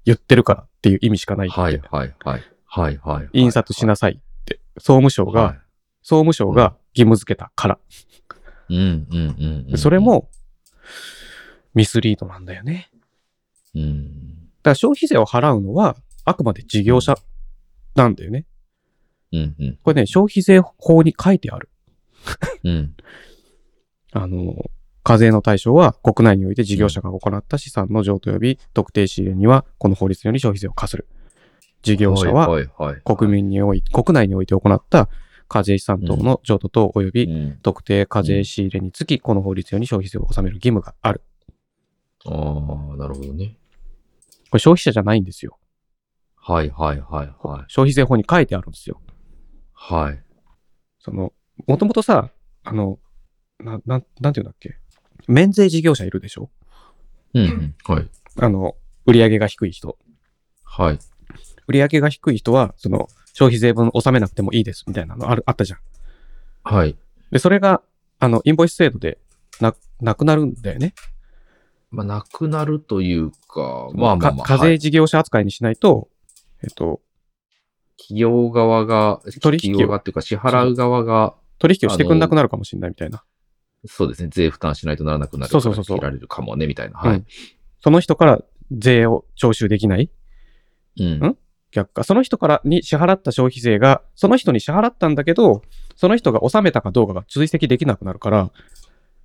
Speaker 1: 言ってるからっていう意味しかない。
Speaker 2: はいはいはい。はいはいはい。
Speaker 1: 印刷しなさいって、総務省が、
Speaker 2: は
Speaker 1: 総務省が義務付けたから。
Speaker 2: い。うんうんうんうん。
Speaker 1: それ、も、ミスリードなんだよね。
Speaker 2: うん。
Speaker 1: だから消費税を払うのは、あくまで事業者なんだよね。
Speaker 2: うんうん。
Speaker 1: これね、消費税法に書いてある。
Speaker 2: うん。
Speaker 1: あの、課税の対象は国内において事業者が行った資産の譲渡及び特定仕入れには、この法律により消費税を課する。事業者は
Speaker 2: はいはいはい。
Speaker 1: 国民におい国内において行った課税資産等の譲渡等及び
Speaker 2: うん。
Speaker 1: 特定課税仕入れにつき、この法律より消費税を納める義務がある。
Speaker 2: ああ、なるほどね。
Speaker 1: これ消費者じゃないんですよ。
Speaker 2: はいはいはいはい。
Speaker 1: 消費税法に書いてあるんですよ。
Speaker 2: はい。
Speaker 1: その、もともとさ、あの、な、なん、なんていうんだっけ。免税事業者いるでしょ
Speaker 2: うんうん。はい。
Speaker 1: あの、売上が低い人。
Speaker 2: はい。
Speaker 1: 売上が低い人は、その、消費税分納めなくてもいいです、みたいなのある、あったじゃん。
Speaker 2: はい。
Speaker 1: で、それが、あの、インボイス制度で、な、なくなるんだよね。
Speaker 2: まあ、なくなるというか、まあまあま
Speaker 1: か
Speaker 2: あ、
Speaker 1: 課
Speaker 2: は
Speaker 1: 税
Speaker 2: い
Speaker 1: 事業者扱いにしないと、えっと、
Speaker 2: 企業側が、
Speaker 1: 取引を
Speaker 2: 企業側っていうか、支払う側が、
Speaker 1: 取引をしてくんなくなるかもしれないみたいな。
Speaker 2: そうですね、税負担しないとならなくなる
Speaker 1: そうそうそうそう
Speaker 2: から切られるかもね、みたいな。は
Speaker 1: う
Speaker 2: い
Speaker 1: ん。その人から税を徴収できない
Speaker 2: うん。
Speaker 1: ん逆か。その人からに支払った消費税が、その人に支払ったんだけど、その人が納めたかどうかが追跡できなくなるから、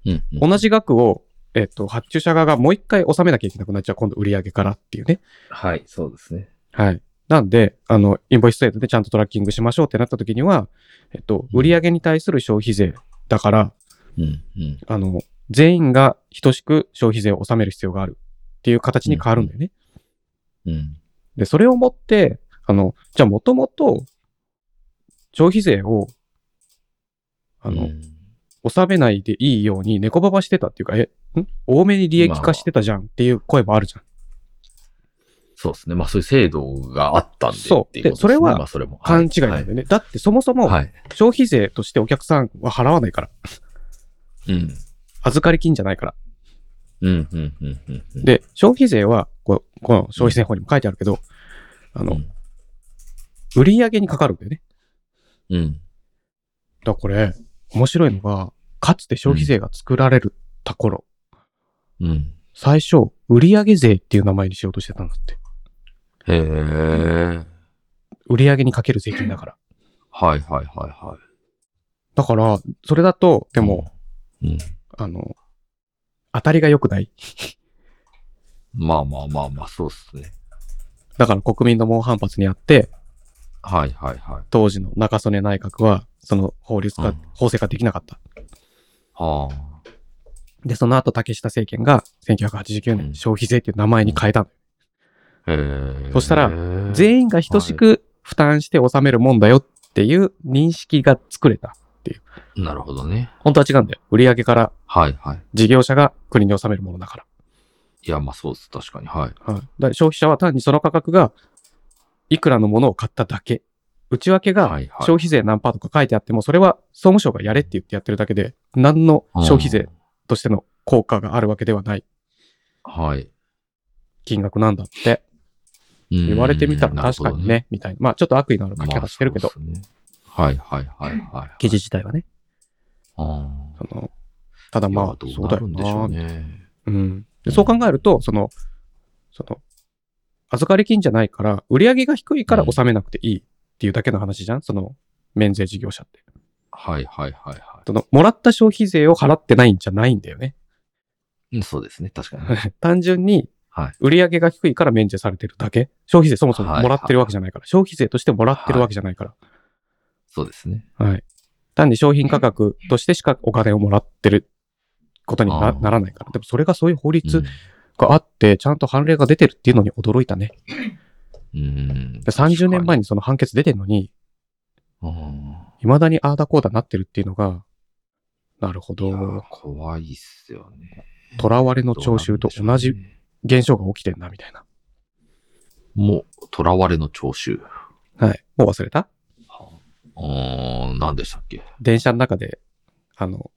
Speaker 2: うん。うん
Speaker 1: 同じ額を、えっと、発注者側がもう一回納めなきゃいけなくなっちゃう、今度売上からっていうね。
Speaker 2: はい、そうですね。
Speaker 1: はい。なんで、あの、インボイス制度でちゃんとトラッキングしましょうってなった時には、えっと、
Speaker 2: うん
Speaker 1: 売上に対する消費税だから、
Speaker 2: うん。うん。
Speaker 1: あの、全員が等しく消費税を納める必要があるっていう形に変わるんだよね。
Speaker 2: うん。
Speaker 1: で、それをもって、あの、じゃあもともと、消費税を、あの、
Speaker 2: うん
Speaker 1: 納めないでいいように猫ばばしてたっていうか、え、ん多めに利益化してたじゃんっていう声もあるじゃん。
Speaker 2: そうですね。まあ、そういう制度があったんで。
Speaker 1: そう
Speaker 2: っていこと
Speaker 1: でそれ
Speaker 2: ですね
Speaker 1: は
Speaker 2: まあ、それも。
Speaker 1: 勘違いなんだ
Speaker 2: は
Speaker 1: よね。だってそもそも
Speaker 2: はい。
Speaker 1: 消費税としてお客さんは払わないから。
Speaker 2: うん。
Speaker 1: 預かり金じゃないから。
Speaker 2: うん。うん。うん。うんうん。
Speaker 1: で、消費税は、こうこの消費税法にも書いてあるけど、あ
Speaker 2: う
Speaker 1: の、
Speaker 2: ん、
Speaker 1: 売り上げにかかるんだよね。
Speaker 2: う
Speaker 1: だ
Speaker 2: ん。
Speaker 1: からこれ、面白いのが、かつて消費税が作られるた頃、
Speaker 2: うん。
Speaker 1: 最初、売上税っていう名前にしようとしてたんだって。
Speaker 2: へえ。
Speaker 1: 売上にかける税金だから。
Speaker 2: はいはいはいは
Speaker 1: だから、それだと、
Speaker 2: い。
Speaker 1: でも、、
Speaker 2: うん。
Speaker 1: あの、当たりが良くない。
Speaker 2: まあまあまあまあ、そうですね。
Speaker 1: だから国民の猛反発にあって、
Speaker 2: はいはいはい。
Speaker 1: 当時の中曽根内閣は、その法律化、
Speaker 2: うん
Speaker 1: 法制化できなかった。
Speaker 2: はあ。
Speaker 1: で、その後、竹下政権が1989
Speaker 2: うん
Speaker 1: 年、消費税っていう名前に変えたの。
Speaker 2: へえ。
Speaker 1: そしたら
Speaker 2: ら
Speaker 1: 全員が等しく負担して納めるもんだよっていう認識が作れた。
Speaker 2: なるほどね。
Speaker 1: 本当は違うんだよ。売上から
Speaker 2: はいはい。
Speaker 1: 事業者が国に納めるものだから。
Speaker 2: いや、まあそうです。確かに。はい。
Speaker 1: はい、だから消費者は単にその価格がいくらのものを買っただけ。内訳が
Speaker 2: はいはい
Speaker 1: 消費税何パーとか書いてあっても、それは総務省がやれって言ってやってるだけで、何の消費税としての効果があるわけではない
Speaker 2: はい。
Speaker 1: 金額なんだって言われてみたら確かにね、みたいな。まあちょっと悪意のある
Speaker 2: う
Speaker 1: 書
Speaker 2: ん。な
Speaker 1: き
Speaker 2: るほどね
Speaker 1: 方してるけど、
Speaker 2: まあそうっすねはいはいはいはい。
Speaker 1: 記事自体はね。
Speaker 2: あ
Speaker 1: そのただ
Speaker 2: あ。
Speaker 1: ま
Speaker 2: まあ
Speaker 1: あ、、
Speaker 2: ど
Speaker 1: そうう
Speaker 2: な
Speaker 1: だ
Speaker 2: る
Speaker 1: よ
Speaker 2: んでしょ
Speaker 1: な
Speaker 2: うね。
Speaker 1: うん、でそう考えると、その、その、預かり金じゃないから、売り上げが低いから納めなくていいっていうだけの話じゃん、その、免税事業者って。
Speaker 2: はいはいはいは
Speaker 1: その、もらった消費税を払ってないんじゃないんだよ ね。
Speaker 2: い。うん、そうですね。確かに。
Speaker 1: 単純に
Speaker 2: はい、
Speaker 1: 売り上げが低いから免税されてるだけ。消費税そもそももらってるわけじゃないから、消費税としてもらってるわけじゃないから。
Speaker 2: そうですね。
Speaker 1: はい。単に商品価格としてしかお金をもらってることにな
Speaker 2: あー
Speaker 1: ならないから。でもそれがそういう法律
Speaker 2: うん
Speaker 1: があって、ちゃんと判例が出てるっていうのに驚いたね。
Speaker 2: うん。
Speaker 1: で30年前にその判決出てるのに、
Speaker 2: 確かに。あ
Speaker 1: 未だにああだこうだなってるっていうのが、なるほ
Speaker 2: ーいやー
Speaker 1: ど。
Speaker 2: 怖いっすよね。
Speaker 1: 囚われの聴衆と同じ現象が起きてんな、みたいな。
Speaker 2: もう、囚われの聴衆。
Speaker 1: はい。もう忘れた
Speaker 2: あー、何でしたっけ
Speaker 1: 電車の中で、あの、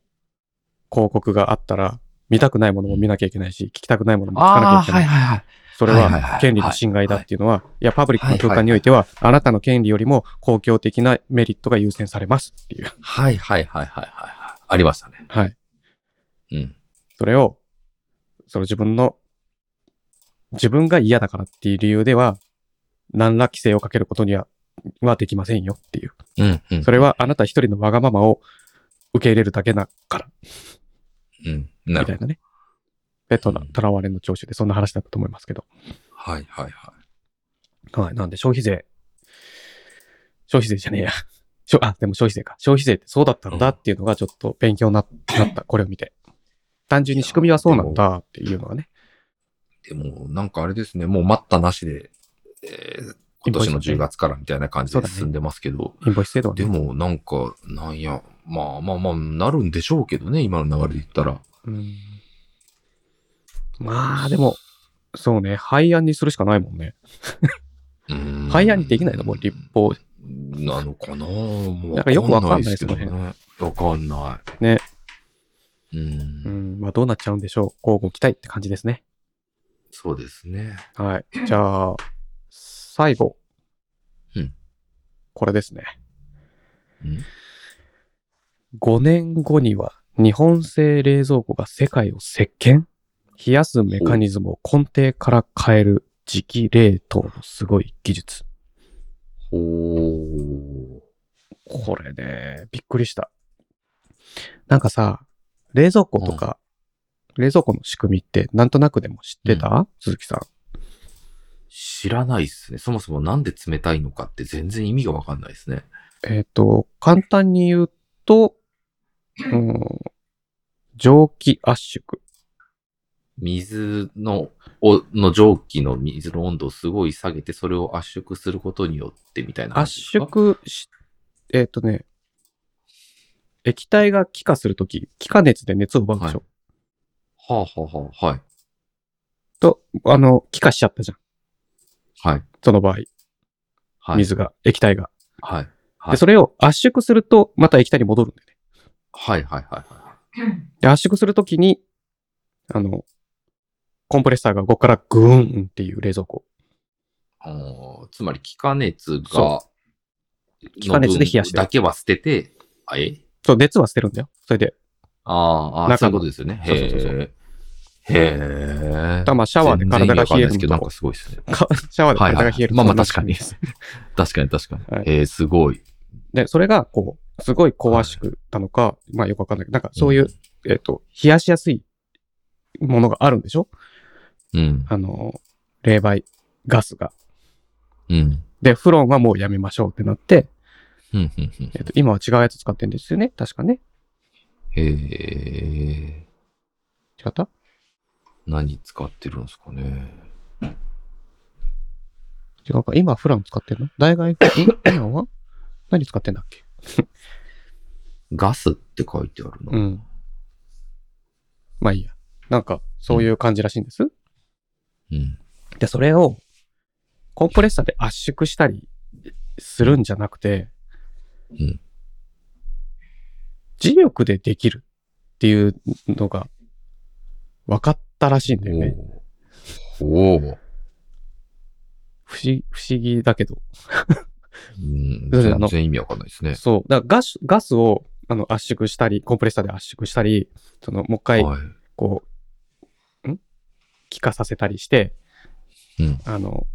Speaker 1: 広告があったら、見たくないものも見なきゃいけないし、聞きたくないものも聞かなきゃ
Speaker 2: あ
Speaker 1: いけ
Speaker 2: ー、
Speaker 1: な。
Speaker 2: はいいはいはい。
Speaker 1: それ
Speaker 2: はいはいは
Speaker 1: はい権利の侵害だっていうのは、いや、パブリックの空間においては、あなたの権利よりも公共的なメリットが優先されますっていう。
Speaker 2: はいはいはいはいはい。ありましたね。
Speaker 1: はい。
Speaker 2: うん。
Speaker 1: それを、その自分の、自分が嫌だからっていう理由では、何ら規制をかけることには、はできませんよっていう。
Speaker 2: うん、うん。
Speaker 1: それはあなた一人のわがままを受け入れるだけだから、
Speaker 2: うん。な
Speaker 1: みた
Speaker 2: るほ
Speaker 1: い
Speaker 2: ど。
Speaker 1: なね。ペットの
Speaker 2: うん
Speaker 1: とらわれの聴取でそんな話だったと思いますけど。
Speaker 2: はいはいは
Speaker 1: はい。なんで消費税、消費税じゃねえや。 しょあ、でも消費税か。消費税ってそうだったんだっていうのがちょっと勉強にななった、これを見て。単純に仕組みはそうなんだっていうのはね。
Speaker 2: い。でも、なんかあれですね、もう待ったなしで、えー今年の10月からみたいな感じ
Speaker 1: そう
Speaker 2: で
Speaker 1: だね
Speaker 2: 進んでますけど、
Speaker 1: インボイス制度はね
Speaker 2: でもなんか、なんや、まあまあまあ、なるんでしょうけどね、今の流れで言ったら。
Speaker 1: うんまあ、でも、そうね、廃案にするしかないもんね。
Speaker 2: うん
Speaker 1: 廃案にできないのもう立法。
Speaker 2: なのかなもう
Speaker 1: なんかよくわかんない
Speaker 2: で
Speaker 1: ですす
Speaker 2: けど
Speaker 1: ね
Speaker 2: ね。わかんない。
Speaker 1: ね。
Speaker 2: う。
Speaker 1: うんん、まあどうなっちゃうんでしょう。交互期待って感じですね。
Speaker 2: そうですね。
Speaker 1: はい。じゃあ、最後。
Speaker 2: うん
Speaker 1: これですね。
Speaker 2: うん
Speaker 1: 5年後には日本製冷蔵庫が世界を席巻冷やすメカニズムを根底から変える磁気冷凍のすごい技術。
Speaker 2: ほ
Speaker 1: これね、びっくりした。なんかさ、冷蔵庫とか、冷蔵庫の仕組みってなんとなくでも知ってた、鈴木さん。
Speaker 2: 知らないっすね。そもそもなんで冷たいのかって全然意味がわかんないですね。
Speaker 1: えっ、と、簡単に言うと、うん、蒸気圧縮。
Speaker 2: 水の、おの蒸気の水の温度をすごい下げて、それを圧縮することによってみたいな
Speaker 1: 圧
Speaker 2: 話ですか。
Speaker 1: 縮し、えっ、とね、液体が気化するとき、気化熱で熱を奪うでしょ、
Speaker 2: はあはあはあ、はい。
Speaker 1: と、あの、気化しちゃったじゃん。
Speaker 2: はい。
Speaker 1: その場合、
Speaker 2: はい。。
Speaker 1: 水が、液体が。
Speaker 2: はい。はい
Speaker 1: で、それを圧縮すると、また液体に戻るんだよね。
Speaker 2: はいはいはいは
Speaker 1: で、圧縮するときに、あの、コンプレッサーが動くからグーンっていう冷蔵庫。
Speaker 2: い。おーつまり、気化熱が
Speaker 1: そ、気化熱で冷やしてる
Speaker 2: の分だけは捨てて、あえ
Speaker 1: そう、熱は捨てるんだよ。それで、
Speaker 2: あーあー、
Speaker 1: 中の
Speaker 2: そういうことですよね。へ
Speaker 1: そうそうそうそう
Speaker 2: え。へえ。
Speaker 1: だからまあシャワーで体が冷える
Speaker 2: 全然意味わかんないですけど、
Speaker 1: の
Speaker 2: な
Speaker 1: と
Speaker 2: んかすごいですね。
Speaker 1: かシャワーで体が冷える。
Speaker 2: はいはいはいまあまあ確かに 確かに確かに。
Speaker 1: はい
Speaker 2: えー、すごい。
Speaker 1: で、それが、こう、すごい高圧縮なのか、まあよくわかんないけど、なんかそういう、えっ、と、冷やしやすいものがあるんでしょ
Speaker 2: うん。
Speaker 1: あの、冷媒、ガスが。
Speaker 2: うん。
Speaker 1: で、フロンはもうやめましょうってなって、
Speaker 2: うん。うん。うん
Speaker 1: えっ、と、今は違うやつ使ってるんですよね確かね。
Speaker 2: へえ。
Speaker 1: 違った
Speaker 2: 何使ってるんですかね。
Speaker 1: 違うか。今はフロン使ってるの大外フロンは何使ってんだっけ
Speaker 2: ガスって書いてあるな。
Speaker 1: うん。まあいいや。なんか、そういう感じらしいんです。
Speaker 2: うん。
Speaker 1: で、それを、コンプレッサーで圧縮したりするんじゃなくて、
Speaker 2: うん
Speaker 1: 磁力でできるっていうのが、分かったらしいんだよね。
Speaker 2: おお。おー
Speaker 1: 不思不思議だけど。
Speaker 2: うん。
Speaker 1: そうですあの
Speaker 2: 全然意味わかんないですね。
Speaker 1: そう。だからガス、ガスを、あの、圧縮したり、コンプレッサーで圧縮したり、その、もう一回、
Speaker 2: はい。
Speaker 1: こう、ん気化させたりして、
Speaker 2: うん
Speaker 1: あの、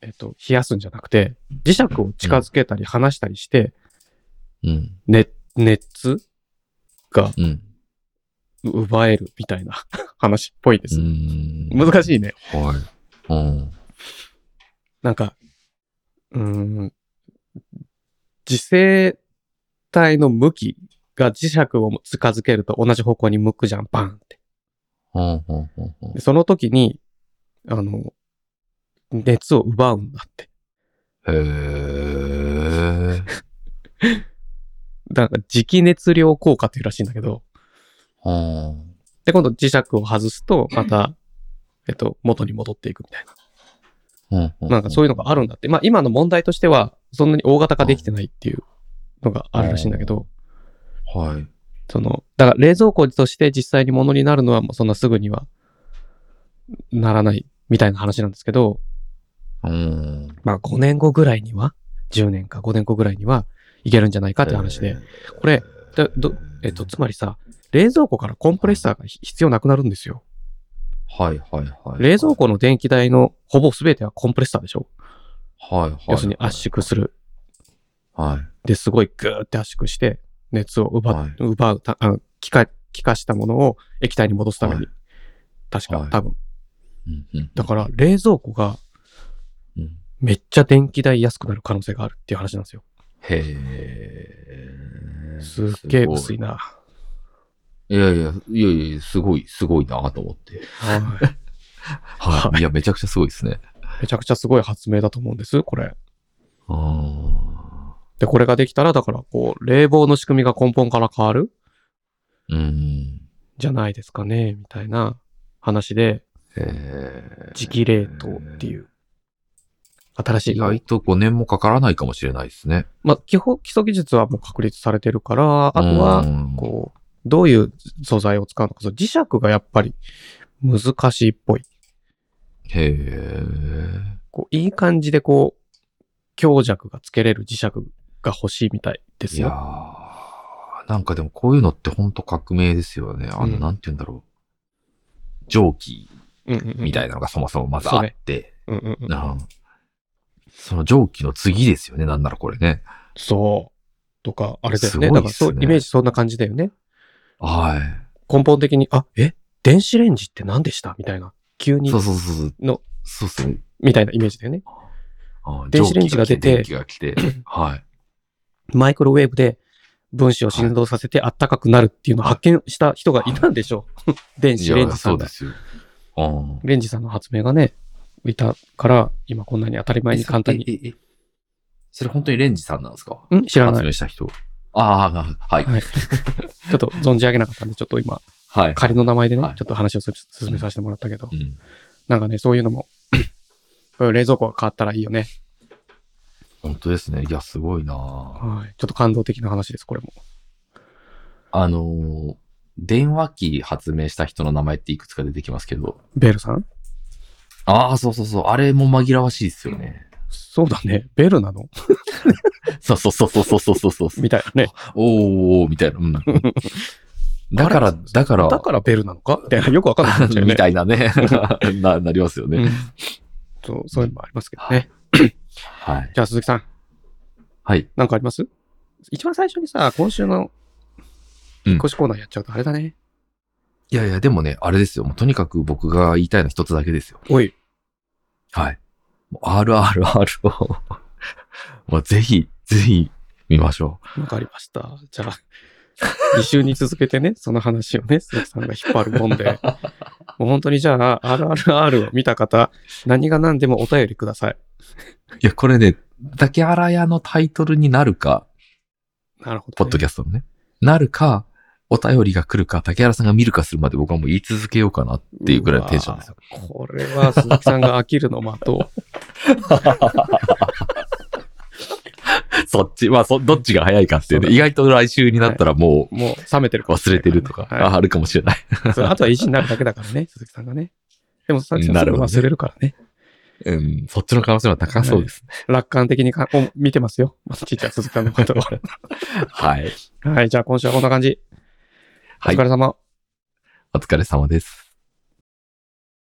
Speaker 1: えっと、冷やすんじゃなくて、磁石を近づけたり離したりして、
Speaker 2: うん。
Speaker 1: 熱、熱が
Speaker 2: うん。
Speaker 1: 奪えるみたいな 話っぽいで
Speaker 2: う
Speaker 1: す。
Speaker 2: ん。
Speaker 1: 難しいね。
Speaker 2: い。はい。うん。
Speaker 1: なんか、うーん、自生体の向きが磁石を近づけると同じ方向に向くじゃん、バーンって。
Speaker 2: うんうんうんうん
Speaker 1: でその時に、あの、熱を奪うんだって。
Speaker 2: へえ。
Speaker 1: だから磁気熱量効果っていうらしいんだけど、
Speaker 2: うん。
Speaker 1: で、今度磁石を外すと、また、えっと、元に戻っていくみたいな。
Speaker 2: うんう
Speaker 1: なんかそういうのがあるんだって。まあ今の問題としては、そんなに大型化できてないっていうのがあるらしいんだけど、
Speaker 2: はい。
Speaker 1: その、だから冷蔵庫として実際に物になるのはもうそんなすぐにはならないみたいな話なんですけど、
Speaker 2: うん。
Speaker 1: まあ5年後ぐらいには、10年か5年後ぐらいにはいけるんじゃないかって話で、これ、だどえっと、つまりさ、冷蔵庫からコンプレッサーがひ必要なくなるんですよ。
Speaker 2: はいはいはい。
Speaker 1: 冷蔵庫の電気代のほぼ全てはコンプレッサーでしょ
Speaker 2: はいはい。
Speaker 1: 要するに圧縮する。
Speaker 2: はい。
Speaker 1: ですごいグーって圧縮して、熱を奪,、
Speaker 2: はい
Speaker 1: 奪うたあの気化、気化したものを液体に戻すために。
Speaker 2: はい
Speaker 1: 確か、
Speaker 2: はい
Speaker 1: 多分。
Speaker 2: うんうん
Speaker 1: だから、冷蔵庫が
Speaker 2: うん
Speaker 1: めっちゃ電気代安くなる可能性があるっていう話なんですよ。
Speaker 2: へえ。
Speaker 1: すっげえ
Speaker 2: ご
Speaker 1: 薄いな。
Speaker 2: いやいや、いやいや、すごい、すごいなと思って。
Speaker 1: はい
Speaker 2: はい。いや、めちゃくちゃすごいですね。
Speaker 1: めちゃくちゃすごい発明だと思うんです、これ。
Speaker 2: あ
Speaker 1: で、これができたら、だから、こう、冷房の仕組みが根本から変わる
Speaker 2: ーうん。
Speaker 1: じゃないですかね、みたいな話で、
Speaker 2: へえ。
Speaker 1: 磁気冷凍っていう、新し
Speaker 2: 意
Speaker 1: い。
Speaker 2: 外と5年もかからないかもしれないですね。
Speaker 1: まあ、基本、基礎技術はもう確立されてるから、あと
Speaker 2: う
Speaker 1: は、
Speaker 2: ん
Speaker 1: こう、どういう素材を使うのか、そう磁石がやっぱり難しいっぽい。
Speaker 2: へえ。
Speaker 1: こう、いい感じでこう、強弱がつけれる磁石が欲しいみたいで
Speaker 2: い
Speaker 1: す
Speaker 2: や
Speaker 1: よ。
Speaker 2: ーなんかでもこういうのってほんと革命ですよね。あの、
Speaker 1: うん
Speaker 2: なんて言うんだろう。蒸気
Speaker 1: うんうんうん
Speaker 2: みたいなのがそもそもまずあって、
Speaker 1: うんうんうん
Speaker 2: うんその蒸気の次ですよね、なんならこれね。
Speaker 1: そう。とか、あれだよね。
Speaker 2: すご
Speaker 1: だ
Speaker 2: い
Speaker 1: か
Speaker 2: っ
Speaker 1: ら、
Speaker 2: す
Speaker 1: そ
Speaker 2: ね
Speaker 1: う、イメージそんな感じだよね。
Speaker 2: はい。
Speaker 1: 根本的に、あ、え電子レンジって何でしたみたいな。急に
Speaker 2: そう、そうそうそう。
Speaker 1: の
Speaker 2: そうっすね。
Speaker 1: みたいなイメージだよね。
Speaker 2: あ
Speaker 1: 電子レンジが出て
Speaker 2: 蒸気が来て、電気 が来てはい。
Speaker 1: マイクロウェーブで分子を振動させてあったかくなるっていうのを発見した人がいたんでしょ う。電
Speaker 2: い
Speaker 1: 子レン
Speaker 2: や、
Speaker 1: ジさ
Speaker 2: そ
Speaker 1: ん
Speaker 2: うで
Speaker 1: が。
Speaker 2: すよ。うん。
Speaker 1: レンジさんの発明がね、いたから、今こんなに当たり前に簡単に。
Speaker 2: え。えええそれ本当にレンジさんなんですか
Speaker 1: ん知らな
Speaker 2: 発
Speaker 1: い。
Speaker 2: 明した人。ああ、はい。
Speaker 1: はい ちょっと存じ上げなかったんで、ちょっと今、
Speaker 2: はい。
Speaker 1: 仮の名前でね、
Speaker 2: はい
Speaker 1: ちょっと話をす進めさせてもらったけど
Speaker 2: う、ん。
Speaker 1: なんかね、そういうのも、 こういう冷蔵庫が変わったらいいよね。
Speaker 2: 本当ですね。いや、すごいな
Speaker 1: はい。ちょっと感動的な話です、これも。
Speaker 2: あのー電話機発明した人の名前っていくつか出てきますけど。
Speaker 1: ベルさん
Speaker 2: ああ、そうそうそう。あれも紛らわしいですよね。
Speaker 1: そうだね。ベルなの
Speaker 2: そうそうそうそうそうそうそうそう。
Speaker 1: みたいなね。
Speaker 2: おーおーみたいな。 うん。だから、だから、
Speaker 1: だからベルなのかみたいな。よくわかん なくなっちゃうよね。
Speaker 2: みたいなね。 な、なりますよね。
Speaker 1: うんそう、そういうのもありますけどね。
Speaker 2: はい。
Speaker 1: じゃあ、鈴木さん、
Speaker 2: はい。
Speaker 1: なんかあります一番最初にさ、今週の
Speaker 2: うん
Speaker 1: 引っ越しコーナーやっちゃうとあれだね。
Speaker 2: いやいや、でもね、あれですよ。もうとにかく僕が言いたいのは一つだけですよ。
Speaker 1: おい、
Speaker 2: はい。もう RRR を、 もうぜひ、ぜひ、見ましょ
Speaker 1: わかりました。じ ゃあ、2週に続けてね、その話をね、鈴木さんが引っ張るもん で、もう本当にじゃあ、RRR を見た方、何が何でもお便りください。
Speaker 2: う。いや、これね、竹原屋のタイトルになるか、
Speaker 1: なるほど、ね。
Speaker 2: ポッドキャストのね、なるか、お便りが来るか、竹原さんが見るかするまで僕はもう言い続けようかなっていうぐらいのテンションですよ。
Speaker 1: うわーこれは鈴木さんが飽きるの待とう。
Speaker 2: そっち、まあそ、どっちが早いかっていうね、
Speaker 1: そうだね
Speaker 2: 意外と来週になったらもう、
Speaker 1: もう冷めてるかもし
Speaker 2: 忘
Speaker 1: れ
Speaker 2: れ
Speaker 1: ないからね、
Speaker 2: てるとか、
Speaker 1: は
Speaker 2: ああるかもしれない。
Speaker 1: い、 そうあとは意地になるだけだから ね、鈴木さんがね。でも鈴木さんす
Speaker 2: なる
Speaker 1: ぐ
Speaker 2: ほどね
Speaker 1: 忘れるからね。
Speaker 2: うん、そっちの可能性は高そうですね。
Speaker 1: 楽観的にかお見てますよ。ちっちゃい鈴木さんの ことを。
Speaker 2: はい。
Speaker 1: はい、じゃあ今週はこんな感じ。お
Speaker 2: はい
Speaker 1: 疲れ様。
Speaker 2: お疲れ様です。